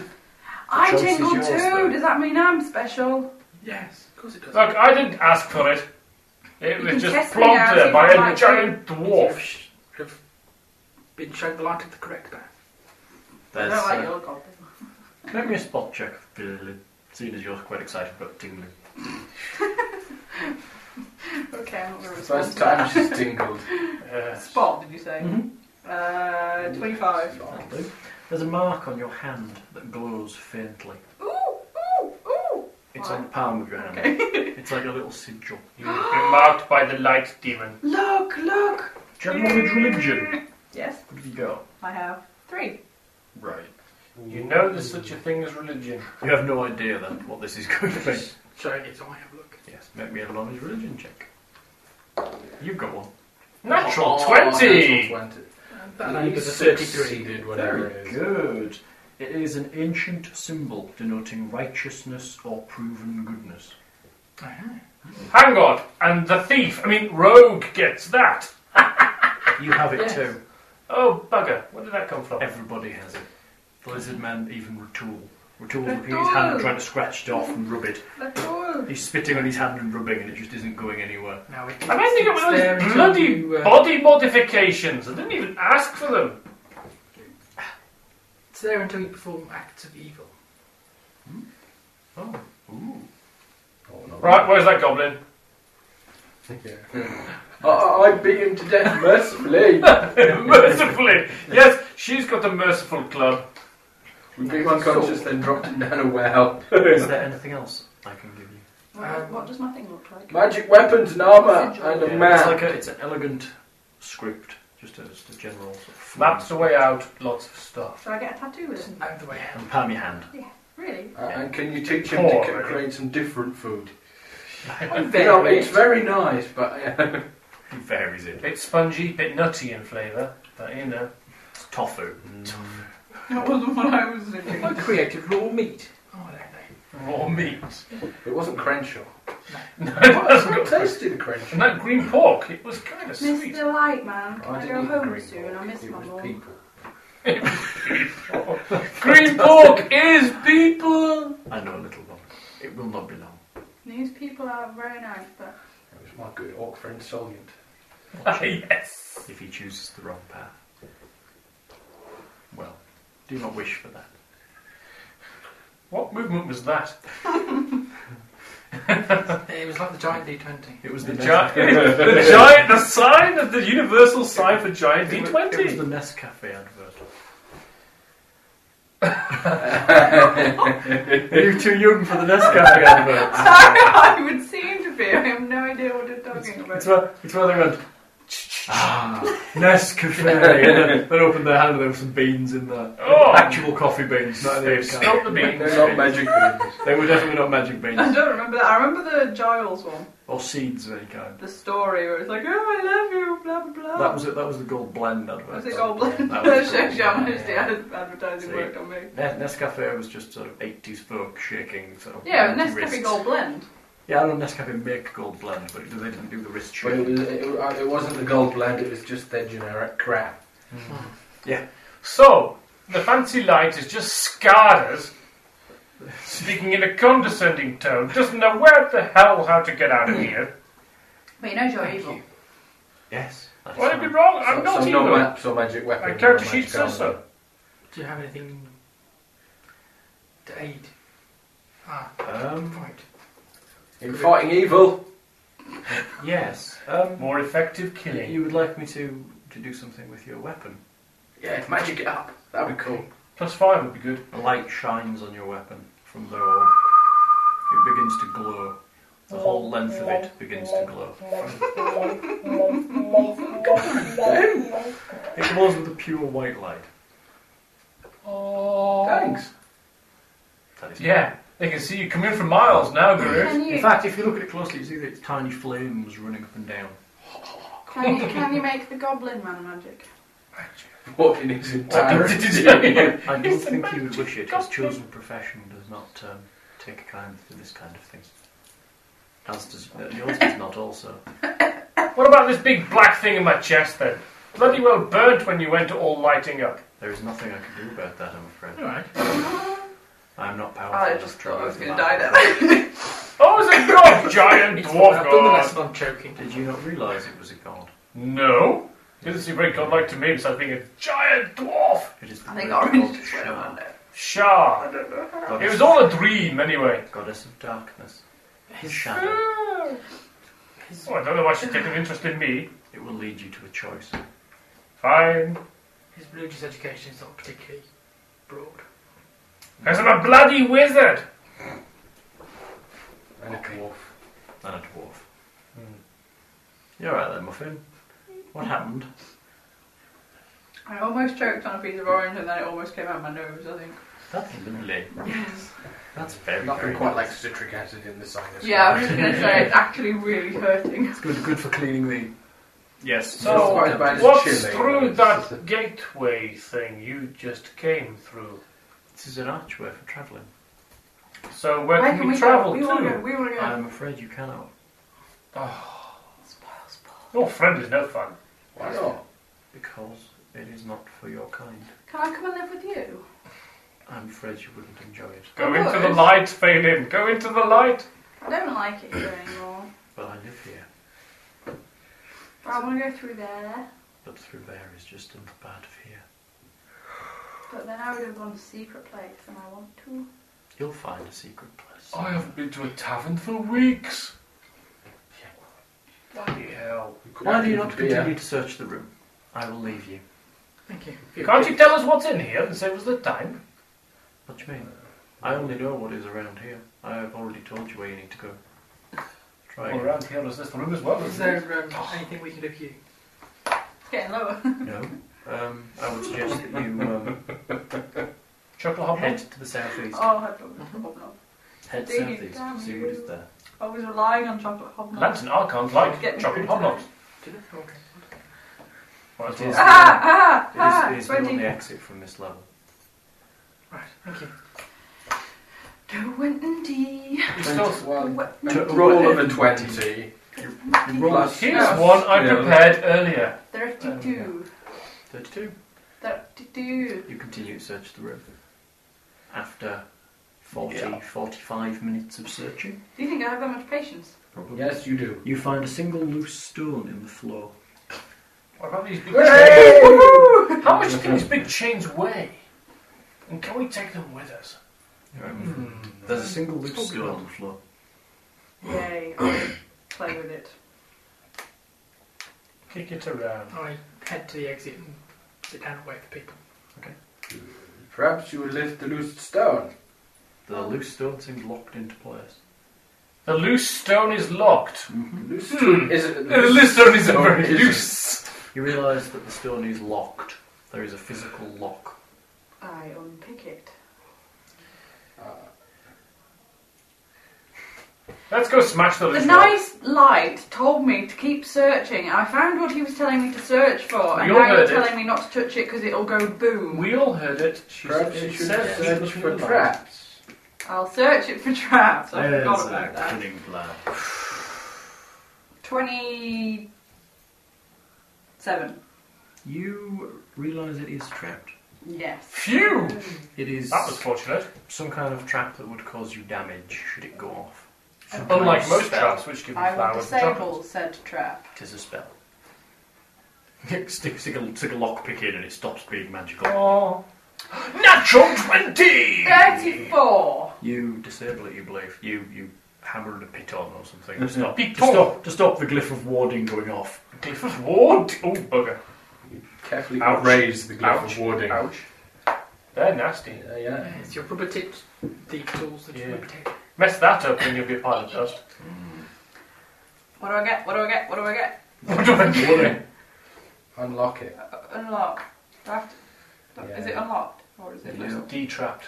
S6: I
S3: choice is
S6: tingle
S3: yours,
S6: too.
S3: though.
S6: Does that mean I'm special?
S5: Yes, of course it does.
S2: Look, I didn't ask for it. It
S6: You
S2: was
S6: can
S2: just
S6: test me
S2: plonked
S6: out
S2: there
S6: if
S2: by a
S6: you like
S2: giant dwarf.
S5: You've have been shown the light of the correct path.
S6: I
S3: There's,
S6: don't like
S3: uh,
S6: your goblin.
S3: Let me a spot check, Billy, seeing as you're quite excited about tingling.
S6: Okay, I'm not going to respond
S4: First
S6: to that.
S4: time she's tingled.
S2: Yes.
S6: Mm-hmm. Spot, did you say? Uh, 25.
S3: That'll do. There's a mark on your hand that glows faintly.
S6: Ooh, ooh, ooh.
S3: It's
S6: Why?
S3: on the palm of your hand. it's like a little sigil.
S2: You have been marked by the light demon.
S6: Look, look.
S3: Do you have knowledge religion?
S6: Yes,
S3: What have you got?
S6: I have three.
S3: Right.
S2: You know there's such a thing as religion.
S3: You have no idea then what this is going to be.
S5: Shall I get someone to have a look?
S3: Yes, make me a knowledge religion check. You've got one.
S2: Natural
S4: Oh,
S2: twenty.
S4: natural 20.
S5: That
S4: You
S5: leaves us at 33.
S4: succeeded, whatever it is.
S3: Good. It is an ancient symbol denoting righteousness or proven goodness.
S2: Hang on, and the thief, I mean rogue, gets that.
S3: You have it too.
S2: Oh bugger, where did that come from?
S3: Everybody has it. The lizard man, even Ratool. Ratool's looking at his hand and trying to scratch it off and rub it.
S6: Let's go.
S3: He's spitting on his hand and rubbing and it just isn't going anywhere.
S5: Now it
S2: I'm ending up
S5: sits there
S2: with those
S5: until
S2: bloody
S5: you, uh,
S2: body modifications. I didn't even ask for them.
S5: It's there until you perform acts of evil.
S3: Oh. Ooh.
S4: Oh,
S2: Right, where's that goblin?
S4: I, I I beat him to death mercifully.
S2: Mercifully, yes, she's got a merciful club.
S4: we beat him unconscious, then dropped him down a well.
S3: Is there anything else I can give you?
S6: What, what does Um, my thing look like?
S4: Magic weapons and armour and a
S3: It's
S4: man.
S3: like a, it's an elegant script, just a, just a general sort of form.
S2: Maps the way out. Lots of stuff.
S6: Should I get a tattoo with it?
S5: Out of the way.
S3: And palm your hand.
S6: Really?
S4: Uh, and can you teach him to
S2: Poor,
S4: c-
S2: really.
S4: create some different food?
S5: Very
S4: no, it's very nice, but uh,
S3: He varies it.
S2: Bit spongy, bit nutty in flavour, but you know.
S3: It's tofu.
S6: That wasn't what I was thinking.
S5: I created raw meat. Oh, I don't know.
S2: Raw meat.
S4: it wasn't Crenshaw.
S2: No,
S4: Well,
S2: that's
S4: it's
S2: not
S4: not
S2: good.
S4: tasty, the Crenshaw.
S2: And that green pork, it was kind of
S6: Miss
S2: sweet.
S6: the light, man. Can
S4: I
S6: I,
S4: didn't
S6: go
S4: eat
S6: home
S4: green
S6: soon?
S4: pork,
S6: I miss
S4: it
S6: my
S4: was
S6: mum.
S4: people.
S2: green pork is people!
S3: I know a little one. It will not be long.
S6: These people are very nice, but
S4: It was my good orc friend Solient.
S2: yes.
S3: If he chooses the wrong path. Well, do not wish for that.
S2: What movement was that?
S5: It was like the giant D20.
S3: It was
S2: The
S3: the,
S2: giant, the giant, the sign of the universal sign for giant
S3: It was, it was
S2: D20.
S3: the Nescafe advert. You're too young for the Nescafe advert.
S6: sorry, I would seem to be. I have no idea what you're talking about.
S3: It's where, it's where they went, ah, Nescafe. And then, then opened their hand and there were some beans in there.
S2: Oh,
S3: Actual coffee beans, not any
S2: they've
S3: of the kind.
S2: spilled the beans.
S4: They're not magic beans.
S3: They were definitely not magic
S6: I
S3: beans.
S6: don't remember that. I remember the Giles one,
S3: Or seeds of any kind.
S6: the story where it's like, oh, I love you, blah blah blah.
S3: That was it. That was the gold blend advert.
S6: Oh. was it gold blend?
S3: That
S6: That
S3: was the
S6: shows
S3: Gold
S6: you how
S3: Blend,
S6: much the
S3: yeah.
S6: ad- advertising
S3: See.
S6: worked on me.
S3: Ne- Nescafe was just sort of 80s folk shaking. Sort of
S6: Yeah,
S3: empty
S6: but Nescafe
S3: wrists.
S6: Gold Blend.
S3: Yeah, I know Nescafe make gold blend, but it, they didn't do the wrist
S4: But it,
S3: shaking.
S4: was, it, wa- it wasn't the gold blend, it was just their generic crap.
S2: So, the fancy light has just scarred us, speaking in a condescending tone, doesn't know where the hell how to get out of here.
S6: But you know you're evil.
S3: Yes. that's
S2: Why did we
S3: fine.
S2: wrong? I'm
S4: Some-
S2: not
S4: some
S2: evil.
S4: no maps or magic weapons.
S2: My character
S4: or
S2: sheet
S4: magic
S2: says so.
S4: armor.
S5: Do you have anything to aid? Ah,
S2: Uh,
S3: Um,
S5: point.
S4: In fighting evil,
S3: yes. Um,
S2: More effective killing.
S3: you would like me to, to do something with your weapon?
S4: yeah, magic it up. That'd be cool.
S2: Plus five would be good.
S3: A light shines on your weapon from the orb. It begins to glow. The whole length of it begins to glow. It glows with a pure white light.
S4: Thanks.
S3: That is
S2: Yeah, they can see you coming from miles now, Guru.
S6: Can
S3: In
S6: you,
S3: fact, if you look at it closely, you see that it's tiny flames running up and down.
S6: can you can you make the Goblin Man magic?
S4: What in his entirety.
S3: I don't think he would wish it. His chosen profession does not um, take kindly to this kind of thing. As does uh, yours does not also.
S2: What about this big black thing in my chest then? Bloody well burnt when you went to all lighting up.
S3: There is nothing I can do about that, I'm afraid.
S5: Alright.
S3: I am not powerful.
S6: Oh, I
S3: enough
S6: just
S3: to
S6: thought I was going
S3: remove
S6: to
S3: the
S6: die
S3: magic.
S6: then.
S2: Oh, it's a god, giant
S5: It's
S2: dwarf
S5: I've done the
S2: god.
S5: lesson on choking.
S3: Did you not realise it was a god?
S2: No, doesn't seem very godlike to me besides being a giant dwarf.
S3: It is the
S6: I think
S3: great
S6: orange
S3: god
S6: is where I'm
S3: Shah,
S6: at.
S2: Shah. It
S3: goddess,
S2: was all a dream anyway.
S3: goddess of darkness. His shadow.
S2: Oh, I don't know why she's taking an interest in me.
S3: It will lead you to a choice.
S2: Fine.
S5: His religious education is not particularly
S2: broad. Because I'm a bloody wizard!
S4: And a dwarf.
S3: and a dwarf. Hmm. You're right there, Muffin. What happened?
S6: I almost choked on a piece of orange and then it almost came out my nose, I think.
S3: That's lovely. That's very,
S4: Nothing
S3: very
S4: quite
S3: nice.
S4: like citric acid in the sinus.
S6: Yeah, I'm just going to say it's actually really hurting.
S8: It's good, good for cleaning the.
S3: Yes.
S4: It's
S2: So,
S4: quite as bad as
S2: what's
S4: chilling.
S2: through that gateway thing you just came through?
S3: This is an archway for travelling.
S2: So, where can, we, travel
S6: go? We want to Um, go.
S2: to?
S6: We want to go.
S3: I'm afraid you cannot.
S2: Your friend is no fun.
S4: Why not?
S3: Because it is not for your kind.
S6: Can I come and live with you?
S3: I'm afraid you wouldn't enjoy it.
S2: Go
S6: Oh,
S2: into the
S6: good.
S2: light, Phelim. Go into the light.
S6: I don't like it here anymore.
S3: Well, I live here,
S6: But I want to go through there.
S3: but through there is just as bad of here.
S6: But then I would have gone to secret place and I want to.
S3: You'll find a secret place.
S2: I haven't been to a tavern for weeks. Bloody hell.
S4: You could
S3: Why do you
S4: actually
S3: not
S4: be a-
S3: continue to search the room? I will leave you.
S5: Thank you.
S2: Can't you tell us what's in here and save us the time?
S3: What do you mean? I only know what is around here. I have already told you where you need to go. Try
S2: Well,
S3: again.
S2: around here is this room as well,
S5: Is
S2: isn't it?
S5: there um, anything we can do for you?
S6: It's getting lower.
S3: No. Um, I would suggest that you um,
S2: Chuckle
S3: head
S2: hobnob.
S3: to the southeast.
S6: oh, I probably hobnob.
S3: Head
S6: Dig
S3: southeast.
S6: down,
S3: See what is there.
S6: I was relying on chocolate hobnob.
S2: Lantern archons
S6: Get
S2: like
S6: me
S2: chocolate
S6: through
S2: hobnobs.
S5: Did it? Okay.
S2: Well,
S3: It
S2: well.
S3: is.
S6: Ah, ah, ah,
S3: It is, it is
S6: 20.
S3: the only exit from this level.
S5: Right. Thank you.
S6: Do Winton D.
S2: You still-
S4: Well,
S3: To-
S4: a roll of a 20. Plus,
S2: Here's one I
S4: Yeah.
S2: prepared earlier.
S6: 32.
S3: 32.
S6: 32.
S3: You continue to search the room. After 40,
S4: Yeah.
S3: 45 minutes of searching,
S6: Do you think I have that much patience?
S3: probably,
S4: Yes, you do.
S3: you find a single loose stone in the floor.
S2: What about these big chains? How much can these big chains weigh? And can we take them with us?
S3: Mm. There's a single loose stone on the floor.
S6: Yay. I'll play with it.
S2: Kick it around.
S5: I head to the exit and sit down and wait for people.
S4: Perhaps you will lift the loose stone.
S3: The loose stone seems locked into place.
S2: The loose stone is locked.
S4: Loose stone. Is it
S2: The Hmm. loose stone is
S4: stone
S2: very
S4: isn't.
S2: loose.
S3: You realise that the stone is locked. There is a physical lock.
S6: I unpick it.
S2: Let's go smash the
S6: The
S2: loose rock.
S6: nice light told me to keep searching. I found what he was telling me to search for, and
S2: We all
S6: now you're
S2: heard it.
S6: telling me not to touch it because it'll go boom.
S2: We all heard it. She
S4: Perhaps you
S2: it
S4: should
S2: said she
S4: search
S2: looked
S4: for
S2: in the light.
S4: traps.
S6: I'll search it for traps. I forgot about
S3: a
S6: that.
S3: cunning plan.
S6: 27.
S3: You realise it is trapped.
S6: Yes.
S2: Phew!
S3: It is
S2: That was fortunate.
S3: some kind of trap that would cause you damage should it go off.
S2: Unlike
S3: Nice
S2: most
S3: spell.
S2: traps, which give you
S6: I will
S2: flowers and
S6: disable
S2: chocolates.
S6: said trap.
S3: It is a spell. stick, stick, a, stick a lockpick in and it stops being magical.
S2: Oh. Natural 20!
S6: 34!
S3: You disable it, you believe. You you hammer a pit on or something to stop, to,
S2: Piton.
S3: stop, to stop the glyph of warding going off.
S2: Clifford Ward! Oh, bugger.
S4: Carefully
S2: Ouch.
S4: raise the glyph
S2: Ouch.
S4: of warding.
S2: Ouch. They're nasty.
S4: Yeah, yeah.
S5: Yeah, it's your rubber tipped thief tools that you
S2: Yeah.
S5: rubber tip.
S2: Mess that up and you'll be a pile of dust.
S6: What do I get? What do I get? What do I get?
S2: What do I do?
S4: Unlock it.
S6: Uh, unlock. Do I have to, Is it
S4: Yeah.
S6: unlocked? Or is it
S3: Yeah.
S6: just.
S2: Detrapped.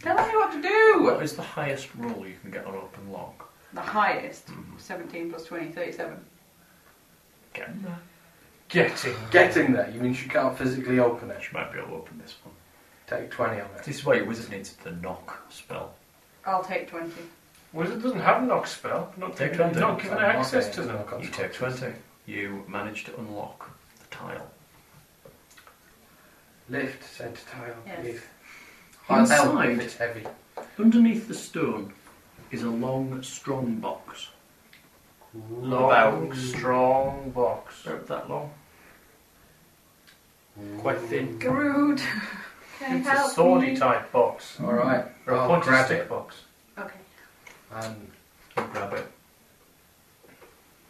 S6: Tell me what to
S3: What
S6: do!
S3: is the highest roll you can get on open lock?
S6: The highest 17 plus 20, 37.
S3: Okay.
S2: Getting.
S4: Getting there, you mean she can't physically open it.
S3: She might be able to open this one.
S4: Take 20 on it.
S3: This is why your wizard needs the knock spell.
S6: I'll take 20.
S2: Wizard doesn't have knock spell. Not
S3: Take
S2: given,
S3: twenty.
S2: not given
S4: Unlock
S2: access
S4: it,
S2: to them.
S4: unlock it.
S3: You take 20. You manage to unlock the tile.
S4: Lift said tile.
S6: Yes.
S4: Lift.
S3: Inside.
S4: Help if It's heavy.
S3: Underneath the stone is a long, strong box.
S2: Long, strong box.
S3: About that long.
S5: Quite thin.
S6: Garood! Can
S2: It's
S6: you help
S2: a swordy
S6: me?
S2: type box.
S4: Alright.
S2: Or a
S4: I'll
S2: pointy
S4: Oh, grab
S2: stick
S4: it.
S2: box.
S6: Okay.
S4: And
S3: You grab it.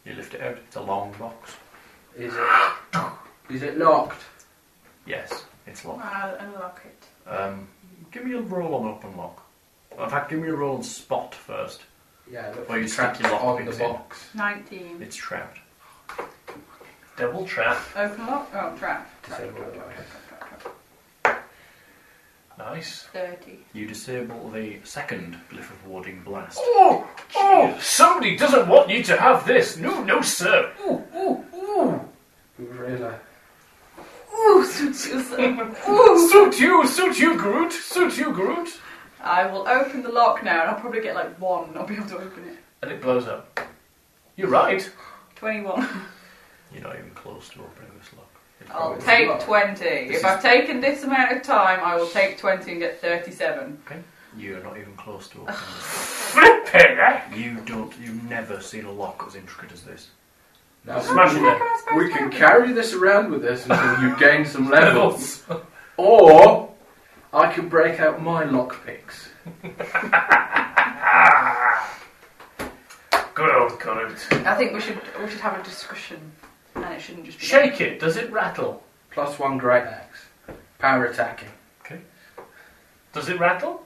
S3: You lift it out. It's a long box.
S4: is it. Is it locked?
S3: Yes, it's locked.
S6: I'll unlock it.
S3: Um, give me a roll on open lock. In fact, give me a roll on spot first.
S4: Yeah, look
S3: Where you
S4: for
S3: stick
S4: traps
S3: your lock
S4: on the
S3: picks in.
S4: box.
S6: 19.
S3: It's trapped.
S2: Double trap.
S6: Open lock? Oh, trap.
S4: Disable the lock.
S2: Nice.
S6: 30.
S3: You disable the second glyph of warding blast.
S2: Oh, oh! Somebody doesn't want you to have this. No, no, sir. Ooh, ooh, ooh.
S4: Umbrella.
S6: Ooh, suits you, sir. Ooh.
S2: Suit you, suit you, Groot. Suit you, Groot.
S6: I will open the lock now and I'll probably get like one. I'll be able to open it.
S2: And it blows up. You're right.
S6: 21.
S3: You're not even close to opening this lock.
S6: I'll
S4: Probably
S6: take
S4: not.
S6: 20.
S3: This
S6: if I've taken this amount of time, I will take 20 and get 37.
S3: You're not even close to opening this
S2: Flipping heck.
S3: lock. You don't. You've never seen a lock as intricate as this.
S4: Now
S2: Smash it then.
S4: we can carry this around with us until you gain some levels.
S2: Levels.
S4: Or I can break out my lockpicks.
S2: Good old Groot.
S6: I think we should we should have a discussion, and it shouldn't just be
S2: Shake it. Does it rattle?
S4: Plus one great axe. Power attacking.
S2: Does it rattle?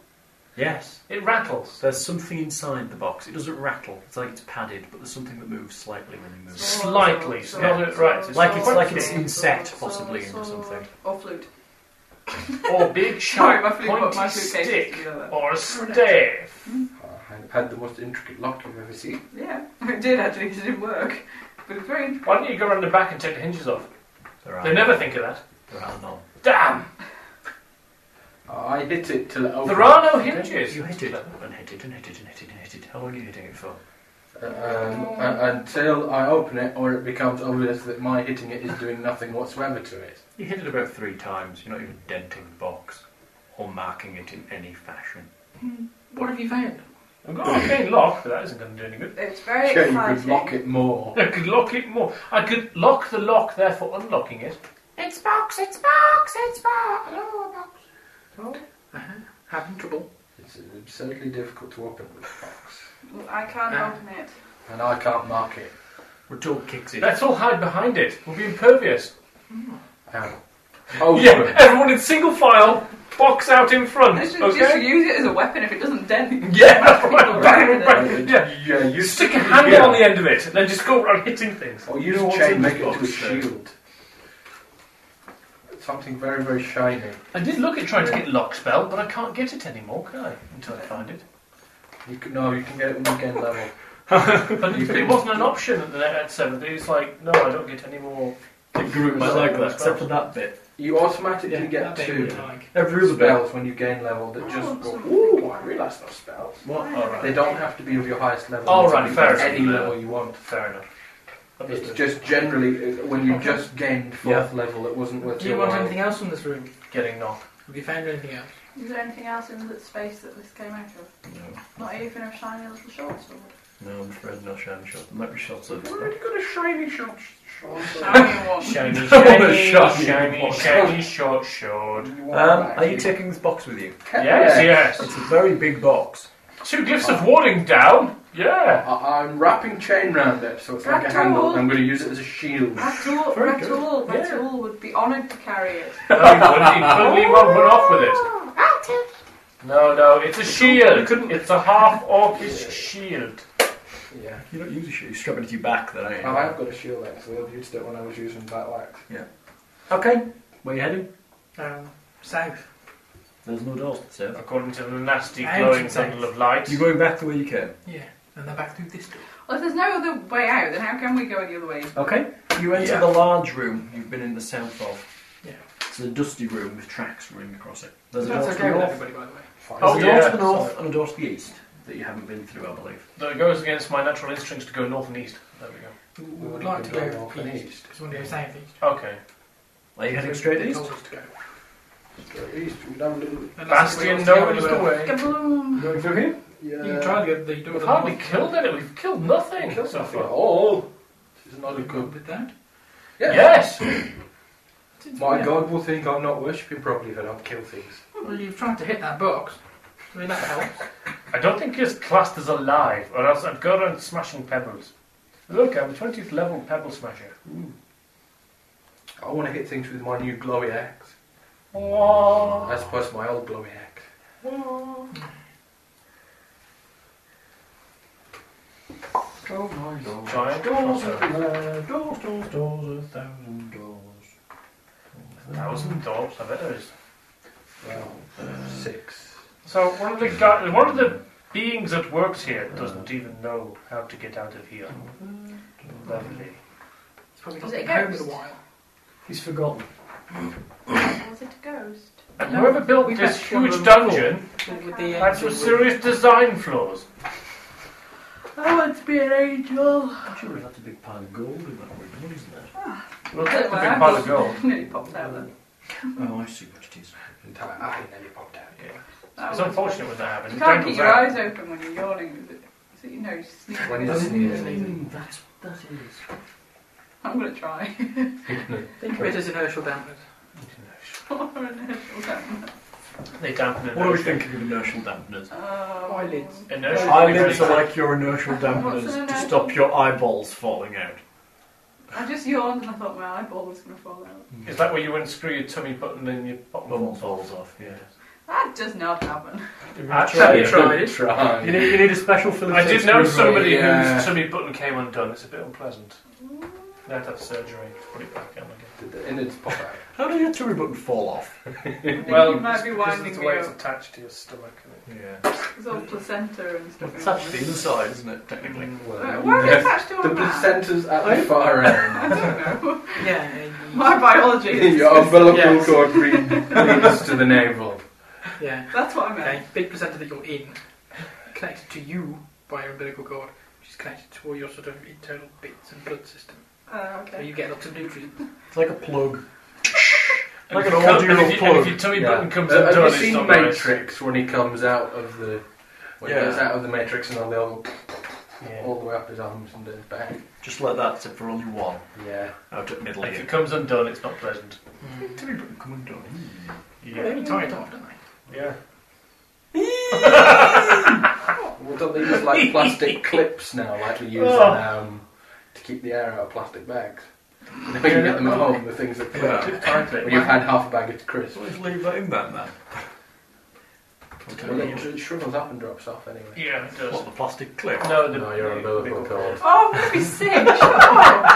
S3: Yes.
S2: It rattles.
S3: There's something inside the box. It doesn't rattle. It's like it's padded, but there's something that moves slightly when you move. it.
S2: Slightly. It's not a- right. It's
S3: Like it's
S2: not
S3: like it's
S2: okay.
S3: inset possibly into something.
S6: or flute.
S2: Or big
S6: Sorry,
S2: sharp
S6: my flute,
S2: pointy
S6: my flute case is
S2: stick.
S6: the other.
S2: Or a staff.
S4: Oh, I've had the most intricate lock you've ever seen.
S6: Yeah, it did actually. 'cause It didn't work, but it's very.
S2: Why don't you go around the back and take the hinges off?
S3: There are
S2: They never think of that.
S3: There are none.
S2: Damn!
S4: I hit it till it opened.
S2: There are no hinges.
S3: You hit Oh, it and hit it and hit it and hit it and hit it. How long are you hitting it for?
S4: Um, uh, until I open it or it becomes obvious that my hitting it is doing nothing whatsoever to it.
S3: You hit it about three times. You're not even denting the box or marking it in any fashion.
S2: What have you found? I've got an arcane lock, but that isn't going to do any good.
S6: It's very
S4: yeah, you could
S6: exciting.
S4: lock it more.
S2: I could lock it more. I could lock the lock, therefore unlocking it.
S7: It's box, it's box, it's box. Oh, box.
S5: Having trouble.
S4: It's absurdly difficult to open with a box.
S6: I can't
S3: Ah.
S6: open it.
S4: And I can't mark it.
S3: Retork kicks it.
S2: Let's all hide behind it. We'll be impervious.
S4: Ow. Oh,
S2: Yeah, everyone in single file, box out in front.
S6: Let's just, just
S2: Okay?
S6: use it as a weapon if it doesn't dent.
S2: Yeah, that's right. Bang,
S4: good.
S2: bang. Yeah.
S4: yeah,
S2: You
S4: you
S2: stick a handle on the end of it, and then just go around hitting things.
S4: Or use
S3: You know
S4: a
S3: what's in
S4: chain, make it
S3: this
S4: to a
S3: box, though?
S4: shield. Something very, very shiny.
S2: I did look at trying to get lock spell, but I can't get it anymore, can I? Until I find it.
S4: You can, no, you can get it when you gain level.
S2: But it, it wasn't an option at the at seventh. It's like, no, I don't get any more.
S3: Group
S4: might like that,
S3: except for that bit.
S4: You automatically get
S5: bit
S4: two
S5: would like.
S3: Every other bit.
S4: spells when you gain level that just go,
S5: Oh,
S6: awesome.
S4: ooh, I realise those spells.
S3: What? All right.
S4: They don't have to be of your highest level.
S2: Oh,
S4: You can
S2: right,
S4: be
S2: fair
S4: Any
S2: enough.
S4: level you want.
S2: Fair enough.
S4: It's just generally uh, when you just gained fourth level, it wasn't worth
S5: Do you
S4: your
S5: want
S4: while.
S5: anything else from this room?
S2: getting knocked.
S5: Have you found anything else?
S6: Is there anything else in the space that this came out of? Not even a shiny little short sword.
S3: No, I'm afraid no shiny shot. There might be shots of
S4: We've already got a shiny shot.
S6: Shiny one.
S2: Shiny,
S3: a
S2: shiny,
S3: shot.
S2: shiny, shiny, short, short.
S3: Um, are you taking this box with you?
S2: Yes, yes.
S3: It's a very big box.
S2: Two glyphs of warding down. Yeah.
S4: I- I'm wrapping chain round it, so it's like a
S6: Ractool.
S4: handle. and I'm going to use it as a shield.
S6: Ratul,
S3: Very good.
S6: Ratul,
S2: Yeah.
S6: Ratul would be honoured to carry it.
S2: No, he wouldn't. He'd probably won't run off with it.
S7: Oh, I'll take it.
S2: No, no, it's a shield. It's a half orcish shield.
S4: Yeah,
S3: You don't use a shield. You strap it to your back, then,
S4: oh,
S3: eh?
S4: I've got a shield actually. I've used it when I was using battle axe.
S3: Okay. Where you heading?
S5: Um, south.
S3: There's no doors, sir.
S2: According to the nasty
S5: I
S2: glowing
S5: am surprised.
S2: tunnel of light.
S3: You're going back the way you came.
S5: Yeah. And then back through this door.
S6: Well, if there's no other way out, then how can we go any other way?
S3: Okay. You enter
S2: Yeah.
S3: the large room you've been in the south of.
S5: Yeah.
S3: It's a dusty room with tracks running across it. There's a
S5: That's
S3: door to
S5: okay
S3: the
S5: with
S3: north.
S5: everybody, by the way.
S4: Fine.
S3: There's
S2: Oh,
S3: a door
S2: yeah.
S3: to the north and a door to the east that you haven't been through, I believe.
S2: Though it goes against my natural instincts to go north and east. There we go.
S5: We
S4: We
S5: would
S4: would've
S5: like to
S4: been
S5: go
S4: going off and
S5: east.
S4: east.
S5: Because we want to go south east.
S2: Okay.
S3: Are you heading straight
S5: They
S3: east?
S5: told us to go.
S4: Straight east. We'd have a little.
S5: Unless we
S2: Bastion
S5: want to go
S2: knows the
S5: anywhere.
S2: way.
S6: Kaboom!
S3: Going through here?
S4: Yeah.
S5: You can try the, the door.
S2: We've
S5: the
S2: hardly
S5: north
S2: killed
S5: door.
S2: any. We've killed nothing
S4: Kill
S2: so
S4: something.
S2: far.
S4: Oh, this is not a
S5: We've
S4: good.
S5: with that.
S4: Yeah.
S2: Yes.
S4: My God will think I'm not worshipping properly if I don't kill things.
S5: Well, you've tried to hit that box. I mean, that helps.
S2: I don't think his classed as alive, or else I'd go around smashing pebbles. Look, I'm a 20th level pebble smasher.
S4: I want to hit things with my new glowy axe. As opposed to my old glowy act.
S3: Oh my lord.
S2: Giant
S3: Doors,
S2: crossover.
S3: uh, doors, doors, doors, a thousand doors.
S2: Thousand dollars, I bet there is.
S4: Well, six.
S2: So one of the guy, one of the beings that works here doesn't even know how to get out of here. Hmm. Lovely.
S5: It's probably
S6: Was
S5: not
S6: it a
S5: been home in a
S6: ghost?
S5: while.
S8: He's forgotten.
S6: Was it a ghost?
S2: And whoever built
S5: we
S2: this
S5: met one of
S2: huge
S5: them before.
S2: dungeon
S5: With the, uh,
S2: had some serious design flaws.
S3: I want to be an angel. Surely that's a big pile of gold in that room, isn't it?
S2: We'll take the big pile of gold.
S6: Nearly popped out then.
S3: Oh, I see what it is.
S4: Mm-hmm. Entire eye Ah, nearly popped out.
S6: That
S2: It's
S6: was-
S2: unfortunate when that happens.
S6: You
S2: It
S6: can't
S2: dangles
S6: keep your
S2: out.
S6: eyes open when you're yawning, is it? Is it your nose sneezing?
S4: When you sneeze,
S3: Mm, that's what that is.
S6: I'm going to try.
S5: Think of it as inertial dampers.
S2: They dampen
S3: What are we
S2: inertia.
S3: thinking of inertial dampeners?
S6: Oh.
S5: Eyelids.
S2: Inertia.
S3: Eyelids are like your inertial
S6: What's an
S3: dampeners to
S6: inertial-
S3: stop your eyeballs falling out.
S6: I just yawned and I thought my eyeball was going to fall out.
S2: Is that where you unscrew your tummy button and your bottom
S3: Bubble
S2: button?
S3: falls off, yeah.
S6: That does not happen.
S2: Actually,
S3: you
S2: I tried it.
S3: You need, you need a special filling.
S2: I did know somebody
S4: yeah.
S2: whose tummy button came undone. It's a bit unpleasant. They had to have surgery to put it back on again.
S4: Did the innards pop out?
S3: How did your tummy button fall off?
S6: I think
S2: Well,
S6: you might be
S2: Because
S6: winding
S2: it's the
S6: me
S2: way it's
S6: up.
S2: attached to your stomach. isn't it?
S3: Yeah.
S6: It's all placenta and stuff.
S3: It's actually the inside, isn't it, technically?
S6: Why
S4: Well,
S6: are they attached to a
S4: the
S6: man?
S4: placenta's at the far end.
S5: Yeah, yeah, you-
S6: My biology is...
S4: Your umbilical
S5: Yes.
S4: cord re- leads to the navel.
S5: yeah.
S6: That's what I meant.
S5: Okay, big placenta that you're in, connected to you by your umbilical cord, which is connected to all your sort of internal bits and blood system.
S6: Uh,
S5: So
S6: okay.
S5: you get lots of nutrients.
S3: It's like a plug.
S2: And
S3: Like
S2: if
S3: an
S2: you can't-
S3: audio
S2: and if you- and if
S3: plug.
S2: your tummy
S4: Yeah.
S2: button comes
S4: Uh,
S2: undone,
S4: Have you
S2: it's
S4: seen
S2: not nice.
S4: Matrix when he comes out of the when
S3: Yeah.
S4: he gets out of the Matrix and all the all,
S2: Yeah.
S4: all the way up his arms and his back?
S3: Just like that, except for only one
S4: Yeah.
S3: out at middle
S2: If
S3: ear.
S2: it comes undone, it's not pleasant.
S5: Mm.
S3: Tummy button come undone.
S5: Well, they
S2: Yeah.
S5: only tie it off, don't they?
S2: Yeah.
S4: Well, don't they use like plastic clips now, like we use
S2: Oh.
S4: in, um, to keep the air out of plastic bags? You know, you get them at home, the things that clip.
S3: Yeah.
S2: Tightly.
S4: When you've had half a bag of crisps,
S3: So let's leave that in then, then.
S4: well, it, it shrivels up and drops off anyway.
S2: Yeah, it does.
S3: What, the plastic clip?
S2: No, the,
S4: No, your umbilical cord.
S6: Oh, I'm going to be sick. Oh.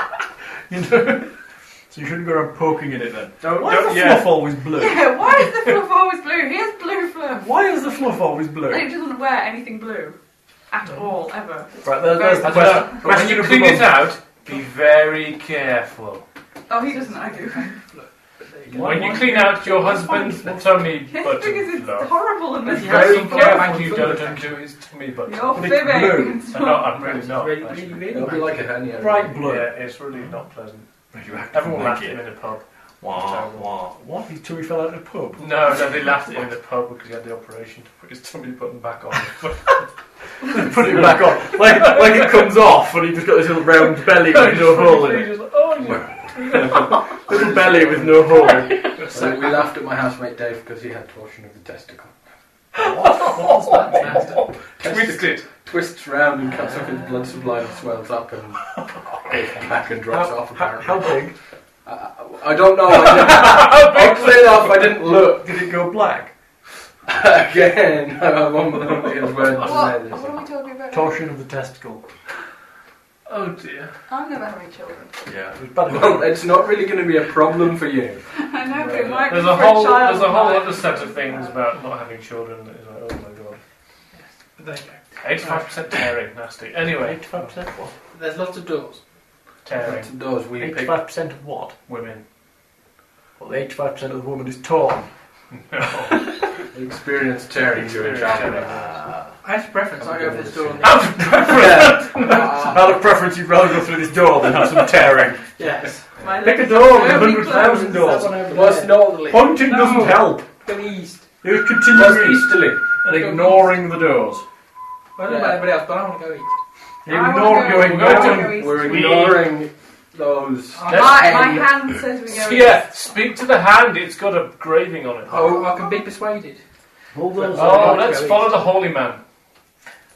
S3: You know? So you shouldn't go around poking at it then.
S2: Don't,
S3: Why is
S2: don't,
S3: the
S2: yeah.
S3: fluff always blue?
S6: Yeah, why is the fluff always blue? Here's blue fluff.
S3: Why is the fluff always blue?
S6: It doesn't wear anything blue. At all, ever.
S3: Right, there, there's the
S2: I don't
S3: question.
S2: know. When
S3: Question
S2: you
S3: of the
S2: clean
S3: month.
S2: it out, be very careful.
S6: Oh, he doesn't, I do.
S3: Why-
S2: when you
S3: why-
S2: clean out your husband's tummy
S6: Yes, because
S2: button,
S6: it's
S2: love,
S6: horrible and
S5: But
S6: it's
S5: you have
S2: very
S5: some kind of
S2: careful you
S5: food
S2: don't
S5: effect.
S2: undo his tummy button.
S6: You're
S3: But it's blue.
S6: fibbing.
S2: I'm not, I'm really not.
S5: Really,
S2: actually.
S5: really, really
S4: It'll be like a hernia.
S3: Bright blue.
S2: Yeah, it's really not pleasant.
S3: Radioactive
S2: Everyone laughed
S3: blanket.
S2: at him in a pub.
S3: Wah, wah. What? His tummy fell out of a pub?
S2: No, no, they laughed at him in the pub because he had the operation to put his tummy button back on.
S3: Put it back on. Like, like it comes off and he just got this little round belly with no hole in it.
S2: He's just, oh, yeah.
S3: Little belly with no hole in it.
S4: So we laughed at my housemate Dave because he had torsion of the testicle.
S2: Twist it.
S4: Twists round and cuts up his blood supply and swells up and back and drops off
S3: How,
S4: apparently.
S3: how big?
S4: I don't know. I didn't, oddly enough, I didn't look.
S3: Did it go black?
S4: Again, I'm on my own little word to say
S6: What,
S4: this.
S6: what are we talking about?
S3: Torsion of the testicle.
S2: Oh dear.
S6: I'm never having children.
S3: Yeah. It was bad
S4: Well,
S3: enough.
S4: it's not really going to be a problem for you.
S6: I know, but it might
S2: There's
S6: be
S2: a
S6: for
S2: whole,
S6: a child.
S2: there's a whole
S6: mine.
S2: other set of things about not having children that is like, oh my god.
S5: But there you go.
S2: 85% tearing, nasty. Anyway,
S3: 85% what?
S5: There's lots of doors.
S2: tearing,
S4: Lots of doors we pick.
S3: 85% of what?
S2: women.
S3: Well, the 85% of the woman is torn.
S4: Experience tearing during
S2: Experience
S4: childhood.
S2: tearing.
S5: I have preference. I Ah. go for this door. On the
S4: Yeah.
S3: Out of preference, you'd rather go through this door than have some tearing.
S5: yes.
S6: My
S3: Pick a
S6: legs
S3: door
S6: are
S5: Oh,
S3: with
S6: firmly
S3: 100,000
S6: closed.
S3: doors.
S4: It was northerly. It
S3: Pointing doesn't help.
S5: Go east.
S3: You're
S4: was
S3: continuing
S4: easterly.
S3: and ignoring the doors.
S5: I don't know about
S4: Yeah.
S5: anybody else, but I want to go east.
S3: You're
S6: I wanna
S3: ignoring
S6: go-
S3: going
S6: I wanna
S3: down.
S6: go east.
S4: We're ignoring those.
S6: My,
S2: Let's
S6: my hand says we go east.
S2: Yeah, speak to the hand, it's got a graving on it.
S5: Oh, I can be persuaded.
S3: All those
S2: Oh,
S3: are-
S2: let's follow the holy man.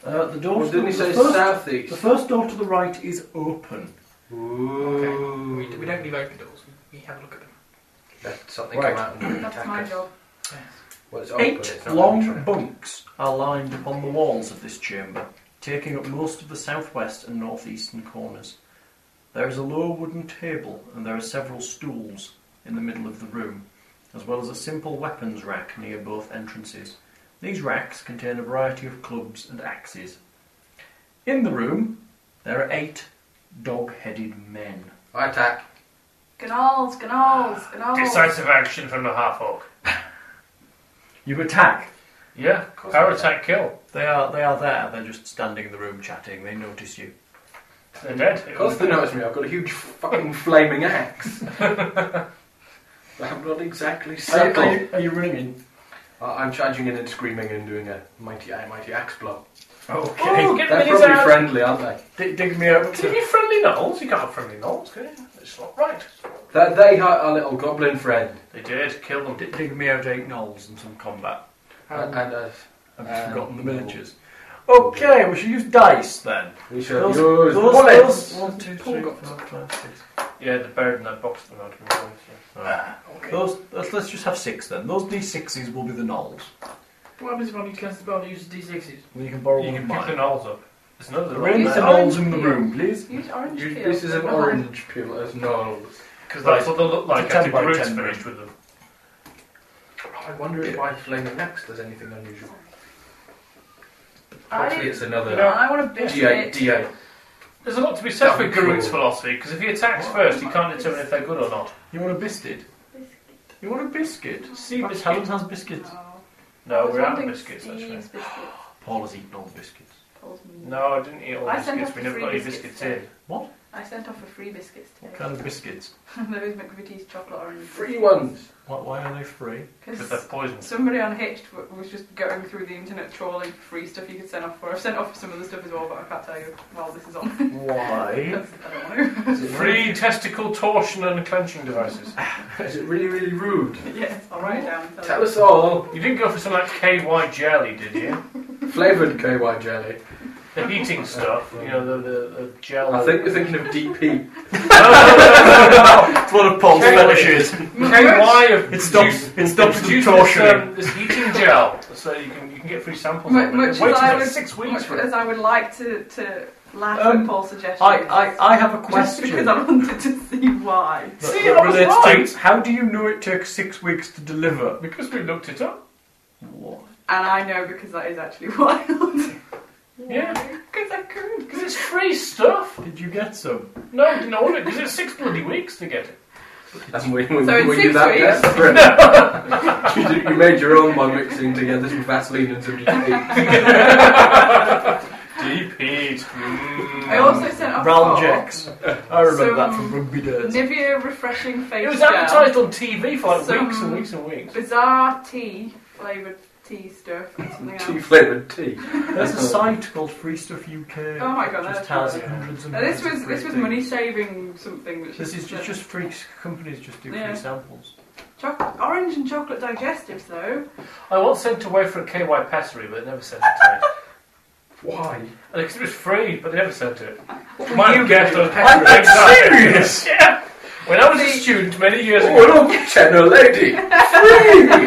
S3: Uh, the door.
S4: Well,
S3: to the,
S4: didn't he say
S3: first, the
S4: southeast?
S3: first door to the right is open.
S5: We, we don't leave open doors. We have a look at them.
S4: Let something
S8: Right.
S4: come out and
S6: That's
S4: attack
S6: my
S4: us.
S6: job.
S4: Well, it's odd, but
S3: Eight
S4: it's not
S3: long
S4: natural.
S3: bunks are lined upon the walls of this chamber, taking up most of the southwest and northeastern corners. There is a low wooden table, and there are several stools in the middle of the room, as well as a simple weapons rack near both entrances. These racks contain a variety of clubs and axes. In the room, there are eight dog headed men.
S4: I attack.
S6: Gnarls, gnarls, gnarls.
S2: Decisive action from the half orc.
S3: You attack.
S2: Yeah,
S4: course
S2: power
S4: I
S2: attack kill.
S3: They are they are there, they're just standing in the room chatting, they notice you.
S2: They're dead.
S4: Of course they notice me. I've got a huge fucking flaming axe. I'm not exactly
S3: Are you,
S4: subtle.
S3: are you, are you running in?
S4: I- I'm charging in and screaming and doing a mighty, a mighty axe blow.
S3: Okay.
S2: Oh, get
S4: They're
S2: them in his
S4: probably
S2: ass.
S4: friendly, aren't they?
S3: Dig, dig me up.
S2: Can you friendly knolls? You can't have friendly knolls, can you? It's not right.
S4: That they are our little goblin friend.
S2: They did kill them.
S3: Dig, dig me out eight knolls and some combat.
S4: And, and uh,
S3: I've just
S4: Um,
S3: forgotten the
S4: no.
S3: miniatures. Okay, we should use dice then.
S4: we shall
S3: Those-
S4: use
S3: those-
S4: bullets.
S3: those- one, two, three, four, five, six.
S2: Yeah, they're buried in that box. That I'm out of
S3: Ah. Those, let's, let's just have six then. Those d6s will be the knolls.
S5: What happens if I need to cast a spell that uses D6s?
S3: Then you can borrow
S2: You
S3: one
S2: can
S3: of
S2: pick the
S3: mine.
S2: knolls up. There's another
S3: Arrange
S6: Use
S3: the knolls in the room, please.
S6: Use orange
S4: You,
S6: peel.
S4: this is an
S6: Come on.
S4: orange peel as gnolls.
S2: Because that's what they look like
S3: It's a 10
S2: after
S3: by
S2: Groot's
S3: 10
S2: finished with them.
S4: I wonder if my flaming axe does anything unusual. Actually,
S6: I,
S4: it's another
S2: you know,
S6: I want to bitch
S4: D8,
S6: it.
S4: D8.
S2: There's a lot to be said for
S4: That'd be
S2: Garut's
S4: cool.
S2: philosophy, because if he attacks first, he can't determine if they're good or not.
S3: You want a biscuit? You want a biscuit? See, Miss
S2: Biscuit.
S3: Helen has biscuits.
S6: Oh. I
S2: No,
S6: was
S2: we're out of
S6: wanting
S2: biscuits, actually.
S6: Steve's biscuits.
S3: Paul has eaten all the biscuits.
S6: Paul's meat.
S2: No, I didn't eat all the
S6: I sent
S2: biscuits.
S6: off
S2: We
S6: the
S2: never
S6: free
S2: got any
S6: biscuits
S2: biscuits
S6: then.
S2: in.
S6: I sent off for free biscuits
S3: What
S6: today.
S3: kind of biscuits?
S6: Those McVitie's chocolate orange.
S4: Free ones.
S3: Why, why are they free?
S2: Because they're
S6: Because
S2: poisonous.
S6: somebody on Hitched w- was just going through the internet trawling for free stuff you could send off for. I've sent off for some other stuff as well, but I can't tell you while this is on.
S3: Why?
S6: That's- I don't want
S2: Free testicle torsion and clenching devices.
S4: Is it really, really rude?
S6: to. yes, I'll write it down and tell
S4: Tell
S6: you.
S4: us all.
S2: You didn't go for some of that KY jelly, did you?
S4: Flavoured KY jelly.
S2: The heating stuff, you know, the, the, the gel.
S4: I think we're thinking of DP.
S3: It's one of Paul's
S2: Anyway.
S3: fetishes.
S2: KY of
S3: It stops.
S2: juice-
S3: It stops the
S2: produce
S3: torturing.
S2: This, um, this heating gel, so you can you can get free samples.
S6: Mu-
S2: of it.
S6: much
S2: Wait
S6: as
S2: until
S6: I would-
S2: six weeks
S6: Much
S2: for it.
S6: as I would like to, to laugh
S3: Um,
S6: at Paul's suggestion.
S3: I, I, I have a
S6: Just
S3: question.
S6: because I wanted to see why.
S3: that-
S2: See,
S3: that
S2: I was
S3: to how do you know it takes six weeks to deliver?
S2: Because we looked it up.
S3: What?
S6: And I know because that is actually wild.
S2: Yeah.
S6: Because I could.
S2: Because it's free stuff.
S3: Did you get some?
S2: No, I didn't order it because it's six bloody weeks to get it.
S4: And we, we,
S6: So in
S4: were you
S6: six
S4: that
S6: weeks-
S4: desperate? you, you made your own by mixing together some Vaseline and some DP.
S2: DP.
S6: I also sent off
S3: Ral
S6: for
S3: Jex. I remember that from
S6: Some-
S3: rugby days.
S6: Nivea refreshing face
S2: It was
S6: gel.
S2: advertised on TV for like
S6: Some-
S2: weeks and weeks and weeks.
S6: Bizarre tea flavoured tea stuff and something
S4: tea
S6: else.
S4: flavoured tea.
S3: There's a site called Free Stuff UK.
S6: Oh my god,
S3: which
S6: that's
S3: just has
S6: brilliant.
S3: hundreds and
S6: Now, this
S3: hundreds
S6: was
S3: of
S6: this
S3: free
S6: was
S3: things.
S6: money saving something. Which
S3: This is just,
S6: uh,
S3: just free s- companies just do
S6: Yeah.
S3: free samples.
S6: choc- orange and chocolate digestives though.
S2: I once sent away for a KY pessary, but they never sent it to me.
S4: Why?
S2: And Because it was free, but they never sent it. My guess was
S3: I'm
S2: pessary.
S3: serious.
S2: Yeah. When I was a student many years
S4: Oh,
S2: ago,
S4: look, channel lady. Free!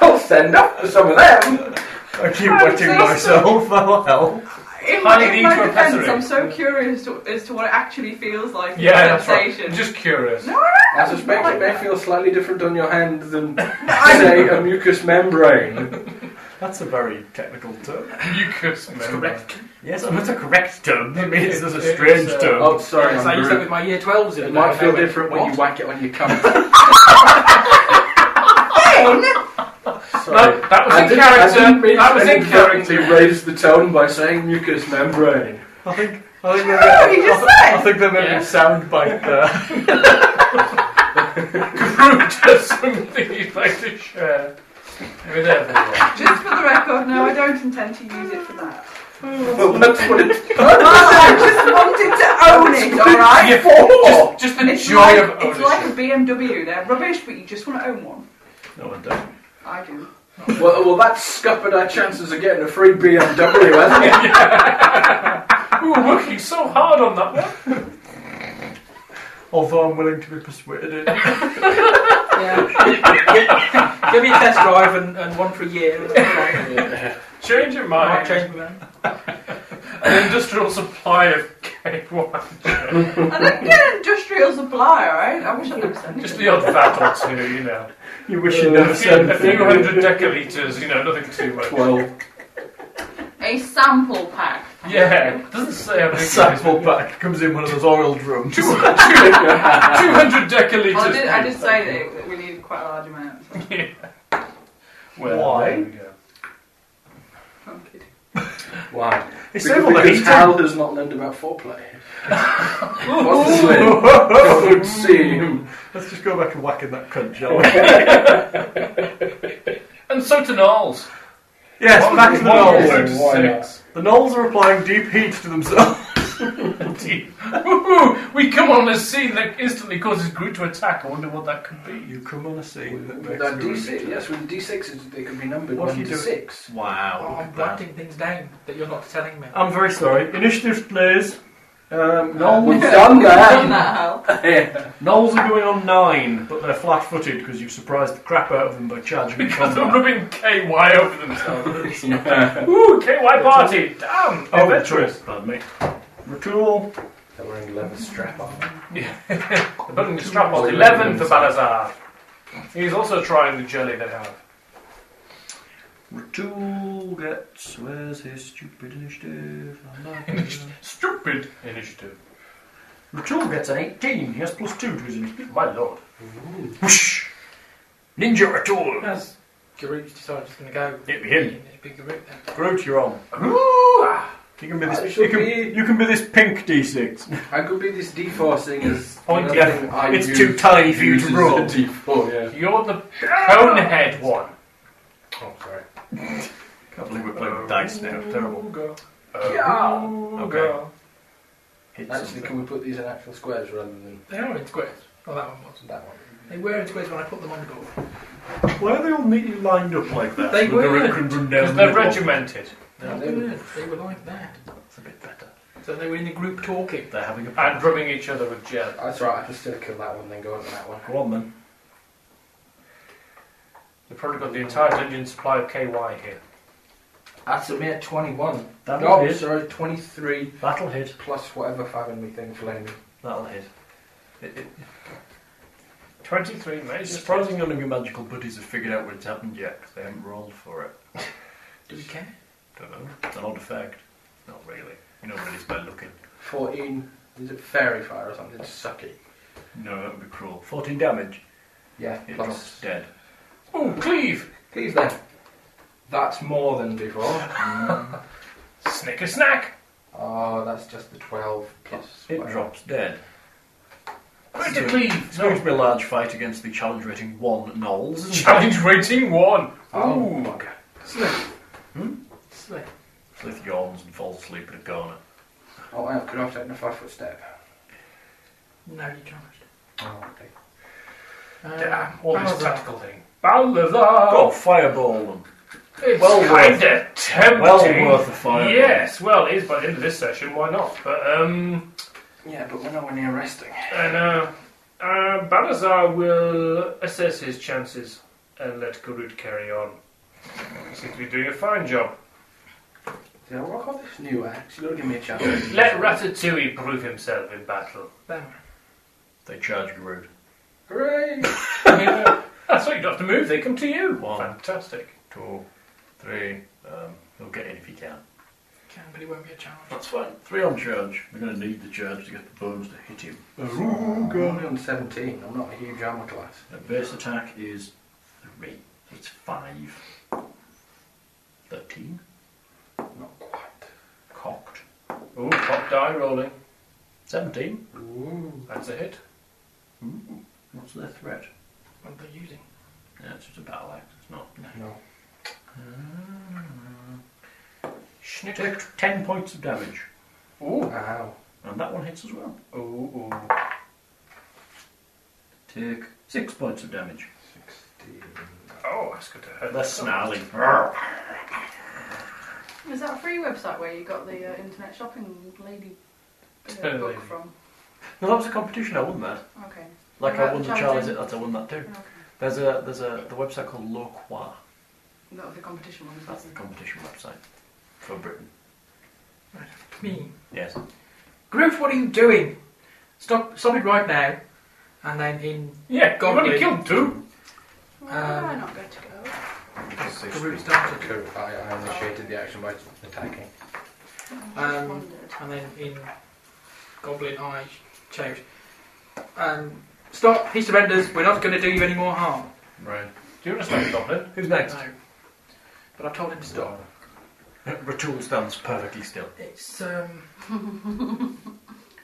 S4: I'll send up for some of them.
S3: I keep
S6: I'm
S3: wetting
S6: so
S3: myself. Oh well.
S6: In,
S2: Honey
S6: in
S2: needs
S6: my
S2: to a
S6: defence,
S2: pessary.
S6: I'm so curious to, as to what it actually feels like. in
S2: yeah, that's right.
S6: sensation.
S2: I'm just curious.
S4: I suspect it may feel slightly different on your hand than, say, a mucous membrane.
S3: That's a very technical term.
S2: Mucus, man. correct.
S3: Yes, Oh, that's a correct term. That means there's
S2: It
S3: a
S2: is,
S3: strange
S2: uh,
S3: term.
S4: Oh, sorry,
S5: Yes, I
S4: I'm
S5: used that with
S4: rude.
S5: my year 12s in
S4: It might feel different when you
S5: what?
S4: whack it on your cunt. Sorry.
S2: No, that was
S4: I
S2: in
S4: didn't- I didn't
S2: character.
S4: mean
S2: That was
S4: to
S2: in character.
S4: inadvertently raise the tone by saying mucous membrane.
S3: I think I think they're
S6: you just
S3: I, think they're making
S2: Yeah.
S3: a sound bite there.
S2: Groot has something you'd like to share with everyone.
S6: Just for the record, no, I don't intend to use it for that.
S4: Well, that's what it's
S6: I just wanted to own it, alright?
S4: for.
S2: Just the
S6: It's,
S2: joy
S6: like,
S2: of
S6: it's
S2: ownership.
S6: like a BMW. They're rubbish, but you just want to own one.
S3: No, I don't.
S6: I do.
S4: Well, well, that's scuppered our chances of getting a free BMW, hasn't it?
S2: we were working so hard on that one.
S3: although I'm willing to be persuaded.
S5: Yeah. Give me a test drive and, and one for a year. and then
S2: Change your
S5: I might
S2: mind.
S5: change my mind.
S2: An industrial supply of cake wine.
S6: I don't get an industrial supply, alright? I wish I'd never sent it.
S2: Just the odd vat or two, you know.
S10: You wish you never
S2: A few,
S10: said
S2: a few hundred deciliters, you know, nothing too much.
S10: Well,
S6: A sample pack.
S2: Yeah, doesn't say how big it is.
S3: Sample pack comes in one of those oil drums.
S2: 200 deciliters.
S6: Well, I did, I did say that, it- that we needed quite a large amount. So.
S2: Well,
S3: Why?
S2: there we go.
S6: I'm kidding.
S4: Why?
S3: It's
S4: Because,
S3: able to
S4: because
S3: heat
S4: Hal has not learned about foreplay. What's the way? God would see him.
S3: Let's just go back and whack in that cunt, shall we?
S2: And so to Knowles.
S3: yes,
S2: One-
S3: back to the
S2: one
S3: Knolls.
S2: word,
S4: Why not?
S2: six.
S3: The Knolls are applying deep heat to themselves.
S2: Woohoo! We come on a scene that instantly causes Groot to attack. I wonder what that could be.
S3: You come on a scene that
S4: With
S3: makes
S4: that
S3: me
S4: D6, yes,
S3: ridiculous.
S4: with D6s, they can be numbered
S3: What if
S4: 1
S3: you
S4: to
S3: do it-
S4: 6.
S5: Oh,
S11: Wow.
S5: I'm writing things down that you're not telling me.
S4: Oh,
S5: Um,
S3: I'm very sorry. Initiative, please. Um, Knolls,
S4: We've done
S6: Done
S4: that!
S6: that, Hal.
S3: Knolls are going on nine, but they're flat footed because you've surprised the crap out of them by charging in
S2: Because they're
S3: combat.
S2: rubbing KY over themselves. Ooh, KY party! Damn!
S3: Oh,
S2: adventurous!
S3: retool, pardon me. Retool.
S4: They're wearing leather strap on.
S2: The button is strapped on 11 for Balazar. He's also trying the jelly they have.
S3: Retool gets. Where's his stupid initiative? I'm not gonna-
S2: Stupid initiative.
S3: Retool gets an 18. He has plus 2 to his initiative.
S2: My lord.
S3: Whoosh! Ninja Retool!
S5: As Garut's decided he's going to go.
S3: Hit me in.
S5: It'd be Garut then.
S3: Groot, you're on.
S2: Ooh, ah.
S3: You can be
S4: I
S3: this.
S4: shall
S3: You can,
S4: be-
S3: you can be this pink D6.
S4: I could be this D4 thing as
S3: Point
S4: another thing I
S3: Oh, It's
S4: use-
S3: too tiny for you
S4: use
S3: to
S4: as a
S3: roll.
S4: D4, yeah.
S2: You're the conehead one.
S4: Oh, sorry.
S3: Can't believe we're playing with dice now. Terrible. Uh,
S2: Yeah.
S4: Oh.
S3: Okay. Hit
S4: Actually,
S3: something.
S4: can we put these in actual squares rather than
S5: They are in squares. Oh, that one was.
S4: that one?
S5: They were in squares when I put them on board.
S3: Why are they all neatly lined up like that?
S5: They
S3: so the
S5: weren't.
S3: Groot can run down
S2: Because
S3: the
S2: they're
S3: middle?
S2: regimented.
S5: No, they weren't. They were like that.
S3: That's a bit better.
S5: So they were in a group talking.
S3: They're having a
S2: And rubbing each other with jelly.
S4: That's right, I can still kill that one, then go on to that one.
S3: Go on then.
S2: They've probably got the entire dungeon supply of KY here.
S4: That's a mere 21.
S3: That'll
S4: No,
S3: hit.
S4: Oh, sorry, 23
S3: That'll hit.
S4: plus whatever fathomly thing flaming.
S3: That'll hit. It, it,
S2: 23 mate.
S3: it's surprising none of your magical buddies have figured out what's happened yet 'cause they haven't rolled for it.
S5: Do we care?
S3: Don't know. It's an odd effect. Not really. You know what it is by looking.
S4: 14. Is it fairy fire or something? Sucky.
S3: No, that would be cruel. 14 damage.
S4: Yeah,
S3: It drops
S4: plus.
S3: dead.
S2: Ooh, cleave!
S4: Please then. That's more than before.
S2: Snicker snack!
S4: Oh, that's just the 12 plus.
S3: It
S4: whatever.
S3: drops dead.
S2: Great to cleave!
S3: It's going to be a large fight against the challenge rating 1 Knolls. isn't it?
S2: Challenge rating one!
S4: Oh,
S2: Ooh!
S4: bugger.
S5: Slip. Hmm? Slip.
S3: Slith yawns and falls asleep in a corner.
S4: Oh, hang on, could I have taken a 5 foot step?
S5: No, you charged.
S4: Oh, okay.
S5: Um,
S2: Damn, all this
S5: Balazar.
S2: tactical thing. Balazar!
S3: Oh, fireball them.
S2: It's
S3: Well worth-
S2: kinda tempting.
S3: Well worth a fireball.
S2: Yes, well, it is by the end of this session, why not? But, um,
S4: Yeah, but we're nowhere near resting.
S2: and, uh, uh, Balazar will assess his chances and let Garut carry on. He seems to be doing a fine job.
S4: Did I work on this new axe? You've got to give me a chance.
S2: Let Ratatouille prove himself in battle.
S5: Bam.
S3: They charge Groot.
S4: Hooray!
S2: That's why you don't have to move, they come to you.
S3: Wow.
S2: Fantastic.
S3: Two, three. Um, he'll get in if he can.
S5: Can, but it won't be a challenge.
S3: That's fine. Three on charge. We're going to need the charge to get the bones to hit him.
S4: I'm only on 17. I'm not a huge armor class.
S3: Their base attack is three. So it's five. Thirteen.
S4: Not quite.
S3: Cocked.
S2: Ooh, pop die rolling.
S3: Seventeen.
S4: Ooh.
S2: That's a hit.
S3: What's their threat?
S5: What are they using?
S3: Yeah, it's just a battle axe. It's not.
S4: No.
S3: Take ten points of damage.
S2: Ooh.
S4: Ow.
S3: And that one hits as well.
S2: Ooh, ooh.
S3: Take six points of damage.
S4: 16.
S2: Oh, that's good to hurt.
S3: They're snarling.
S6: Is that a free website where you got the uh, internet shopping lady uh,
S2: Totally.
S6: book from?
S3: No, that was a competition. I won that.
S6: Okay. What
S3: Like I
S6: about
S3: won
S6: the
S3: the
S6: challenge
S3: Charlie's
S6: then?
S3: Atlas. I won that too.
S6: Okay.
S3: There's a there's a the website called Loqua.
S6: That was the competition one.
S3: That's the competition website for Britain.
S5: Me.
S3: Yes.
S5: Groot, what are you doing? Stop, stop it right now. And then in
S2: Yeah, God,
S5: Goblin.
S2: only killed two.
S6: Well, I'm not going to go.
S5: Groot started.
S4: Cool. I, I initiated the action by attacking.
S6: I just
S5: Um,
S6: wondered.
S5: And then in Goblin Eye changed. Um, stop, he surrenders, we're not going to do you any more harm.
S4: Right.
S2: Do you understand, Goblin?
S3: Who's next?
S5: No. But I told him to stop.
S3: Ratul stands perfectly still.
S5: It's um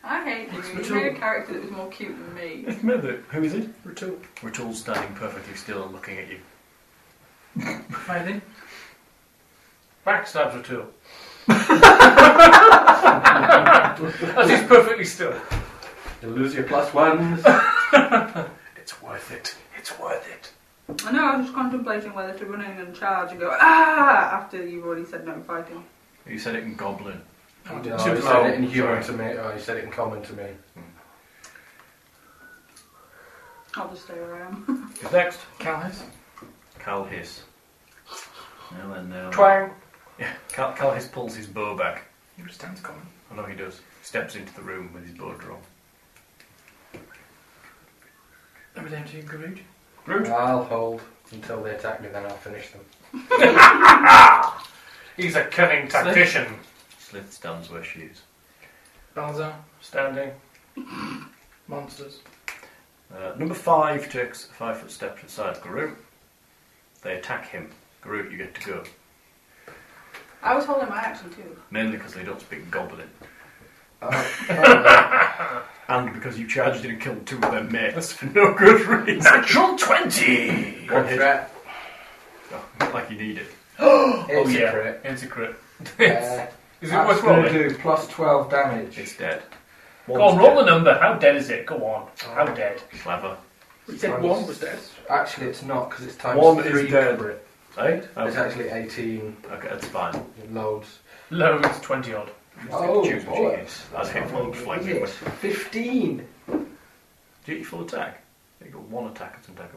S6: I hate
S5: It's
S6: you.
S5: for
S6: You made
S5: two.
S6: a character that was more cute than me.
S3: Who is it?
S5: Ratul.
S3: Ratul's standing perfectly still and looking at you.
S5: Right then.
S2: Backstabs are two. As he's perfectly still.
S4: You lose your plus ones.
S12: It's worth it. It's worth it.
S6: I know, I was just contemplating whether to run in and charge and go, ah, after you've already said no fighting.
S3: You said it in Goblin.
S4: No,
S5: did
S4: Oh, you
S5: two
S4: said
S2: blows.
S4: it in human to me. Oh, you said it in common to me.
S6: I'll just stay where I am.
S2: Who's next?
S5: Callis.
S3: Cal hiss. Now then, um, now. then.
S2: Twang.
S3: Yeah, Cal, Cal hiss pulls his bow back.
S5: He understands common.
S3: I know he does. Steps into the room with his bow drawn.
S5: Over down to Garud.
S4: I'll hold until they attack me, then I'll finish them.
S2: He's a cunning tactician.
S3: Slith stands where she is.
S5: Balzar.
S2: Standing.
S5: Monsters.
S3: Uh, number five takes a five foot step aside Garou. They attack him. Garou, you get to go.
S6: I was holding my action too.
S3: Mainly because they don't speak Goblin.
S4: Oh,
S3: Uh, And because you charged in and killed two of their mates for no good reason. Natural 20!
S4: one threat.
S3: Oh, not like you need it.
S4: It's
S2: oh, yeah.
S4: a crit.
S2: It's a crit. Is
S4: Uh,
S2: it
S4: that's
S2: worth
S4: going
S2: rolling?
S4: to do plus 12 damage.
S3: It's dead.
S2: Go on, roll the number. How dead is it? Go on. How dead?
S3: Clever.
S5: He said
S4: Times-
S5: one was dead.
S4: Actually, it's not because it's times
S3: One is
S4: three.
S3: dead.
S4: crit.
S3: Eight?
S4: It's
S3: Okay.
S4: actually 18
S3: okay, that's fine.
S4: loads.
S2: Loads, 20 odd.
S4: Oh,
S3: choose what you
S4: bollocks.
S3: use. That's hit full flanking.
S4: Is it? 15.
S3: Do you get your full attack? You got one attack as an attack.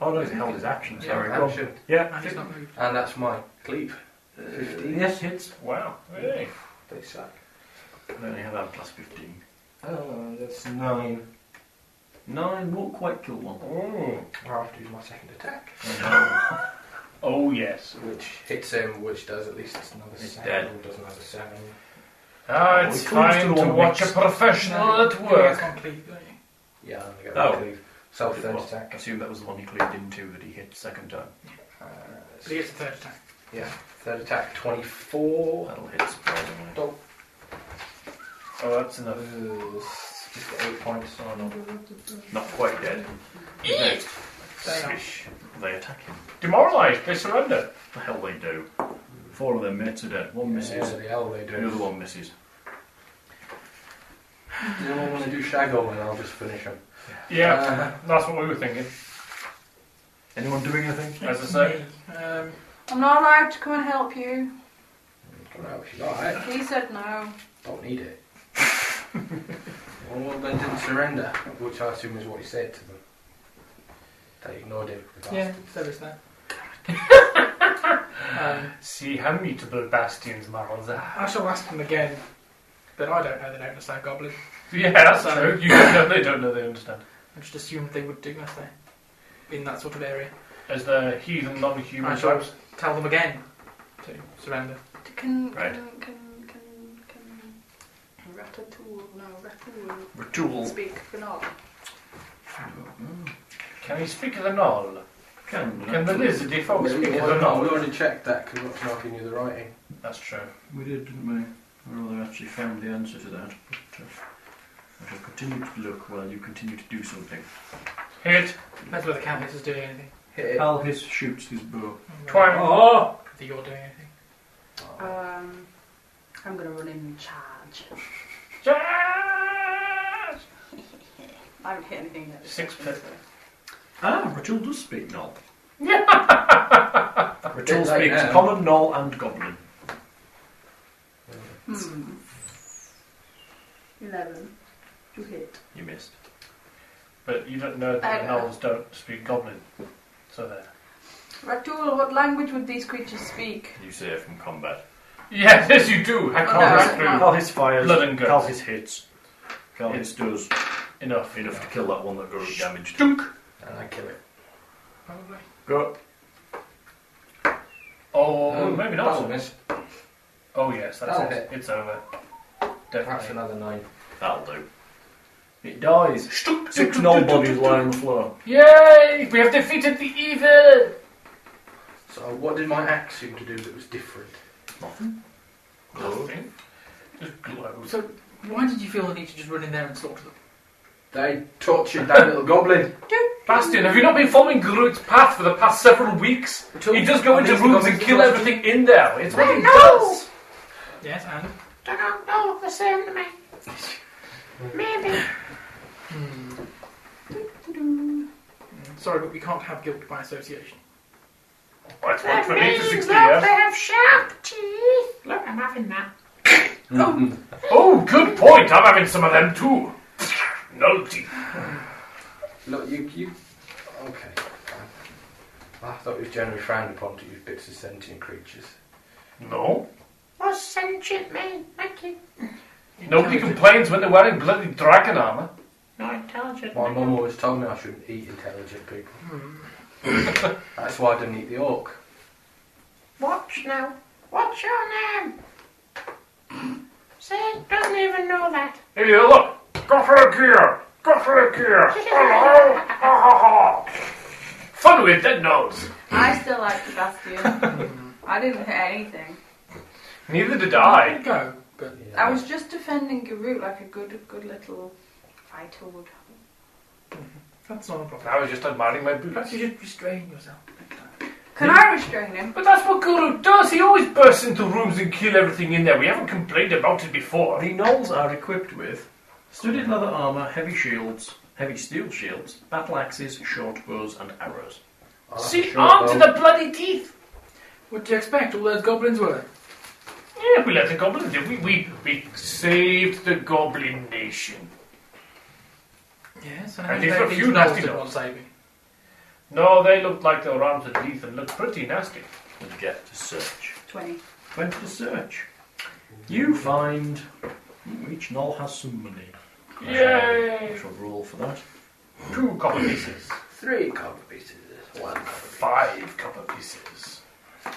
S3: Oh no, he held his action.
S5: Yeah,
S3: Sorry,
S4: action.
S3: wrong. Yeah,
S5: And he's not moved.
S4: And that's my cleave. 15.
S3: yes, hits.
S2: Wow. Hey.
S4: Uh, They suck.
S3: I only have that plus fifteen.
S4: Oh, that's 9.
S3: Nine won't quite kill one.
S2: Ooh.
S4: I'll have to use my second attack.
S3: Mm-hmm.
S2: Oh, yes.
S4: Which hits him, which does at least another
S3: It's
S4: 7.
S3: dead.
S4: doesn't have a 7.
S2: Ah,
S3: Oh,
S2: it's
S3: it comes
S2: time
S3: to
S2: to
S3: one
S2: watch a
S3: mix.
S2: professional at
S5: You guys
S2: work.
S5: can't cleave, don't you?
S4: Yeah, and I get
S3: Oh.
S4: my cleave. So, third
S3: I
S4: attack.
S3: assume that was the one he cleaved into that he hit second time.
S4: Uh,
S5: But he gets the third attack.
S4: yeah, third attack, 24.
S3: That'll hit surprisingly.
S4: Dog.
S2: Oh, that's enough.
S4: Ooh, Just got 8 points. Oh, no.
S3: Not quite dead. Next.
S5: They are.
S3: Swish. They attack him.
S2: Demoralised. They surrender.
S3: The hell they do. Four of their mates are dead. One misses.
S4: Yeah, the hell they do.
S3: The other one misses.
S4: Does anyone want to do Shaggle and I'll just finish him?
S2: Yeah,
S4: Uh,
S2: that's what we were thinking.
S3: Anyone doing anything?
S2: As I say,
S5: Me. Um,
S6: I'm not allowed to come and help you.
S4: come out if you like.
S6: He said no.
S4: Don't need it. well, they didn't surrender, which I assume is what he said to them. They ignored it. the
S5: yeah,
S4: bastards.
S5: there is that. um,
S2: see how mutable bastions morals are.
S5: I shall ask him again. But I don't know they don't understand goblin.
S2: Yeah, that's
S5: So-
S2: true. You don't know they don't know they understand.
S5: I just assumed they would do that there. In that sort of area.
S2: As the heathen non-human
S5: I shall-
S2: types.
S5: Tell them again to surrender.
S6: Can,
S3: Right.
S6: can, can, can, can, Ratatool, no, Ratatool,
S3: Ritual.
S6: speak for not.
S2: Can he speak as a null?
S3: Can,
S2: Can the lizard if I
S4: We,
S2: speak
S4: we,
S2: as a
S4: already, we
S2: null?
S4: already checked that because what's knocking you the writing.
S2: That's true.
S3: We did, didn't we? Or rather, actually found the answer to that. But, uh, I shall continue to look while you continue to do something.
S2: Hit.
S5: That's whether Candace is doing anything.
S4: Hit it.
S3: Al Hiss shoots his bow.
S2: Twang.
S5: Oh! That you're doing anything.
S6: Um, I'm going to run in and charge.
S2: Charge!
S6: I haven't hit anything yet.
S2: Six minutes.
S3: Ah, Ritual does speak Null. Ritual
S4: Bit late
S3: speaks
S2: um,
S4: now.
S3: Common, Null, and Goblin.
S6: Hmm. Eleven. You hit.
S3: You missed.
S2: But you don't know that the
S6: I know.
S2: gnolls don't speak goblin. So there.
S6: Ratul, what language would these creatures speak?
S3: You save from combat.
S2: Yes, yes, you do. I
S6: Oh, no, it's
S2: can't
S6: not.
S2: through.
S3: Call his fires.
S2: Blood and guts.
S3: Call his hits. Call
S2: Yeah.
S3: his does.
S2: Enough.
S3: Enough to kill that one that got damaged.
S4: And I kill it.
S5: Probably.
S3: Go.
S2: Oh,
S4: Mm,
S2: maybe
S4: That'll
S2: not.
S4: miss.
S2: Oh yes, that's
S4: That'll
S2: it. It's over.
S4: Perhaps
S2: Definitely.
S4: another nine.
S3: That'll do. It dies. Six
S2: stuk,
S3: null
S2: stuk,
S3: bodies
S2: stuk,
S3: lying on the floor.
S2: Yay! We have defeated the evil.
S4: So what did my axe seem to do that was different?
S2: Nothing. Just glows.
S5: So, why did you feel the need to just run in there and slaughter them?
S4: They tortured that little goblin.
S2: Bastion, have you not been following Groot's path for the past several weeks? He does go
S4: I
S2: into
S4: think the
S2: rooms and
S4: goblins
S2: kill
S4: tortured-
S2: everything in there. It's what he
S7: No!
S2: does.
S5: Yes, and?
S7: Don't know, listen to me. Maybe.
S5: Mm, Sorry, but we can't have guilt by association.
S2: That's one
S7: That
S2: for me to
S7: means
S2: 60,
S7: that they
S2: yeah.
S7: have sharp teeth. Look, I'm having that.
S2: Oh, good point. I'm having some of them too. Nulty.
S4: Look, you, you. Okay. I thought it was generally frowned upon to use bits of sentient creatures.
S2: No.
S7: What's sentient mean? Thank you.
S2: Nobody complains when they're wearing bloody dragon armour.
S7: Not intelligent.
S4: My mum always told me I shouldn't eat intelligent people.
S3: Hmm.
S4: That's why I didn't eat the orc.
S7: Watch now. What's your name? See, doesn't even know that.
S2: Here you look. Go for a gear. Go for a gear. Hello. Ha ha ha. Fun with dead nose.
S6: I still like Sebastian. I didn't hit anything.
S2: Neither did I.
S5: Go, but
S4: Yeah.
S6: I was just defending Garut like a good, good little fighter would.
S5: that's not a problem.
S2: I was just admiring my boots.
S5: Perhaps you should restrain yourself.
S6: Can I restrain him?
S2: But that's what Guru does. He always bursts into rooms and kill everything in there. We haven't complained about it before.
S3: The gnolls are equipped with studded leather armour, heavy shields, heavy steel shields, battle axes, short bows, and arrows.
S4: I like a
S2: See,
S4: short
S2: armed to
S4: bow.
S2: the bloody teeth.
S5: What do you expect? All those goblins were.
S2: Yeah, we let the goblin. do. We we we saved the goblin nation.
S5: Yes,
S2: And
S5: how
S2: these
S5: many
S2: are
S5: these
S2: few nasty
S5: gnolls did
S2: gnolls.
S5: one saving.
S2: No, they looked like they were armed to the teeth and looked pretty nasty.
S3: And get to search.
S6: 20.
S3: Went to search. You find Ooh, each knoll has some money. I shall- I
S2: Yay!
S3: shall roll for that.
S2: Two copper pieces.
S4: Three copper pieces. One copper
S2: Five copper pieces.
S4: piece.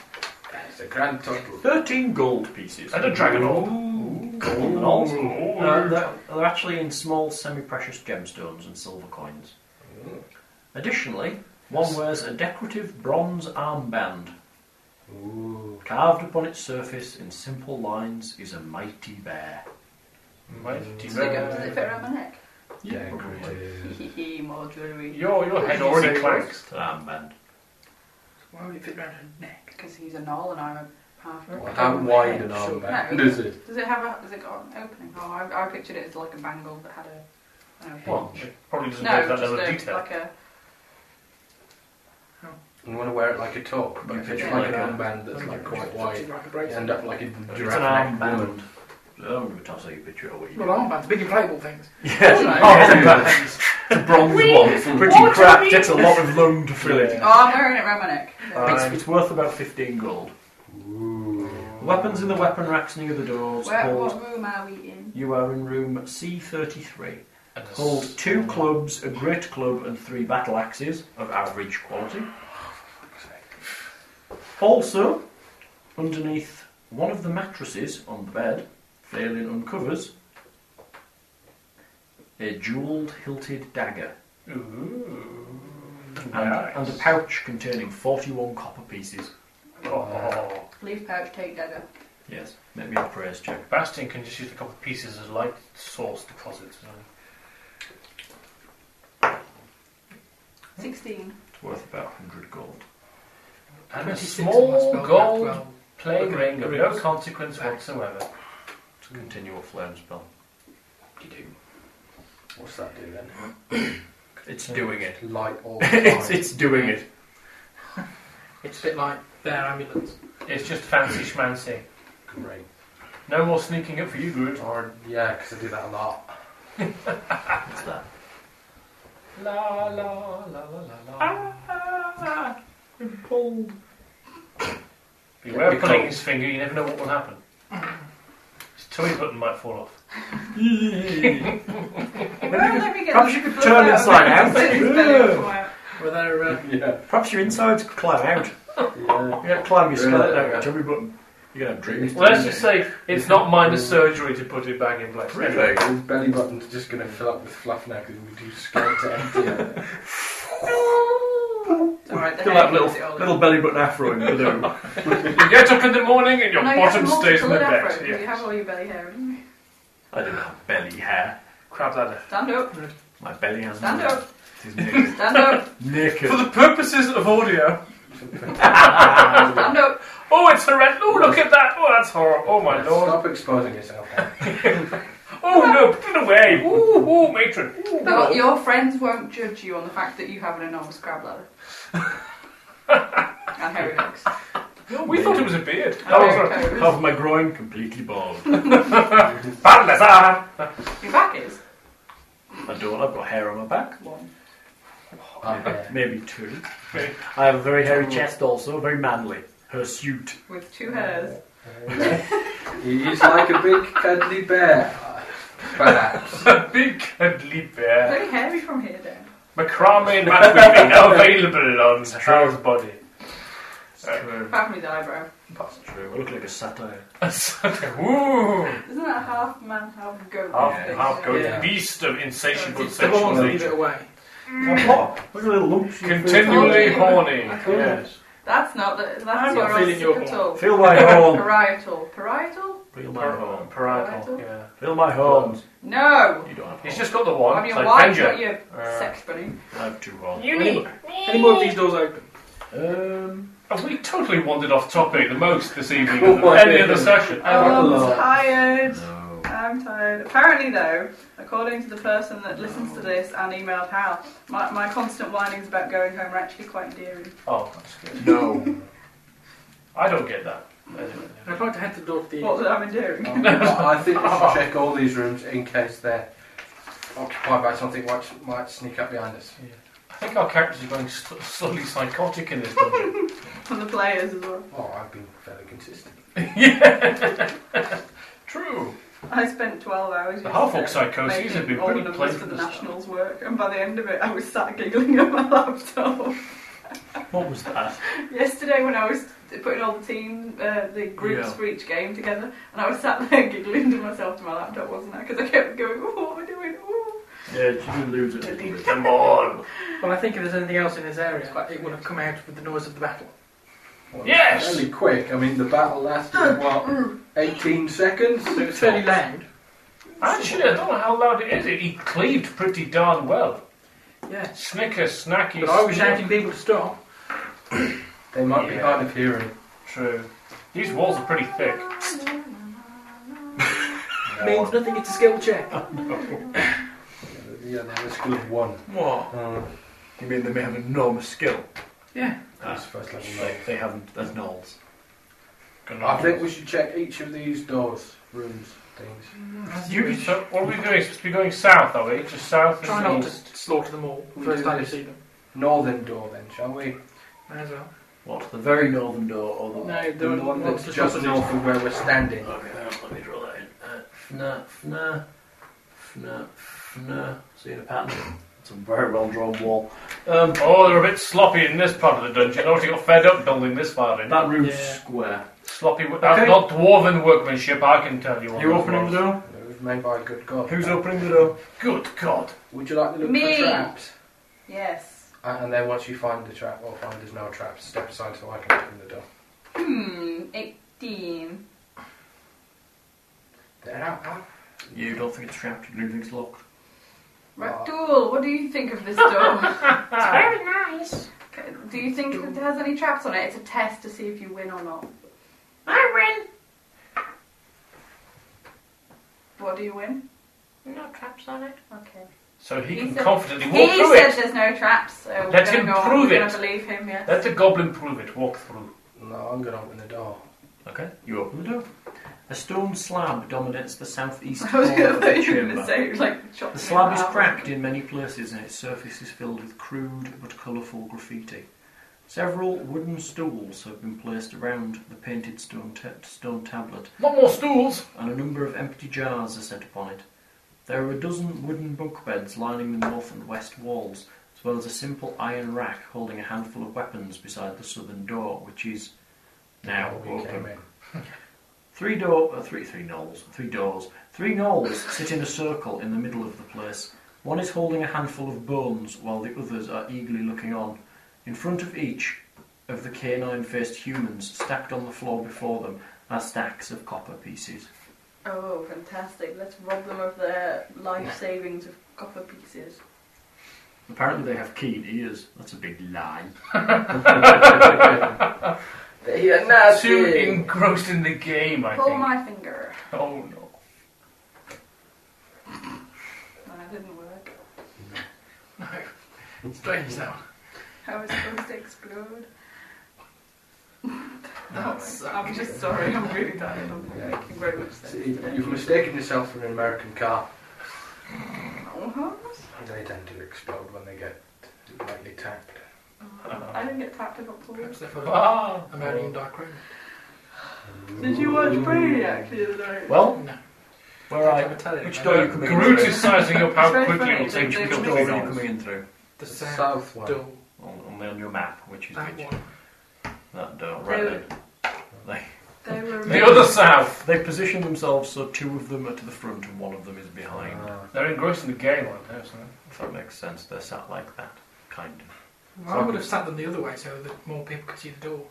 S4: It's a grand total.
S3: Thirteen gold pieces.
S2: And a dragon orb.
S3: Gold knolls.
S2: Ooh.
S3: Uh, they're, they're actually in small, semi-precious gemstones and silver coins.
S2: Mm.
S3: Additionally, one wears a decorative bronze armband.
S4: Ooh.
S3: Carved upon its surface in simple lines is a mighty bear.
S2: Mighty
S6: Does it go- does it
S2: man.
S6: fit around my neck?
S3: Yeah,
S6: Hee hee, more jewellery.
S2: Your your head already clanks.
S3: Armband.
S5: Why would it fit around her neck?
S6: Because he's a knoll and I'm a half orc.
S4: How wide an arm
S6: No.
S4: band is it?
S6: Does it have a. Has it got an opening? Oh, I, I pictured it as like a bangle that had a. I don't know.
S2: Well, it probably doesn't go
S6: No,
S2: to that level of
S6: just a,
S2: detail.
S6: like a.
S4: You want to wear it like a top, but
S3: You
S4: if
S3: picture
S4: it's
S6: like
S4: like an
S3: a-
S4: armband that's like quite wide,
S5: Like a
S4: you
S5: bracelet.
S4: end up like a
S3: It's an
S4: giraffe neck
S3: armband.
S4: woman.
S3: Oh, I'm going to toss you a picture of what you
S5: Well, armbands, big inflatable things.
S6: Oh,
S3: Oh. The bronze one. Pretty crap. Takes a lot of lung to fill it.
S6: Oh, I'm wearing it around my neck. So-
S3: It's, it's worth about 15 gold. Weapons in the weapon racks near the doors.
S6: Where,
S3: Hold.
S6: what room are we in?
S3: You are in room C33. Hold two clubs, a great club, and three battle axes of average quality. Also, underneath one of the mattresses on the bed, Phelan uncovers a jewelled hilted dagger
S2: Ooh.
S3: and,
S2: Nice.
S3: and a pouch containing 41 copper pieces.
S2: Oh.
S6: Leaf pouch, take dagger.
S3: Yes, make me a praise check.
S2: Bastion can just use a couple of pieces as light source deposits. you know.
S6: 16.
S3: It's worth about 100 gold.
S2: And a
S5: 26
S2: small
S5: on my spell,
S2: gold
S5: well,
S2: plain
S5: Okay,
S2: ring of no
S5: rings.
S2: consequence whatsoever.
S3: It's a continual flame spell.
S4: What's that do then?
S3: It's doing it.
S4: Light all the time.
S3: it's, it's doing it.
S5: It's a bit like their ambulance.
S2: It's just fancy schmancy.
S4: Great.
S2: No more sneaking up for you, Groot.
S4: Or, yeah, because I do that a lot.
S3: It's that.
S2: La la la la la la. Beware of
S4: Because-
S2: pulling his finger, you never know what will happen. His tummy button might fall off.
S6: Well, let me get
S3: Perhaps
S6: this
S3: you could
S6: book
S3: turn
S6: out.
S3: inside out.
S6: It's very quiet.
S5: Whether uh,
S4: Yeah.
S3: Perhaps your insides could climb out.
S4: yeah.
S3: You gotta climb your
S4: Yeah.
S3: skeleton out your tummy button. You're gonna have dreams.
S2: Well, let's just say it's not minor surgery to put it back in place.
S4: Really? His belly button's just going to fill up with fluff now because we do scared to empty it.
S6: All right, the hair
S3: Feel that
S6: gives it all
S3: little,
S6: up.
S3: little belly button afro in the balloon.
S2: You get up in the morning and your
S6: No, you have
S2: bottom stays in the
S6: multicoloured afro,
S2: bed.
S6: because You
S2: Yeah.
S6: have all your belly hair. haven't you?
S3: I don't have belly hair.
S2: Crab ladder.
S6: Stand up,
S3: My belly has
S6: stand
S3: no-
S6: up,
S3: It is naked.
S6: stand up,
S3: naked.
S2: For the purposes of audio.
S6: stand up.
S2: Oh, it's horrendous. Oh, look at that. Oh, that's horrible. Oh, my lord.
S4: Stop exposing yourself.
S2: Oh, no, put it away. Ooh, ooh, matron. Ooh,
S6: Your, your friends won't judge you on the fact that you have an enormous crab ladder. and hairy legs.
S2: we thought it was a beard.
S6: And
S2: That was oh.
S6: hairy
S2: a
S6: toes.
S3: Half my groin completely bald.
S2: Balazar.
S6: Your back is
S3: I don't. I've got hair on my back.
S6: one.
S3: Maybe two. I have a very hairy chest also, very manly. Hirsute.
S6: With two hairs.
S4: He's like a big cuddly bear. Perhaps.
S2: Big cuddly bear.
S6: Very hairy from here down.
S2: Macrame and mat weaving now available on Charles Body.
S3: True.
S6: Apart from his eyebrow.
S3: That's true. I look like a satire.
S2: Ooh,
S6: Isn't that half man, half goat?
S2: half,
S6: thing?
S2: half goat
S5: Yeah.
S2: beast of insatiable
S5: it's the horns
S2: sexual
S5: that lead
S2: nature.
S5: it away.
S3: I'm hot. Look at little lumps.
S2: Continually horny. Yes.
S6: That's not, the, that's
S5: I'm
S6: your
S5: not feeling your
S6: occipital.
S3: Feel my horn.
S6: Parietal. Parietal?
S3: Feel my
S2: Par-
S3: horn.
S2: Parietal. Yeah.
S3: Feel my horn.
S6: No!
S3: You don't have
S2: He's
S3: horns.
S2: just got the
S6: I
S2: one.
S6: mean,
S2: like
S6: why
S2: Benja.
S6: not your
S2: Uh,
S6: sex bunny?
S3: I have two horns.
S5: Any, any more of these doors open?
S3: Um,
S2: Oh, we totally wandered off topic the most this evening
S4: Oh,
S2: than
S4: my
S2: any other
S4: goodness.
S2: session.
S6: Oh,
S4: Hello.
S6: I'm tired.
S3: no.
S6: I'm tired. Apparently, though, according to the person that listens to this and emailed Hal, my, my constant whinings about going home are actually quite endearing.
S2: Oh, that's good.
S3: No.
S2: I don't get that. Anyway,
S5: I'd like to head to the door to the
S6: What that I'm endearing?
S4: I think we should check all these rooms in case they're occupied by something which might sneak up behind us.
S2: I think our characters are going sl- slowly psychotic in this dungeon.
S6: From the players as well.
S4: Oh, I've been fairly consistent.
S2: True.
S6: I spent 12 hours
S2: The half-orc
S6: yesterday
S2: psychoses have
S6: making
S2: been
S6: all
S2: pretty
S6: the numbers
S2: plain
S6: for
S2: at
S6: the
S2: the start.
S6: Nationals work, and by the end of it, I was sat giggling at my laptop.
S3: What was that?
S6: Yesterday, when I was putting all the team, uh, the groups
S3: Yeah.
S6: for each game together, and I was sat there giggling to myself to my laptop, wasn't I? Because I kept going, "Ooh, what am I doing? Ooh.
S3: Yeah, you did lose it a little bit.
S2: Come on.
S5: Well, I think if there's anything else in this area, it would have come out with the noise of the battle.
S4: Well,
S2: Yes!
S4: Fairly quick. I mean, the battle lasted, what, 18 seconds?
S5: So it's fairly loud.
S2: Actually, I don't know how loud it is. It, he cleaved pretty darn well.
S5: Yeah.
S2: Snicker, snacky.
S5: But I was
S2: sneer.
S5: shouting people to stop.
S4: They might be
S2: Yeah.
S4: hard of hearing.
S2: True. These walls are pretty thick.
S5: Means nothing. It's a skill check.
S4: Yeah, they're a school of one.
S3: What?
S4: Oh,
S3: You mean they may have enormous skill?
S5: Yeah.
S4: that's first level
S3: They, they haven't. There's knolls.
S4: I think we should check each of these doors, rooms, things.
S2: You, so what are we doing? Supposed to be going south, are we? Just south and
S5: Try not to
S2: east.
S5: slaughter them all
S4: We
S5: first
S4: do
S5: time you
S4: this.
S5: see them.
S4: Northern door, then, shall we?
S5: May as well.
S3: What? The very northern door or the.
S5: No,
S4: The
S5: there are
S4: one
S5: lots
S4: that's
S5: of
S4: just
S5: shops.
S4: north of where we're standing.
S3: Okay, hang on, let me draw that in. Uh, fna, fna, fna, fna. See the pattern? It's a very well drawn wall. Um,
S2: Oh, they're a bit sloppy in this part of the dungeon. They obviously got fed up building this far in.
S3: that room's
S5: Yeah.
S3: square.
S2: Sloppy. wo- That's not dwarven workmanship, I can tell you. on
S3: You
S2: those
S3: opening
S2: walls.
S3: the door?
S4: It was made by a good god.
S3: Who's opening the door?
S2: Good God.
S4: Would you like to look
S6: Me.
S4: for traps?
S6: Yes.
S4: Uh, and then once you find the trap or find there's no traps, step aside so I can open the door.
S6: Hmm, 18.
S4: They're out, huh?
S3: You don't think it's trapped and everything's locked?
S6: Ractool, what do you think of this door?
S7: It's very nice.
S6: Okay, do you think it has any traps on it? It's a test to see if you win or not.
S7: I
S6: What do you win?
S7: win. No traps on it.
S6: Okay.
S2: So he,
S6: He
S2: can
S6: said-
S2: confidently walk
S6: He
S2: through
S6: said
S2: it.
S6: there's no traps, so we're
S2: Let
S6: gonna
S2: him
S6: go on.
S2: prove
S6: we're going
S2: it.
S6: to believe him, yes.
S2: Let the goblin prove it. Walk through.
S4: No, I'm going to open the door.
S3: Okay, you open the door. A stone slab dominates the southeast
S6: I was
S3: corner
S6: gonna,
S3: of the
S6: you were going to
S3: chamber.
S6: say, um, like, shot
S3: The slab is cracked in many places and its surface is filled with crude but colourful graffiti. Several wooden stools have been placed around the painted stone, ta- stone tablet,
S2: Not more stools.
S3: and a number of empty jars are set upon it. There are a dozen wooden bunk beds lining the north and west walls, as well as a simple iron rack holding a handful of weapons beside the southern door, which is now open. Three door, uh, three three knolls, three doors, three knolls sit in a circle in the middle of the place. One is holding a handful of bones, while the others are eagerly looking on. In front of each of the canine-faced humans, stacked on the floor before them, are stacks of copper pieces.
S6: Oh, fantastic. Let's rob them of their life savings of copper pieces.
S3: Apparently, they have keen ears. That's a big lie.
S4: They are not
S9: Too
S4: in.
S9: engrossed in the game, I
S6: Pull
S9: think.
S6: my finger.
S9: Oh no.
S6: That didn't work.
S5: Strange now.
S6: I was supposed to explode. Oh
S5: That's
S6: I'm just sorry, I'm really tired. I'm making very much sense
S4: See,
S6: today.
S4: You've mistaken yourself for an American car.
S6: Uh-huh.
S4: They tend to explode when they get lightly tapped.
S6: I didn't get tapped about Paul.
S5: perhaps they're for
S9: Ah,
S5: American Dark Room.
S6: Did you watch Brainiac the other night?
S3: Well,
S5: No.
S3: where
S5: I'm
S3: I
S5: Italian.
S3: which
S5: I
S3: door
S5: know
S3: you coming in
S9: Groot
S3: through?
S9: is sizing up how
S6: It's very
S9: quickly
S6: funny,
S9: it will take
S6: they-
S9: to
S6: they
S9: kill
S6: mix
S3: Door
S9: the
S3: you
S6: up.
S9: knolls.
S3: coming in through?
S5: The
S4: The
S5: south,
S4: south one.
S5: door.
S3: On- Only on your map, which is
S5: That
S3: which?
S5: one.
S3: That door, right
S6: There-
S3: there. They,
S6: They were
S9: The other south.
S3: they position themselves so two of them are to the front and one of them is behind.
S5: Uh.
S4: Ah.
S9: They're engrossed in the game, aren't they? or something?
S3: If that makes sense, they're sat like that, kind of.
S5: Well, I would have sat them the other way so that more people could see the door.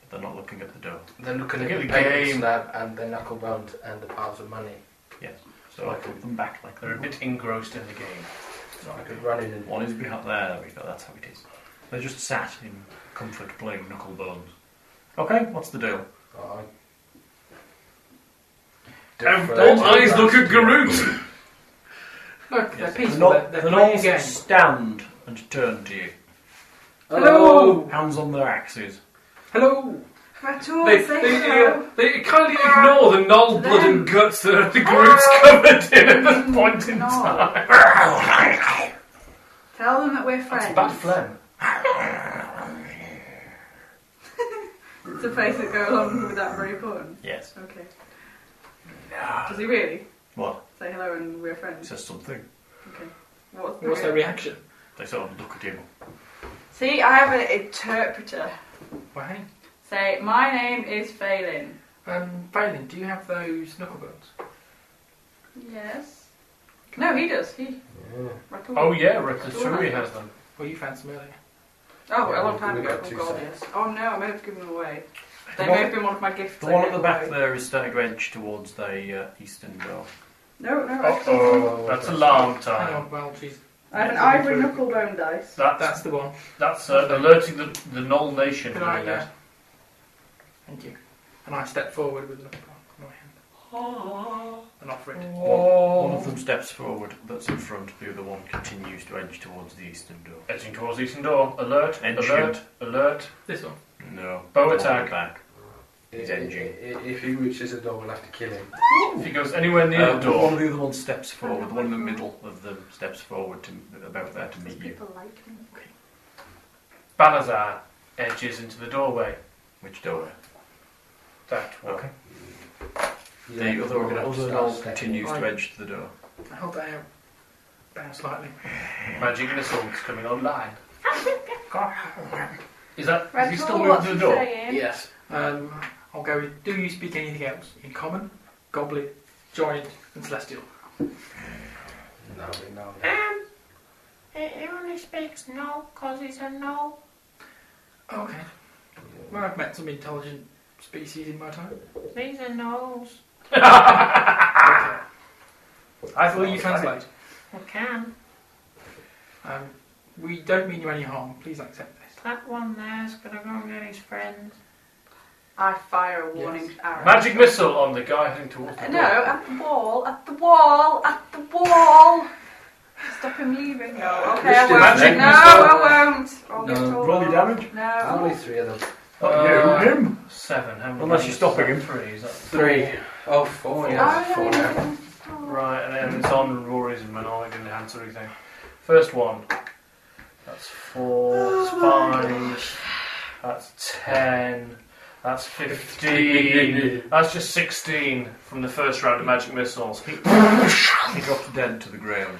S3: But they're not looking at the door.
S4: They're looking
S9: Look
S4: at
S9: at
S4: the
S9: the
S4: game
S9: game.
S4: slab and the knuckle bones and the piles of money.
S3: So I put them back like
S9: They're a
S3: that.
S9: bit engrossed in the game.
S4: So I could run in and
S3: One is behind there, there we go, that's how it is. They just sat in comfort playing knuckle bones. Okay, what's the deal?
S4: Oh, I-
S9: Um,
S4: Different
S9: all eyes look at Garut.
S5: Look,
S3: Yes,
S5: they're peaceful. They're,
S3: the gno-
S5: they're
S3: the
S5: playing a
S3: gnolls
S5: game.
S3: stand and turn to you.
S9: Oh.
S4: Hello!
S3: Hands on their axes.
S5: Hello.
S6: Ratoon,
S9: They,
S6: say
S9: they, uh,
S6: hello.
S9: they kindly ignore the knoll blood and guts that are the Groot's covered in at this point in time.
S6: No. Tell them that we're friends.
S9: Bad phlegm.
S6: It's a face that go along with that very pun.
S3: Yes.
S6: Okay. Does he really
S3: What?
S6: say hello and we're
S3: He
S6: friends?
S3: says something.
S6: Okay. What's,
S5: What's
S6: the
S5: their reaction?
S3: They sort of look at him.
S6: See, I have an interpreter.
S5: Why?
S6: Say, my name is Phelan.
S5: Um, Balin, do you have those knucklebones?
S6: Yes. No, he does. He. Raccoon.
S9: Oh yeah, Ratatouille has them.
S5: Well, you found some earlier.
S6: Oh, a long
S4: Yeah,
S6: time
S4: we
S6: ago.
S4: got
S6: Oh
S4: two
S6: god, yes.
S4: sets.
S6: Oh no, I may have given them away. They
S3: The one-
S6: may have been one of my gifts.
S3: The
S6: I
S3: one at
S6: gave
S3: the back
S6: away.
S3: there is starting to edge towards the uh, eastern door.
S6: No, no.
S9: Uh
S6: actually,
S9: oh, that's alarm
S5: Hang
S9: time.
S5: on, well, she's.
S6: I have an ivory knucklebone dice.
S9: That's
S5: That's the one.
S9: that's uh, alerting the the Knoll Nation.
S5: Good night,
S9: yes.
S5: yeah. Thank you. And I step forward with a knucklebone in my hand and offer it.
S3: One of them steps forward, that's in front, the other one continues to edge towards the eastern door.
S9: Edging towards eastern door. Alert!
S3: Ancient.
S9: Alert! Alert!
S5: This one.
S3: No.
S9: Bow
S3: Walk
S9: attack.
S3: Back. He's
S4: I-
S3: edging.
S4: I- If he reaches the door, we'll have to kill him.
S9: If he goes anywhere near
S3: Uh,
S9: the
S3: One
S9: door,
S3: of the other ones steps forward, the one in the middle of them steps forward to about there to meet you,
S6: People like me.
S9: Balazar edges into the doorway.
S3: which door?
S9: That one.
S3: Okay.
S4: Yeah,
S3: The other
S4: we're
S3: one
S4: gonna have to
S3: other
S4: start
S3: knoll
S4: stepping.
S3: continues
S5: Right.
S3: to edge to the door.
S5: I hold that out. Down slightly.
S9: Magic missiles coming online. Is that? Is he
S6: Raccoon,
S9: still
S6: oh,
S9: moving to
S6: what's he
S9: the door?
S6: saying?
S4: Yes.
S5: Um, I'll go with Do you speak anything else? In common, goblin, giant, and celestial.
S4: No, we know that.
S7: Um, he, he only speaks no because he's a no.
S5: Oh, okay. Well, I've met some intelligent species in my time.
S7: These are no's.
S5: I thought you translate.
S7: I can.
S5: Um, we don't mean you any harm. Please accept this.
S7: That one there's gonna go and get his friends.
S6: I fire a warning arrow.
S9: Magic missile on the guy heading towards the
S6: Uh,
S9: door.
S6: No, at the wall, at the wall, at the wall. Stop him leaving. No, okay, I
S4: Christian
S6: won't.
S4: magic
S6: No,
S4: missile.
S6: I won't. I'll get
S4: No.
S6: told
S3: Roll your
S6: off.
S3: damage.
S6: No.
S4: Only three of them.
S3: Not
S2: Uh,
S3: you, him.
S2: Seven. How many
S3: Unless you're
S2: is
S3: stopping
S2: that?
S3: him.
S2: Three. Is that
S4: Three. Oh, four.
S6: Ah,
S4: Yeah, four now.
S6: yeah.
S2: Right, and then it's on Rory's mnemonic and enhance everything. First one. That's four. That's five. That's ten. That's fifteen. That's just sixteen from the first round of magic missiles.
S3: He dropped dead to the ground.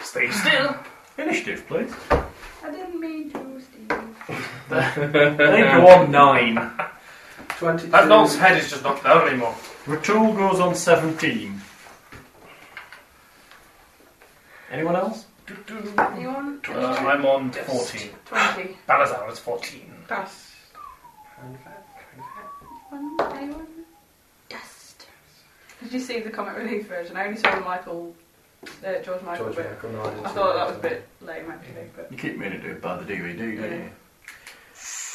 S2: Stay still.
S3: Initiative, please.
S6: I didn't mean to, Steve.
S5: Uh,
S3: They go on nine.
S4: Twenty-two.
S2: That Noel's head is just not there anymore.
S3: Ratul goes on 17. Anyone else?
S6: Anyone?
S2: Uh, I'm on fourteen.
S6: 20.
S2: Balazar is fourteen.
S6: Pass. One, anyone? Yes. Did you see the comic relief version? I only saw the Michael, uh, George Michael
S4: George
S6: bit.
S4: Michael, no, I didn't
S6: I
S4: see
S6: thought that was a bit lame actually, but
S3: You keep meaning to do it by the DVD, don't you?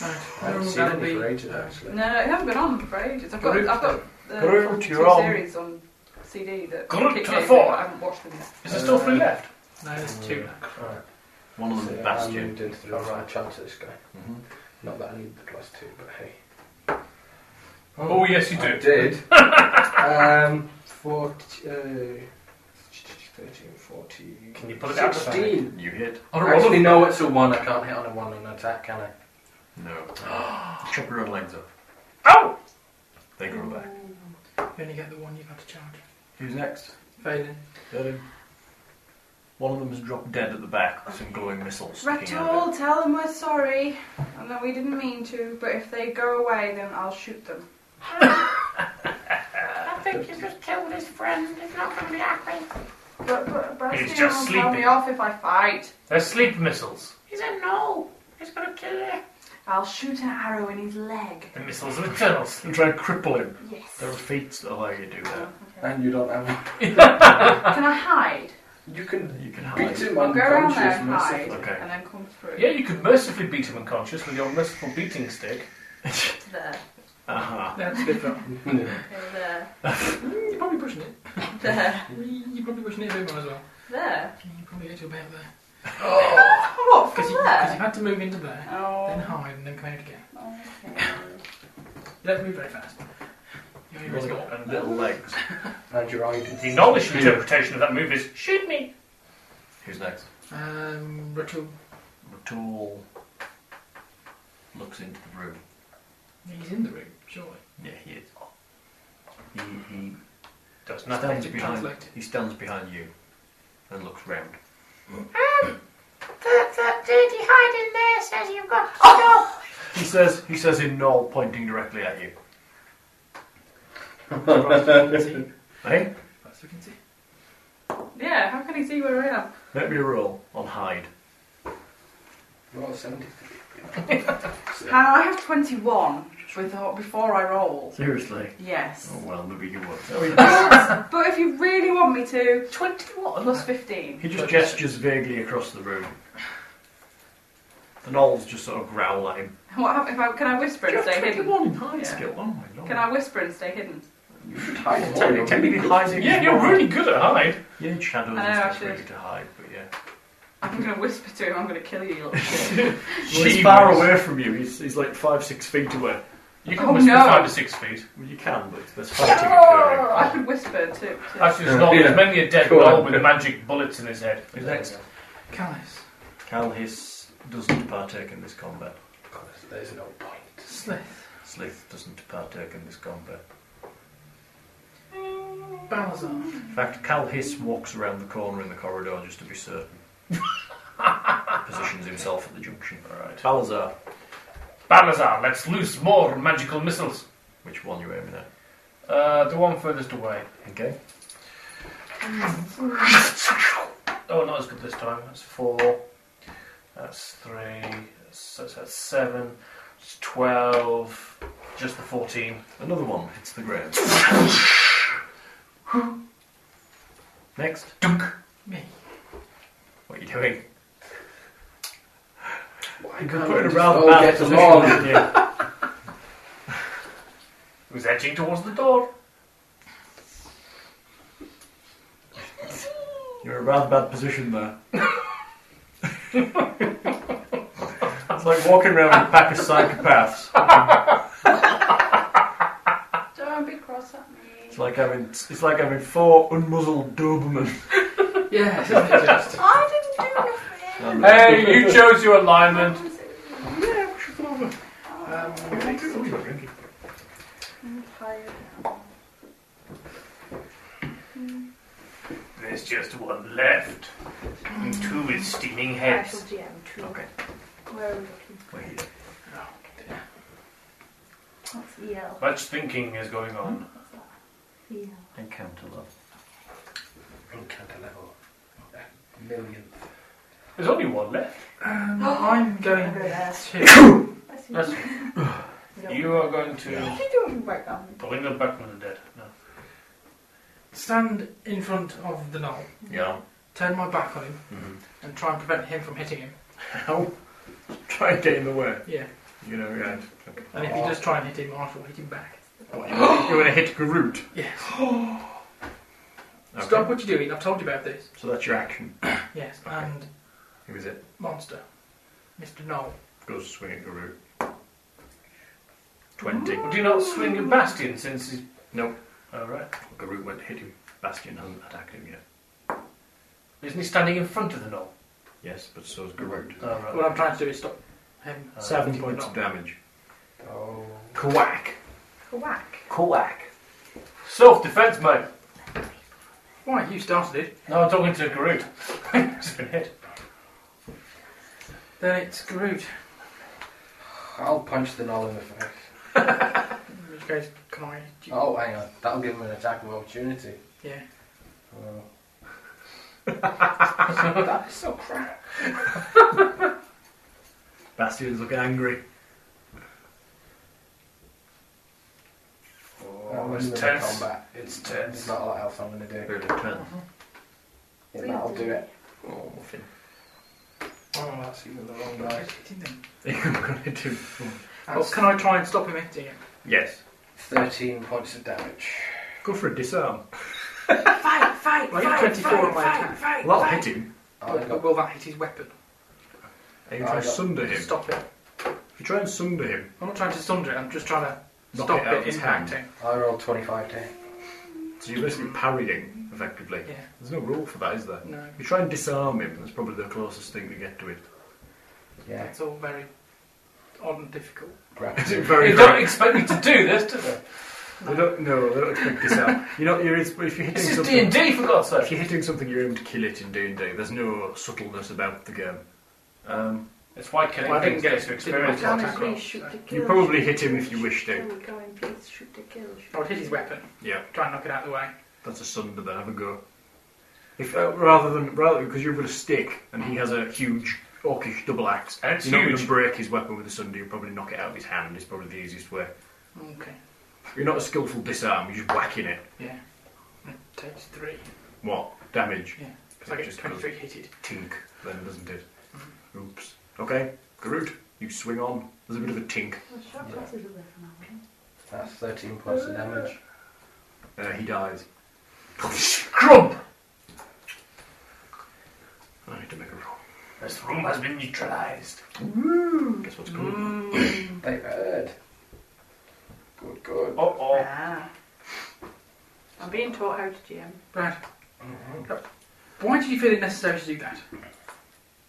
S4: I haven't seen it
S5: That'll be-
S4: for ages, actually.
S6: no, it hasn't been on for ages. I've got
S3: Groot.
S6: I've got the
S3: Groot,
S6: full two
S3: you're on.
S6: series on CD that
S2: Groot
S6: kicked
S2: to the
S6: in,
S2: fore.
S6: but I haven't watched them yet.
S2: Is there still
S4: Uh,
S2: three left?
S5: No, there's two.
S3: One of
S4: See,
S3: them,
S4: I
S3: Bastion.
S4: moved into the right chance of this guy. Not that I needed the plus two, but hey.
S2: Oh yes, you
S4: I
S2: do.
S4: did. um, 40, uh, 13, 40.
S2: Can you put it out?
S4: 16.
S3: You hit.
S4: I actually know it's a 1. I can't hit on a 1 on an attack, can I?
S3: No. Chop your own legs up.
S2: Oh!
S3: They grow back.
S5: You only get the one you've had to charge.
S3: Who's next?
S5: Valen.
S3: Him. One of them has dropped dead at the back with some glowing missiles sticking out of it.
S6: Ratul, tell them we're sorry and that we didn't mean to, but if they go away, then I'll shoot them.
S7: I think you just killed his friend. It's not going to be that way.
S6: But, but, but
S2: He's
S6: Bastion
S2: just
S6: will tell me
S2: sleeping.
S6: off if I fight.
S2: They're sleep missiles.
S7: He said no. It's going to kill you.
S6: I'll shoot an arrow in his leg.
S2: The missiles of eternal sleep.
S3: You try and cripple him.
S6: Yes.
S3: There are feats that allow you to do that.
S4: And you don't have one.
S6: Can I hide?
S4: You can
S3: You can
S4: beat
S3: hide.
S4: him
S6: I'll go around there
S4: unconscious
S6: and hide,
S4: massively.
S3: Okay.
S6: and then come through.
S2: Yeah, you could mercifully beat him unconscious with your merciful beating stick.
S6: There,
S3: Uh-huh.
S5: That's good for
S6: okay, there,
S5: You're probably pushing it.
S6: there,
S5: You're probably pushing it a bit more as well.
S6: there.
S5: You probably get to about there. Oh.
S6: What,
S5: Because
S6: from
S5: you, because
S6: there?
S5: you've had to move into there, then
S6: Oh,
S5: hide, and then come out again.
S6: okay.
S5: You don't move very fast. You only risk it.
S3: And little legs.
S4: And your eye
S2: The knowledge interpretation of that move is shoot me.
S3: Who's next?
S5: Um, Ritual.
S3: Ratul looks into the room.
S5: He's in the room, surely.
S3: Yeah, he is. He, he
S2: Does nothing.
S3: stands behind.
S5: translate.
S3: He stands behind you, and looks round.
S7: The, the dude you hide in there says you've got to go.
S3: He says. He says in Noel, pointing directly at you. Hey,
S5: That's what I can see.
S6: Yeah, how can he see where I am?
S3: make me a roll on hide.
S4: Roll 70.
S6: Hannah, I have 21 with, before I roll.
S3: Seriously.
S6: Yes.
S3: Oh well, maybe you would.
S6: But if you really want me to, 21 plus 15.
S3: He just gestures vaguely across the room. The Knolls just sort of growl at him.
S6: What hap- if I, can I whisper and stay hidden?
S3: in hide
S6: Yeah.
S3: skill. Oh my lord.
S6: Can I whisper and stay hidden?
S4: You should hide
S3: Technically, technically hiding.
S2: Yeah,
S3: is
S2: you're
S3: one.
S2: really good at hide.
S3: You need shadows
S6: I know,
S3: and
S6: I
S3: stuff
S6: should.
S3: really to hide, but yeah.
S6: I'm going to whisper to him, I'm going to kill you, you little shit.
S3: Well, he's far away from you. He's, he's like five, six feet away.
S2: You can
S6: Oh,
S2: whisper
S6: no.
S2: five to six feet.
S3: Well, you can, but there's fighting
S6: Oh,
S3: occurring.
S6: I could whisper to. to
S2: Actually, there's not
S4: Yeah.
S2: there's mainly a dead
S4: Go
S2: doll
S4: on.
S2: with magic bullets in his head.
S3: Who's next?
S5: Callus.
S3: Calhis doesn't partake in this combat.
S4: There's no point.
S5: Slith.
S3: Slith doesn't partake in this combat.
S5: Balazar.
S3: In fact, Calhis walks around the corner in the corridor just to be certain. Positions himself at the junction. Alright. Balazar,
S2: Balazar, let's loose more magical missiles.
S3: which one you aiming at?
S2: Uh, the one furthest away.
S3: Okay.
S2: Oh, not as good this time. That's four. That's three. That's, that's, that's seven. It's twelve. Just the fourteen.
S3: Another one hits the ground. Next.
S5: Me.
S3: What are you doing?
S4: Why
S3: You
S4: can't we
S3: can put it
S4: just
S3: around
S4: all
S3: bad
S4: get
S3: position.
S4: along?
S3: wouldn't you?
S2: Who's edging towards the door?
S3: You're in a rather bad position there. It's like walking around with a pack of psychopaths.
S6: Don't be cross at me.
S3: It's like having it's like having four unmuzzled Doberman.
S5: Yeah, just
S6: I didn't do nothing.
S11: Hey, you chose your alignment. Um,
S6: I'm tired now.
S2: There's just one left. And two with steaming
S13: Actual
S2: heads.
S13: GM, two.
S3: Okay.
S13: Where are we looking?
S2: Oh,
S13: What's
S6: E
S13: EL?
S2: Much thinking is going on.
S13: EL.
S3: Encounter love.
S4: Encounter level. a Millionth.
S2: There's only one left.
S5: Um,
S11: I'm
S13: Over
S11: going
S13: there.
S11: to.
S13: That's
S2: That's
S13: you.
S2: You are going to
S6: You don't work on me.
S2: bring them back from the dead. No.
S5: stand in front of the knoll,
S3: Yeah.
S5: turn my back on him,
S3: Mhm.
S5: and try and prevent him from hitting him.
S3: How? Try and get in the way.
S5: Yeah,
S3: You know, yeah.
S5: and if you just try and hit him, I shall hit him back.
S3: What, you want to hit Garut?
S5: Yes.
S3: Okay.
S5: Stop what you're doing. I've told you about this.
S3: So that's your action.
S5: Yes,
S3: Okay.
S5: and
S3: Who is it?
S5: monster, Mr. Knoll.
S3: Goes swing at Garut. Twenty.
S2: Would you not swing at Bastion since he's.
S3: Nope.
S2: Alright.
S3: Garut went to hit him. Bastion hasn't attacked him yet.
S2: Isn't he standing in front of the knoll?
S3: Yes, but so is Garut.
S2: Alright.
S5: What I'm trying to do is stop him.
S3: Uh, Seven
S5: hitting the
S3: points
S5: knoll.
S3: of damage.
S4: Oh.
S3: Quack.
S13: Whack.
S3: Quack.
S2: Self defense, mate.
S5: Why? You started it.
S2: No, I'm talking to Garut. It's been hit.
S5: Then it's Groot.
S4: I'll punch the null in the face.
S5: In which case, can I? do you-
S4: Oh, hang on. That'll give him an attack of opportunity.
S5: Yeah.
S4: Oh.
S2: Oh.
S5: That is so crap.
S3: Bastion's looking angry.
S2: Oh,
S4: I'm
S2: it's
S4: in the
S2: tense.
S4: combat.
S2: It's
S4: There's
S2: tense.
S4: not a lot else I'm going to do.
S3: Bit of turn.
S4: Yeah, that'll do it.
S3: Oh, Finn.
S4: Oh, that's even the wrong
S5: He's
S4: guy.
S5: hitting them.
S3: I'm gonna do.
S5: Oh, can I try and stop him hitting him?
S3: Yes.
S4: 13 points of damage.
S3: Go for a disarm.
S13: Fight, fight,
S5: Well, I
S13: fight,
S5: got 24 on my
S13: fight,
S5: attack.
S13: fight,
S3: Well, that'll
S13: fight.
S3: hit him.
S4: I
S5: But- but
S4: got
S5: will that hit his weapon?
S3: And you try and
S4: I got-
S3: sunder him.
S5: Stop it.
S3: If you try and sunder him,
S5: I'm not trying to sunder it. I'm just trying to
S3: Knock
S5: stop
S3: it out of
S5: it,
S3: his hand.
S5: impacting.
S4: I rolled 25 to hit.
S3: so you're basically parrying, effectively.
S5: Yeah.
S3: There's no rule for that, is there?
S5: No.
S3: You try and disarm him, that's probably the closest thing to get to it.
S4: Yeah.
S5: It's all very odd and difficult.
S3: Is it
S4: Grappling.
S3: very
S11: They don't expect me to do this, do they?
S3: They don't, no, they don't expect disarm. You're not, you're, if you're hitting
S11: This is D
S3: something...
S11: and D for God's
S3: if
S11: sake.
S3: you're hitting something, you're aiming to kill it in D&D. There's no subtleness about the game. Um,
S2: It's why killing
S5: Well, I
S2: things
S5: didn't get-
S2: gets you experience.
S5: didn't
S2: lots of
S5: attack
S2: crap.
S5: roll.
S13: Please shoot to kill.
S3: you probably
S13: shoot
S3: hit him
S13: kill,
S3: if you
S13: shoot
S3: wish to.
S13: kill, Go in peace, shoot to kill. shoot
S5: I would hit
S13: to
S5: his
S13: kill.
S5: weapon,
S3: Yeah,
S5: try and knock it out of the way.
S3: that's a sunder then. Have a go. If uh, rather than rather because you've got a stick and he has a huge orcish double axe,
S2: And it's
S3: you're not
S2: huge.
S3: going to break his weapon with a sunder. You'll probably knock it out of his hand. Is probably the easiest way.
S5: Okay.
S3: You're not a skillful disarm, you're just whacking it.
S5: Yeah. It takes three.
S3: What? Damage.
S5: Yeah. Because I
S3: It
S5: get
S3: just
S5: 23 hitted.
S3: Tink, then, doesn't it? Oops. Okay, Groot, you swing on. There's a bit of a tink.
S13: Well, shot
S4: Yeah.
S13: passes away from that one.
S4: That's 13 points of damage.
S3: Uh, he dies.
S2: Crump!
S3: I need to make a roll.
S2: This room has been neutralized.
S3: Guess what's coming?
S11: Mm.
S5: Mm.
S4: They heard. Good, good.
S2: Uh oh.
S6: Ah. I'm being taught how to GM.
S5: Brad,
S3: Mm-hmm.
S5: why did you feel it necessary to do that?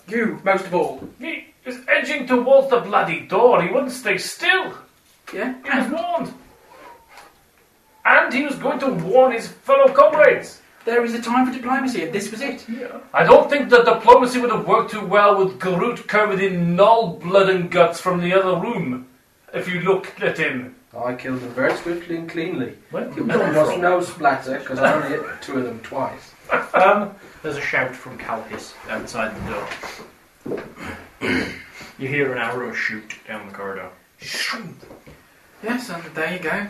S5: You, most of all.
S2: He is edging towards the bloody door. He wouldn't stay still.
S5: Yeah?
S2: He was warned. And he was going to warn his fellow comrades.
S5: There is a time for diplomacy, and this was it.
S2: I don't think the diplomacy would have worked too well with Garut covered in null blood and guts from the other room. If you looked at him.
S4: I killed them very swiftly and cleanly.
S3: Where did you
S4: There
S3: come
S4: was
S3: from?
S4: no splatter because I only hit two of them twice.
S3: Um, there's a shout from Calhis outside the door. you hear an arrow shoot down the corridor.
S5: Yes, and there you go.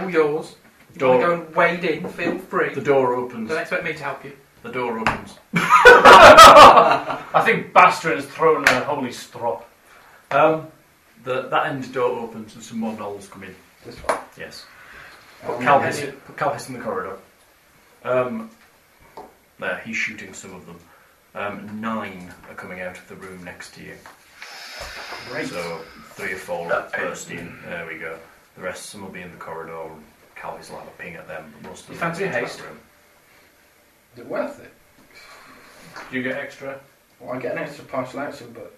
S5: All yours. You
S3: Door.
S5: want to go and wade in, feel free.
S3: The door opens.
S5: Don't expect me to help you.
S3: The door opens.
S2: I think Bastion has thrown a holy strop.
S3: Um, the, that end door opens and some more gnolls come in.
S4: This one.
S3: Yes.
S4: Um,
S3: Calvis, put Calvis in the corridor. Um, there, he's shooting some of them. Um, nine are coming out of the room next to you.
S5: Great.
S11: So three or four person. There we go. The rest, some will be in the corridor. and Calvi's will have a ping at them. But most of
S2: You
S11: them
S2: fancy
S11: will be in
S2: haste?
S11: that room.
S4: They're worth it.
S2: Do you get extra?
S4: Well, I get an extra partial action, but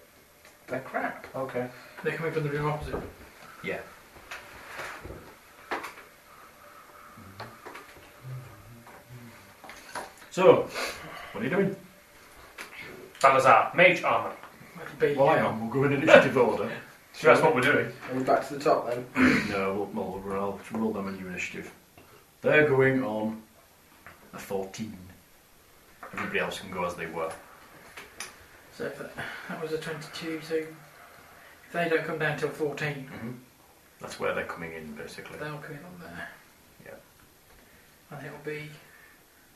S4: they're crap.
S2: Okay.
S5: They're coming from the room opposite.
S11: Yeah.
S3: So, what are you doing?
S2: Balazar, mage armor.
S5: That'll be
S3: Well, I am. We'll go in initiative order.
S2: So that's what we're doing.
S4: Are we back to the top then?
S3: No, we'll, we'll, we'll, I'll roll them in your initiative. They're going on a 14.
S11: Everybody else can go as they were.
S5: So if that, that was a 22, so if they don't come down till 14,
S11: That's where they're coming in, basically.
S5: they'll come in on there.
S11: Yeah.
S5: And it'll be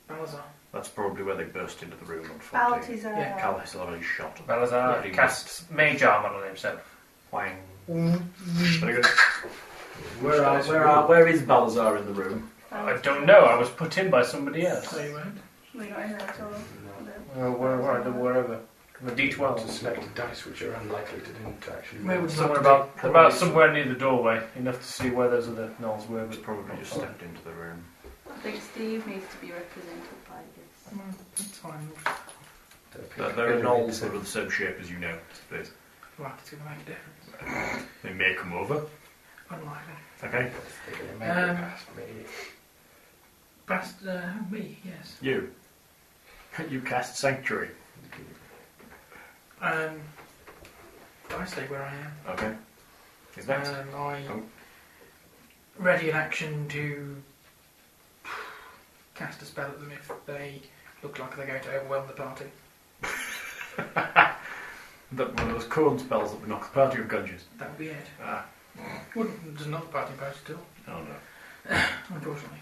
S5: Balazar.
S11: That's probably where they burst into the room on 14.
S6: Baltazar.
S5: Yeah,
S11: Calvis will have a shot.
S2: Balazar
S11: Yeah.
S2: casts mage armor on himself.
S11: Wang. Very good.
S3: Where, are, where, are, where is Balazar in the room?
S2: I don't know, I was put in by somebody else.
S5: So you won't.
S6: No, you're not in there at all. No.
S4: Uh, where, where, wherever.
S2: The D12.
S4: To select a dice which are unlikely to, do- to actually.
S5: Where would you
S2: Somewhere
S5: like
S2: about,
S4: Probably
S2: about
S4: so.
S2: somewhere near the doorway, enough to see where those other knolls were.
S11: He's
S2: But
S11: probably just stepped into the room.
S6: I think Steve needs to be represented by this.
S5: Well, that's fine.
S11: There, there are knolls that are the same shape as you know. They,
S5: Well, it's going to make a difference.
S11: they may come over.
S5: Unlikely.
S11: Okay.
S4: They're gonna make it
S5: Um,
S4: past me.
S5: Bast- uh, me, yes.
S11: You. You cast Sanctuary.
S5: Um, I stay where I am.
S11: Okay. Is next.
S5: Um, I
S11: Oh.
S5: ready an action to cast a spell at them if they look like they're going to overwhelm the party.
S3: That one of those cone spells that would knock the party unconscious.
S5: That would be it.
S11: Ah.
S5: Wouldn't does not the party post at all,
S11: Oh no.
S5: unfortunately.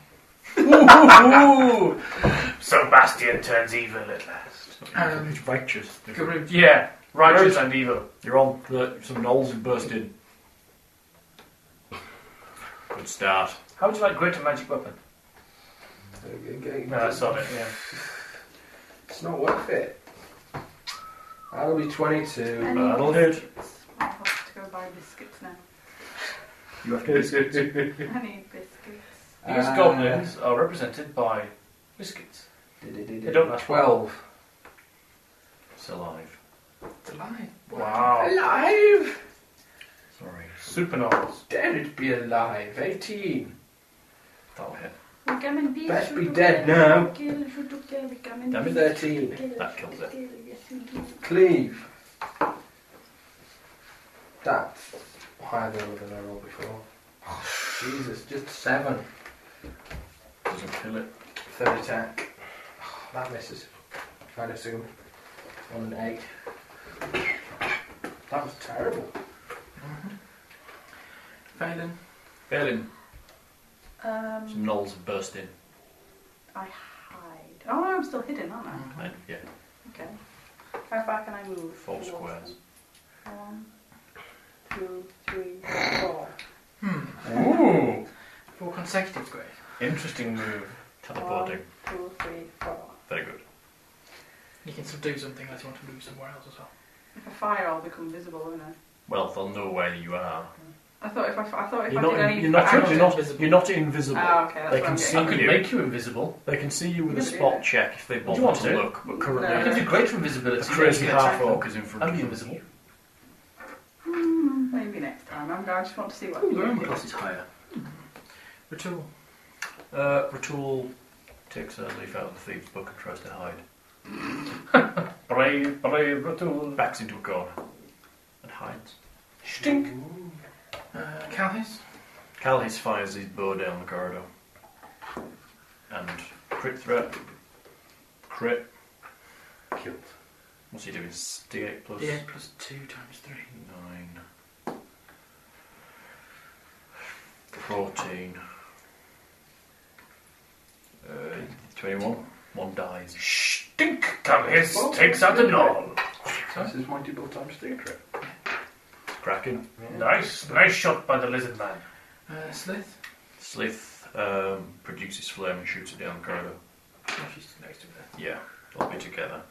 S2: So Bastion turns evil at last.
S5: Um,
S3: It's righteous.
S5: Garud,
S2: Yeah, righteous and evil.
S3: You're on. The, some knolls have burst in.
S11: Good start.
S2: How would you like greater magic weapon?
S4: They're getting-
S2: No, that's not it, Uh, yeah.
S4: It's not worth it. That'll be 22.
S6: Any
S3: That'll hit.
S6: biscuits? I have to go buy biscuits now.
S3: You have to biscuit.
S6: I need biscuits.
S2: These
S4: Uh,
S2: goblins are represented by biscuits. They don't last
S4: 12.
S11: It's alive.
S5: it's alive.
S2: Wow.
S4: Alive!
S11: Sorry.
S2: Supernovels.
S4: Dead it'd be alive. 18.
S11: That'll hit.
S6: We come and beat
S4: Best
S6: you
S4: be
S6: to
S4: dead
S6: kill,
S4: now.
S6: we kill you to kill, we come and
S11: Damn it.
S6: beat you to
S4: 13.
S6: kill,
S11: That
S6: you
S11: kills
S6: to
S11: it.
S6: kill, yes, we do.
S4: Cleave. That's higher than than I rolled before. Jesus, just 7.
S3: Doesn't kill it.
S4: Third attack. That misses. I'd assume. On an 8. That was terrible.
S5: Mm-hmm. Phelan,
S3: Balin. Some
S6: Um,
S3: knolls have burst in.
S6: I hide. Oh, I'm still hidden, aren't I?
S5: Mm-hmm.
S11: Right, Yeah.
S6: Okay. How far can I move?
S11: Four
S6: towards
S11: squares.
S6: them? One, two, three, four.
S2: Ooh,
S5: Hmm. four consecutive squares.
S2: interesting move.
S11: Teleporting.
S6: Two, three, four.
S11: Very good.
S5: You can still do something unless you want to move somewhere else as well.
S6: If I fire, I'll become visible, won't I?
S11: Well, they'll know where you are.
S6: I thought if I, fi- I thought if
S3: You're
S6: I
S3: not,
S6: did any
S3: in, you're, not,
S6: action-
S3: you're, not, you're not invisible.
S6: Ah, okay, that's
S3: They
S6: what
S3: can
S6: I'm
S3: see
S6: getting.
S2: I
S6: at.
S2: could
S3: you.
S2: make you invisible.
S3: They can see you with a
S6: You can do
S3: spot
S6: that.
S3: check if they
S2: Would
S3: bother
S2: you want
S3: to
S2: to?
S3: look, but currently
S2: I
S6: No.
S2: could do greater
S3: a
S2: invisibility.
S3: crazy
S2: Yeah.
S3: half orc is in front
S2: I'd
S3: of
S2: be
S3: you.
S2: invisible.
S6: Hmm, Maybe next time. I'm, I just want to see what.
S3: Your armor
S6: you
S3: class is higher.
S5: Retool.
S11: Uh, Retool takes a leaf out of the thieves' book and tries to hide.
S2: Brave, brave little.
S11: Backs into a corner and hides.
S2: Stink.
S5: Uh, Calhis,
S11: Calhis fires his bow down the corridor. And crit threat. Crit.
S4: Killed.
S11: What's he doing? S- D8 plus
S5: D8 plus 2 times 3.
S11: 9. 14. Uh, 21. One dies.
S2: Stink Calhis takes out the knoll.
S4: This is my double time stick trip.
S11: Kraken.
S2: Nice, nice shot by the lizard man.
S5: Uh, Slith,
S11: Slith um, produces flame and shoots it down the corridor.
S5: oh, she's next to me there.
S11: Yeah, they'll be together.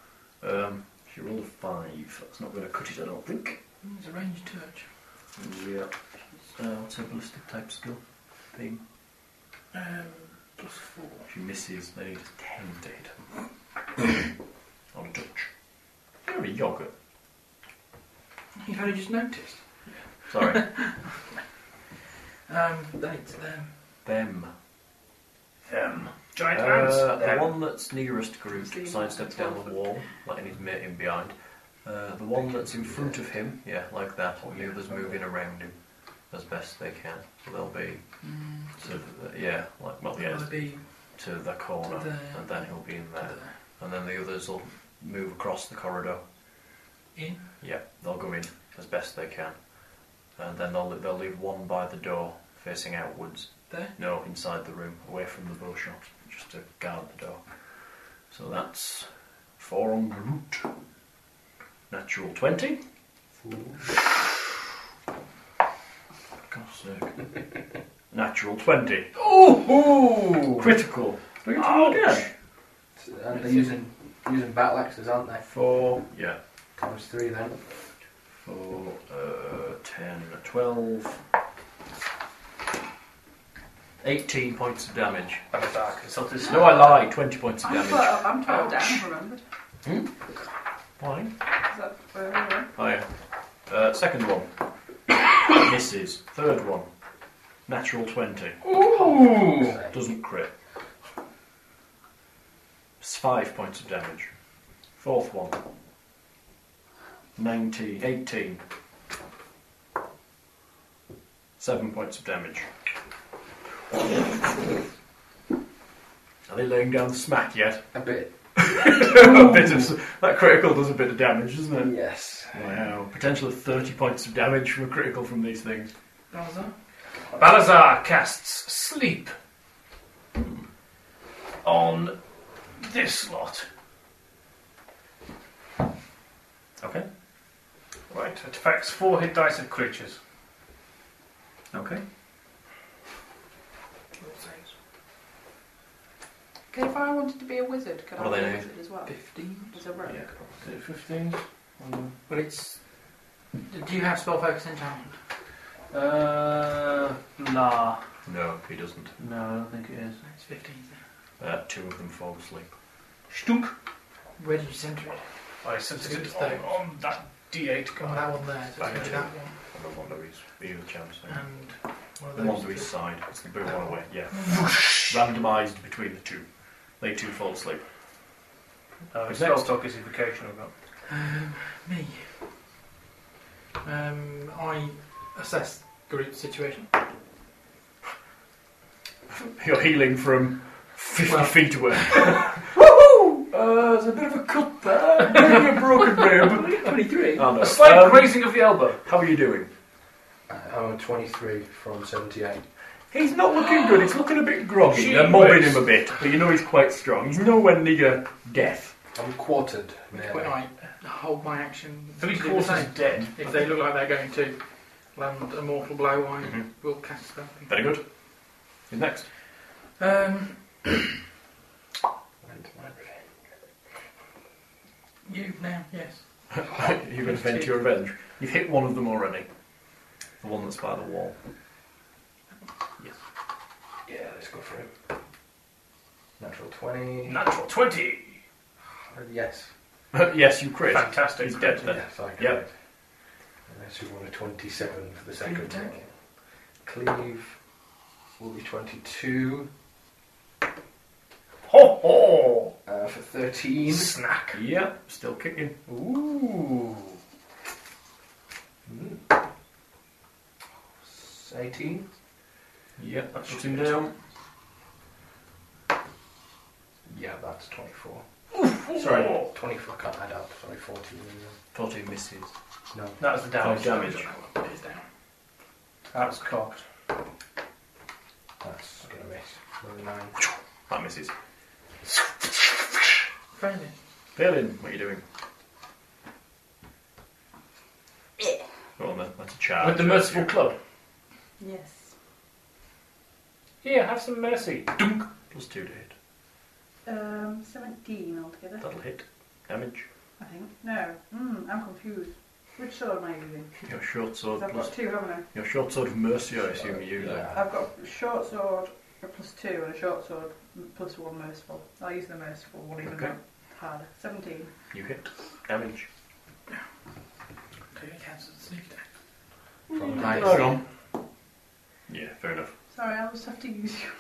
S11: Um, she rolled a five. That's not going to cut it, I don't think.
S5: It's Hmm, a ranged touch.
S3: Yeah. Uh, what's her ballistic type skill? Thing.
S5: Um, plus four.
S3: She misses, they need a 10 to hit. On touch. You're a yogurt.
S5: You've only just noticed.
S3: Sorry.
S5: Um, that's them.
S3: Them. Them.
S9: Giant ants.
S3: Uh, the
S9: Them.
S3: one that's nearest Groot
S6: Seen
S3: sidesteps down the wall, letting his mate in behind. Uh, the one that's in front of him, yeah, like that, and the others moving around him as best they can. So they'll be, sort of, uh, yeah, like, well, yeah,
S5: That'll be
S3: to the corner,
S5: to there.
S3: and then he'll be in there.
S5: there.
S3: And then the others will move across the corridor.
S5: In?
S3: Yeah, they'll go in as best they can. And then they'll, they'll leave one by the door, facing outwards.
S5: There?
S3: No, inside the room, away from the bowshot, just to guard the door. So that's four on Groot. Natural 20. God's sake. Natural 20.
S4: Oh!
S3: Critical.
S4: Ouch! And they're using, using battle axes, aren't they?
S3: Four. Yeah.
S4: Times three then.
S3: Four, uh, 10, 12. 18 points of damage.
S2: I'm a dark consultant.
S3: No, I lie, 20 points of
S6: I'm
S3: damage.
S6: 12, I'm 12 down, remembered. Is
S3: Fine.
S6: that where we were?
S3: Hi. Uh, second one. Misses. Third one. Natural 20.
S4: Ooh!
S3: Doesn't crit. It's five points of damage. Fourth one. 19, 18. Seven points of damage. Are they laying down the smack yet?
S4: A bit.
S3: a bit of, s- that critical does a bit of damage, doesn't it?
S4: Yes.
S3: Wow, potential of 30 points of damage from a critical from these things.
S5: Balzar?
S9: Balazar casts sleep on this lot.
S3: Okay.
S9: Right, it affects four hit dice of creatures.
S3: Okay.
S6: Okay, if I wanted to be a wizard, could I
S3: What are
S6: be a
S3: they?
S6: wizard as well?
S5: 15?
S6: As a rogue?
S3: Yeah.
S9: Is it 15?
S5: Well, it's. Do you have spell focus enchantment?
S2: Uh, nah.
S3: No, he doesn't.
S2: No, I don't think it is.
S5: It's 15.
S3: Uh, two of them fall asleep.
S9: Stunk.
S5: Where did you center it?
S9: I centered
S5: Six
S9: it on,
S5: dice.
S9: on that D8
S5: Come on,
S9: card.
S5: that one there. So it's going to be that one.
S3: And the one to his, either chance.
S5: And one of
S3: The
S5: those.
S3: one to his side. It's the blue one away. Yeah. Randomised between the two. They two fall asleep.
S9: Uh,
S3: Next.
S9: spell stock is invocation I've got.
S5: Um, me. Um, I assess group situation.
S3: You're healing from 50
S5: Well-
S3: feet away. Woohoo! Uh, there's a bit of a cut there. Maybe a broken rib.
S5: 23.
S3: Oh, no.
S9: A slight
S3: Um,
S9: grazing of the elbow.
S3: how are you doing?
S4: I'm a 23 Uh, oh, from 78.
S3: He's not looking good. He's looking a bit groggy.
S9: Gee
S3: They're mobbing
S9: whiz.
S3: him a bit, but you know he's quite strong. He's nowhere near death.
S4: I'm quartered.
S5: When
S4: Nearly.
S5: I hold my action,
S9: Three
S5: do the
S9: quarters
S5: same.
S9: dead.
S5: If they look like they're going to land a mortal blow, I
S3: Mhm.
S5: will cast something.
S3: Very good. You're next.
S5: Um, you now, yes.
S3: You're going to vent your revenge. You've hit one of them already. The one that's by the wall.
S4: Yeah, let's go for it. Natural 20.
S9: Natural 20.
S4: Yes.
S3: yes, you crit.
S9: Fantastic.
S3: He's dead then.
S4: Yes, I can.
S3: Yep.
S4: Unless you want a 27 for the second
S5: attack.
S4: one. Cleave will be 22
S9: Ho ho!
S4: uh, for 13.
S9: Snack.
S3: Yeah, still kicking.
S9: Ooh.
S4: Hmm. 18.
S3: Yeah, that puts him down.
S4: Yeah, that's 24. Sorry, 24. I can't add up. Sorry, 14.
S3: 14 misses.
S4: No.
S9: That was the
S3: Five
S9: damage.
S3: damage.
S5: It's down.
S9: That was cocked.
S4: That's gonna miss. Another nine.
S3: That misses.
S5: Failing.
S3: Palin, what are you doing? Go on then, that's a charge.
S9: With the merciful club.
S6: Yes.
S9: Here, have some mercy.
S3: Dunk! Plus two to hit.
S6: Um, 17 altogether,
S3: That'll hit. Damage.
S6: I think. No, mm, hmm, I'm confused. Which sword am I using?
S3: Your short
S6: 'Cause
S3: sword
S6: I've
S3: plus
S6: got two, haven't I?
S3: your short sword of mercy, I assume you use
S4: uh,
S3: it.
S6: I've got a short sword a plus two and a short sword plus one merciful. I'll use the merciful one even
S3: Okay.
S6: though it's harder. 17.
S3: You hit damage.
S5: Okay, I cancelled the sneak attack.
S4: From
S3: Nice.
S4: dice.
S3: Yeah, fair enough.
S6: Sorry, I'll just have to use you.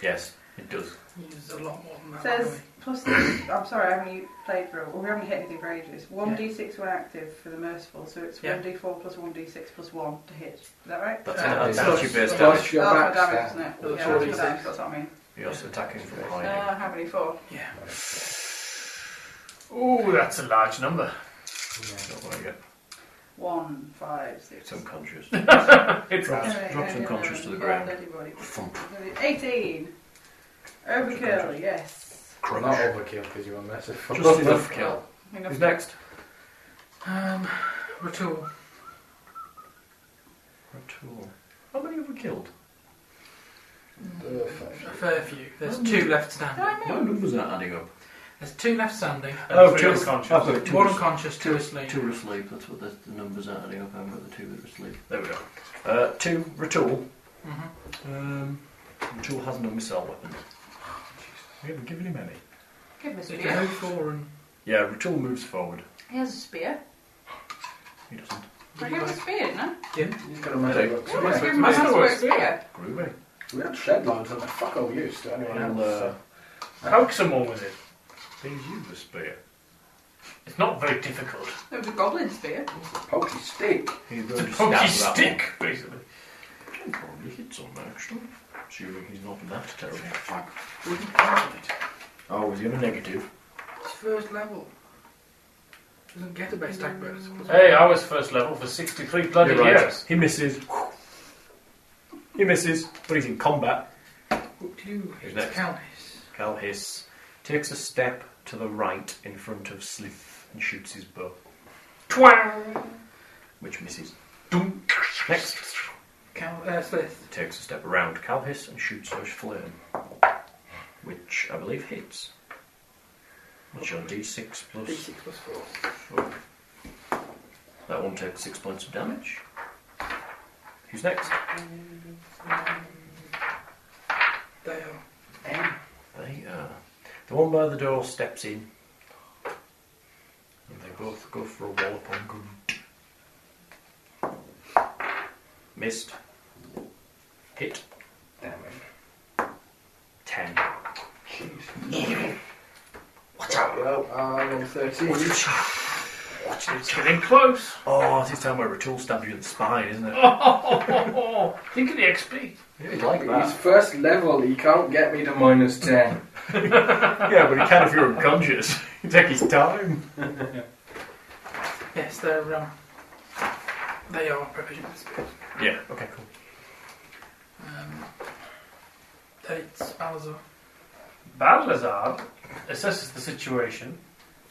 S3: Yes, it does.
S5: He uses a lot more than that.
S6: says plus. I'm sorry, I haven't u- played for. Well, we haven't hit anything for ages. One
S5: Yeah.
S6: d6 when active for the merciful, so it's
S5: Yeah.
S6: one d4 plus one d6 plus one to hit. Is that right?
S3: That's,
S4: Yeah,
S3: that's,
S4: it
S3: that's
S4: does.
S3: your base
S4: It
S3: damage.
S4: does. Your
S6: that's
S4: back
S6: my
S4: stab.
S6: damage, isn't Oh, it?
S4: That's
S6: yeah,
S4: all
S6: that's, my
S4: D6.
S6: damage, that's what I mean.
S3: You're also attacking from behind.
S6: Uh, how many? Four.
S2: Oh, that's a large number.
S3: Don't worry, yeah.
S6: One, five, six.
S3: It's unconscious.
S2: It's
S3: Drops,
S6: Anyway,
S3: drops
S6: anyway,
S3: unconscious to the
S6: yeah,
S3: ground.
S6: dead body. 18. Overkill, yes.
S4: Not
S3: Crunch.
S4: overkill because you're massive.
S3: Just enough kill.
S6: Enough
S3: Who's next?
S5: Um, Retool.
S3: Retool. How many have we killed?
S5: A fair few. There's two left standing.
S3: My numbers aren't adding up.
S5: There's two left standing.
S2: And
S3: Oh,
S2: three
S3: two.
S2: unconscious.
S3: I've got two.
S5: One unconscious, two asleep.
S3: Two are asleep, that's what the, the numbers aren't adding up. I haven't got the two that are asleep. There we go. Uh, two, Retool.
S5: Mhm.
S3: Um, Retool has no missile weapons. We haven't given him any.
S6: Give him a
S5: They can
S6: spear.
S5: move four and
S3: Yeah, Retool moves forward.
S6: He has a spear.
S3: He doesn't.
S6: I gave him a spear, didn't I?
S4: He's got a massive.
S6: Yeah, I
S4: Yeah.
S6: gave him a
S2: it's
S6: massive
S2: not a
S6: work spear.
S3: Groovy.
S4: We had shed loads of the fuck all use to anyone
S3: I'll
S4: else.
S3: uh,
S2: Poke someone with it.
S3: they use the spear.
S2: It's not very difficult.
S6: It was a goblin spear.
S4: Pokey stick.
S3: He's going to stab
S2: Pokey
S3: that
S2: stick, basically.
S3: one. Can probably hit someone actually. Assuming he's not that terrible.
S5: wouldn't count it.
S3: Oh, was he on a negative?
S5: It's first level. Doesn't get a base attack bonus.
S2: Hey, I was first level for 63 bloody
S3: You're right.
S2: years.
S3: He misses. He misses, but he's in combat.
S5: What do you
S3: Who's
S5: do?
S3: next?
S5: It's Calnis.
S3: Cal hiss, takes a step to the right in front of Slith and shoots his bow,
S2: Twang!
S3: which misses. Dunk. Next,
S5: Cal- uh, Slith.
S3: takes a step around Cal hiss and shoots her flame, which I believe hits. Which on d6 plus.
S4: D6 plus 4.
S3: That one takes six points of damage. Who's next?
S5: They are.
S3: They are. The one by the door steps in. And they both go for a wallop on Groot. Missed. Hit.
S4: Damn it.
S3: Ten.
S4: Well, I'm on 13.
S2: It's getting close.
S3: Oh, this is time where Retool stabbed you in the spine, isn't it?
S2: Oh, Think of the XP.
S3: You'd like
S4: He's first level, he can't get me to minus 10.
S3: yeah, but he can if you're unconscious. Take his time.
S5: Yes, they're. Um, they are provision spears.
S3: Yeah. Okay, cool.
S5: Um, Tate's Alazar.
S2: Balazar assesses the situation.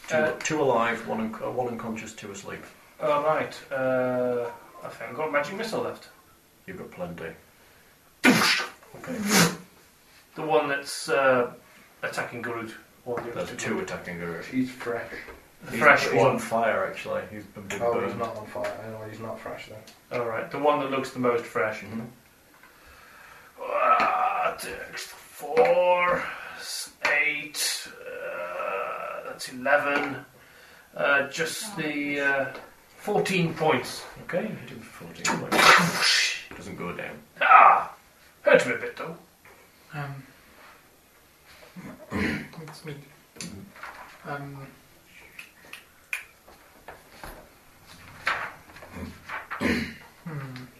S3: Two,
S2: Uh,
S3: two alive, one, unc- uh, one unconscious, two asleep.
S2: Alright, Oh, uh, I think I've got a magic missile left.
S3: You've got plenty. okay.
S2: The one that's uh, attacking Garud. Or the
S3: There's
S2: other
S3: two
S2: Garud.
S3: attacking Guru.
S4: He's fresh.
S2: The
S3: He's-
S2: fresh
S3: he's on
S2: one.
S3: fire, actually. He's been big
S4: Oh,
S3: burned.
S4: he's not on fire. Anyway, he's not fresh then.
S2: Alright, the one that looks the most fresh.
S3: Mhm.
S2: Ah, takes four, s- eight, uh, that's eleven. Uh, just the uh, fourteen points.
S3: Okay, hit him for 14 points. Doesn't go down.
S2: Ah, hurt me a bit though.
S5: Um, it's me. Um, hmm.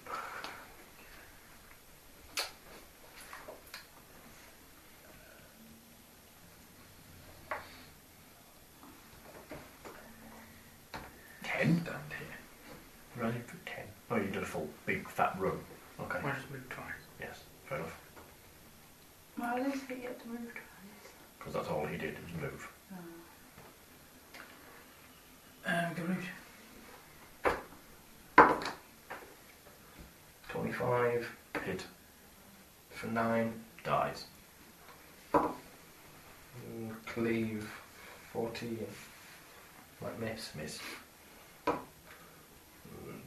S3: Ten?
S5: Down here.
S3: Running for ten. Oh, you did a full big fat run. Okay.
S5: I just moved twice.
S3: Yes, fair enough.
S6: Why does he get to move twice?
S3: Because that's all he did was move.
S5: Um, Garud.
S3: 25. Hit.
S4: For 9,
S3: Dies.
S4: mm, cleave 14. Like miss.
S3: Miss.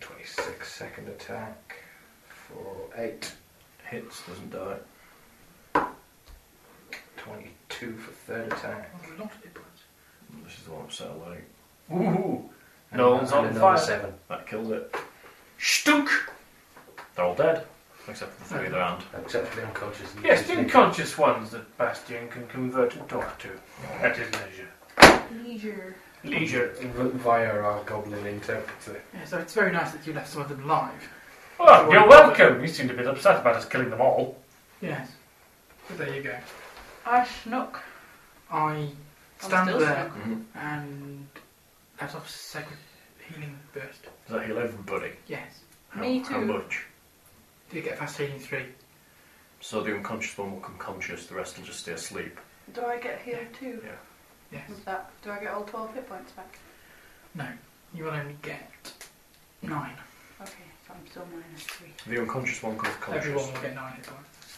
S14: d6 second attack for 8.
S11: Hits, doesn't die.
S14: 22 for third attack.
S5: A lot of hit points.
S11: This is the one I'm set alone.
S2: Ooh.
S11: And
S2: No
S11: that-
S2: one's
S11: and
S2: on
S11: another
S2: fire.
S11: Seven. That kills it. Stunk! They're all dead. Except for the three that aren't.
S4: Except for the unconscious.
S2: Yes, the unconscious ones that Bastion can convert a dog to at his leisure.
S6: Leisure.
S2: Leisure.
S4: Via our goblin interpreter.
S5: Yeah, so it's very nice that you left some of them alive.
S2: Well, you're welcome. You seem to be upset about us killing them all.
S5: Yes. But there you go.
S6: I snuck.
S5: I stand
S6: still
S5: there
S11: Mhm.
S5: and let off sacred healing burst.
S11: Does that heal everybody?
S5: Yes.
S11: How,
S6: Me
S11: How
S6: too.
S11: much?
S5: Do you get fast healing three?
S11: So the unconscious one will come conscious, the rest will just stay asleep.
S6: Do I get healed too?
S11: Yeah.
S5: Yes.
S6: With that, do I get all 12 hit points back?
S5: No. You will only get nine.
S6: Okay, so I'm still minus three.
S11: The unconscious one goes conscious.
S5: Everyone will get nine hit points.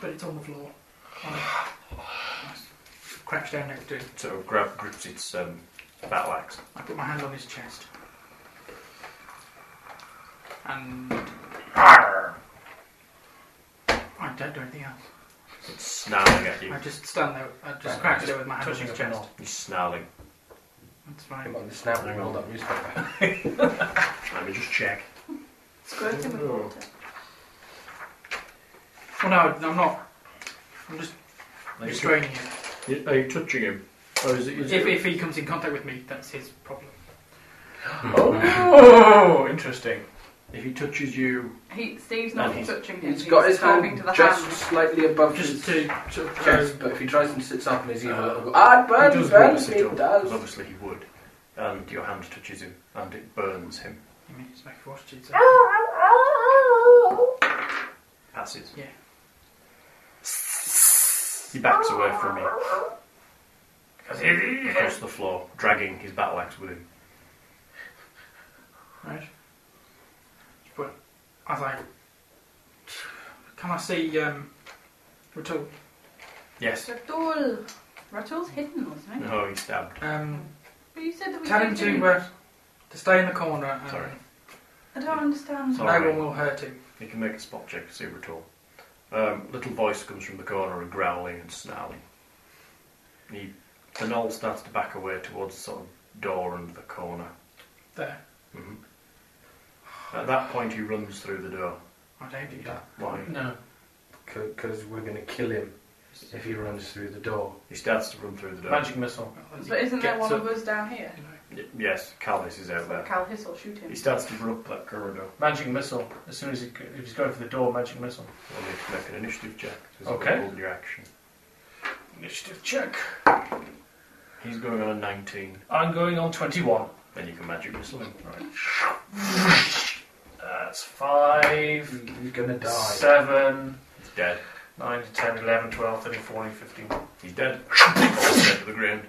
S5: But it's on the floor. I crouch down next to him.
S11: So it grab, grips its um, battle axe.
S5: I put my hand on his chest. And I don't do anything else.
S11: It's snarling at you.
S5: I just stand there. I just
S4: Right,
S5: crouch
S4: just
S5: there with my hand on
S2: touching
S5: his
S2: up and
S5: chest.
S11: It's snarling.
S5: That's right.
S4: Come on, the snout and roll that newspaper.
S11: Let me just check.
S6: Squirting with water.
S5: Well, no, I'm not. I'm just
S11: Are you,
S5: restraining him.
S11: tou- are you touching him? Or is it, is
S5: If,
S11: it
S5: if he comes in contact with me, that's his problem.
S2: Oh, interesting.
S11: if he touches you,
S6: He, Steve's not
S11: No, he's-
S6: touching him.
S4: He's got his
S6: talking
S4: hand
S6: to the
S4: just
S6: hand.
S4: slightly above his
S5: Just to sort of
S4: chest,
S5: go-
S4: but if he tries and sits up in his evil,
S11: Uh,
S4: it'll go, ah, it
S11: he
S4: burns,
S11: does
S4: burns,
S11: notice it,
S4: it
S11: because
S4: does.
S11: obviously he would. And your hand touches him, and it burns him.
S5: I mean, it's my fortitude. So.
S11: Passes.
S5: Yeah.
S11: He backs away from me. Across the floor, dragging his battle axe with him.
S5: Right. But as I can I see um Rutul?
S11: Yes.
S6: Ratul. Ratul's hidden, wasn't he?
S3: Oh,
S11: No, he's stabbed.
S5: Um
S6: But you said that we
S5: tell him
S6: didn't do-
S5: to uh, to stay in the corner and
S11: Sorry.
S6: I don't understand.
S11: Sorry.
S5: no one will hurt him.
S11: He can make a spot check to see Rattle. Um, little voice comes from the corner and growling and snarling. He, the knoll starts to back away towards the sort of door under the corner.
S5: There.
S11: hmm At that point, he runs through the door.
S5: I don't do that.
S11: Why?
S2: No.
S4: Because we're going to kill him if he runs through the door.
S11: He starts to run through the door.
S2: Magic missile.
S6: But isn't there one of us down here?
S11: Y- yes, Callis is out there.
S6: Cal Hiss will shoot him.
S11: He starts to run up that corridor.
S2: Magic missile. As soon as he, if he's going for the door, magic missile.
S11: We'll need to make an initiative check. 'cause
S2: Okay.
S11: Hold your action.
S2: Initiative check.
S11: He's going on a 19.
S2: I'm going on 21.
S11: Then you can magic missile him. Right.
S2: That's 5,
S4: He's going to die.
S2: 7,
S11: He's dead.
S2: 9, 10, 11, 12, 13, 14, 15.
S11: He's dead. Falls dead to the ground.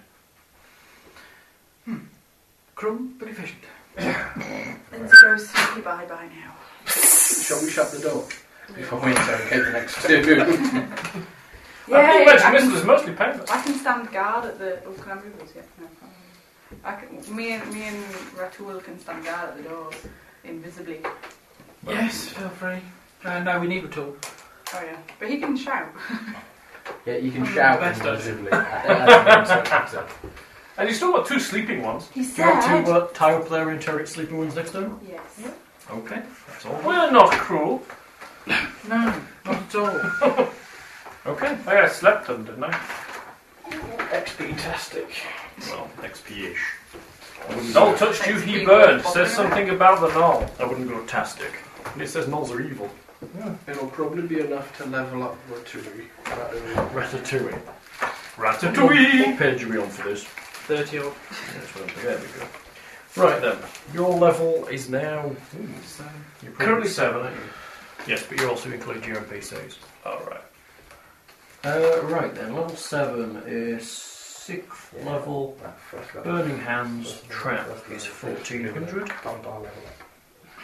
S5: Crum but efficient.
S6: Lindsay goes sneaky bye bye now.
S4: Shall we shut the door? Before we interrogate the next two.
S2: I think
S6: I
S2: magic missile
S6: can,
S2: is mostly painless.
S6: I can stand guard at the. Oh, can I move those yet? No. I can, me and me and Ratul can stand guard at the doors invisibly.
S5: Yes, feel free. Uh, no, we need Rutul.
S6: Oh yeah, but he can shout.
S4: yeah, you can
S5: I'm
S4: shout
S5: the best at it.
S4: invisibly. Yeah,
S2: And he's still got two sleeping ones.
S6: He
S11: Do you want
S6: said.
S11: to uh, tie up there and interrogate sleeping ones next time?
S6: Yes.
S11: Okay, that's all.
S2: We're not cruel.
S5: No, not at all.
S11: Okay.
S2: I slept them, didn't I?
S14: Expetastic.
S11: Well, XP-ish. I wouldn't,
S2: Noel
S11: go,
S2: touched you, he burned. Says something about the Noel.
S11: I wouldn't go tastic. And It says gnolls are evil.
S4: It'll probably be enough to level up Roturi.
S11: Ratatouille. Ratatouille! What page are we on for this?
S5: 30 or
S11: That's what I'm- There we go. Right then, your level is now... Ooh,
S5: so.
S11: you're probably-
S2: Currently seven, aren't you?
S11: Yes, but you also include your MP saves.
S2: Alright.
S11: Uh, right then, level 7 is 6th level. Burning Hands trap is 1400.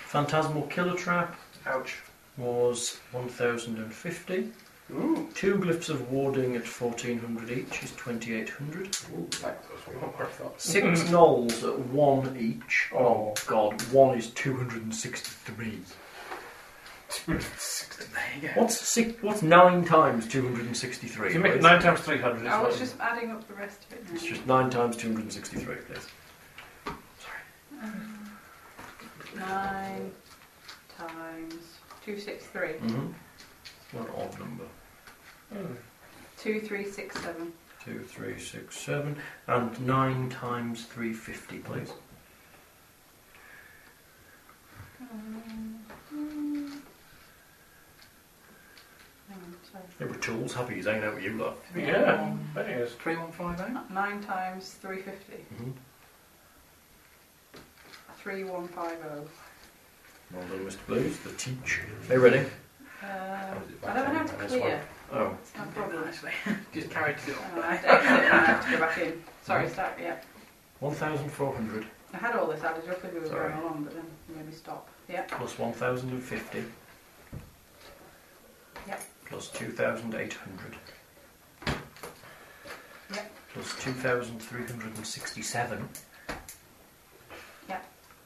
S11: Phantasmal Killer Trap
S2: Ouch.
S11: was 1050.
S3: Two glyphs of warding at 1400 each is 2800. Six knolls at one each. Mm. Oh, god, one is 263. What's six? What's nine times 263?
S2: You make nine times 300
S6: I was just adding up the rest of it.
S3: It's just nine times 263, please.
S6: Um, nine times two six three.
S3: Mm-hmm. It's not an odd number.
S6: Two three six seven.
S3: Two, three, six, seven, and nine times 350, please.
S6: Um, mm. Hang on, sorry.
S3: They were tools. Happy he's hanging out with you lot.
S2: Yeah, bet he is.
S5: 3158?
S6: Nine times three fifty.
S3: Mhm.
S6: Three one five oh.
S3: Well done, Mr. Blues, the teach. Are you ready?
S6: Uh, I don't know how to clear.
S3: Oh.
S6: It's no problem actually.
S5: Just carried it
S6: Hang
S5: on.
S6: on, I have to exit and I have to go back in.
S3: Mm-hmm.
S6: Sorry, start. Yeah.
S3: 1,400
S6: I had all this added up as we were
S3: Sorry.
S6: going along, but then maybe stop. Yeah.
S3: plus 1,050
S6: Yep.
S3: plus 2,800
S6: Yep.
S3: plus 2,367
S6: Yep.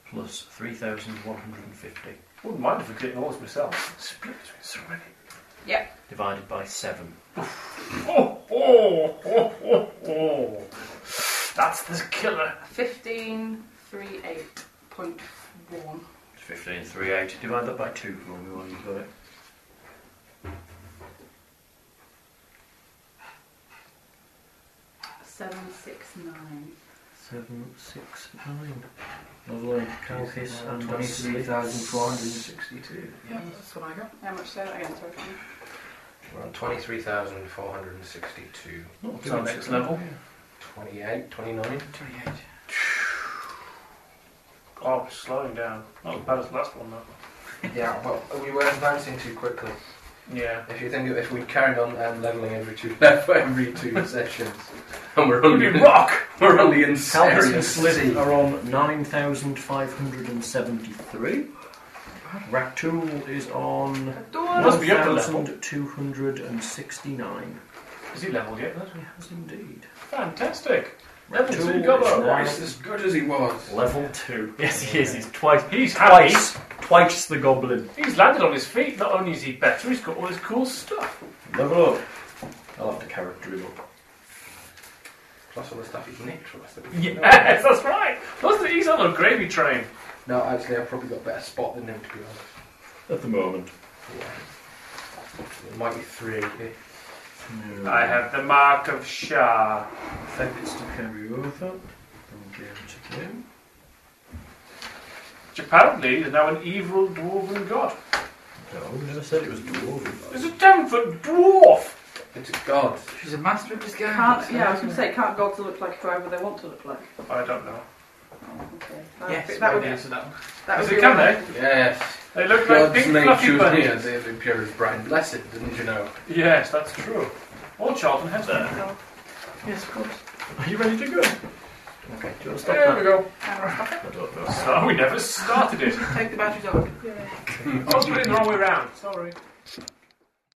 S3: plus 3,150
S2: Wouldn't mind if I did all this myself. Split between so many.
S6: Yep.
S3: divided by 7.
S2: Oh, oh, oh, oh, oh. That's the killer.
S6: Fifteen three eight point one.
S3: 15, 3, 8. Divide that by 2 for me while you've got it.
S6: Seven six nine.
S3: 7, 6, 9. Lovely. Calcis and Dicey.
S14: 23,462.
S5: Yeah, that's what I got.
S6: How much is that again? Sorry. Tom.
S14: We're on 23,462.
S3: Not
S2: It's our
S3: doing
S2: next
S3: so.
S2: level.
S14: 28, 29.
S5: 28.
S2: Oh, we're slowing down. Not as bad as the last one, though.
S14: Yeah, but we were advancing too quickly.
S2: Yeah.
S14: If you think of if we carried on um, leveling every two every two sessions, and
S11: Oh,
S14: we're only
S2: You'd be rock!
S14: we're only in
S3: Calvus and
S14: serious
S3: Slith
S14: sea.
S3: are on 9,573. Ractool is on
S2: Must be up a level.
S3: 1,269.
S2: Is he leveled yet?
S3: He has indeed.
S2: Fantastic. Level two,
S3: Ractool
S2: Gobbo.
S14: Twice
S3: is
S14: as good as he was.
S3: now level 2. Yes, he is. He's twice.
S2: He's happy.
S3: Twice. Twice the goblin.
S2: He's landed on his feet. Not only is he better, he's got all this cool stuff.
S3: Level up. I'll have to character him up.
S14: Plus all the stuff he's nicked from us. that we didn't know.
S2: Yes, that's right. Plus, he's on a gravy train.
S14: No, actually, I've probably got a better spot than him to be honest.
S3: At the moment.
S14: Yeah. It might be three. Yeah. Mm.
S2: I have the mark of Shah.
S3: Effects to carry over. From game to game.
S2: Which apparently is now an evil dwarven god.
S3: No, we never said it was dwarven.
S2: It's a Danford dwarf!
S14: It's a god.
S5: She's a master of this game.
S6: Can't, yeah, I was going to say, can't gods look like whoever they want to look like?
S2: I don't know.
S6: Okay.
S5: Yes,
S6: that would,
S5: be answer that one.
S6: that would
S2: Is
S6: be
S2: it can
S6: one.
S2: they?
S14: Yes.
S2: They look like
S14: God's
S2: big
S14: made
S2: fluffy
S14: choose
S2: bunnies.
S14: me as they have been pure as bright and blessed, didn't you know?
S2: Yes, that's true. Or Charlton Heston.
S5: Yes, of course.
S3: Are you ready to go? Okay, do you want to stop
S2: There
S3: that?
S2: we go.
S6: Can
S3: I don't know.
S2: So we never started it.
S5: Take the batteries out.
S6: I stop it?
S2: I was doing it the wrong way round. Sorry.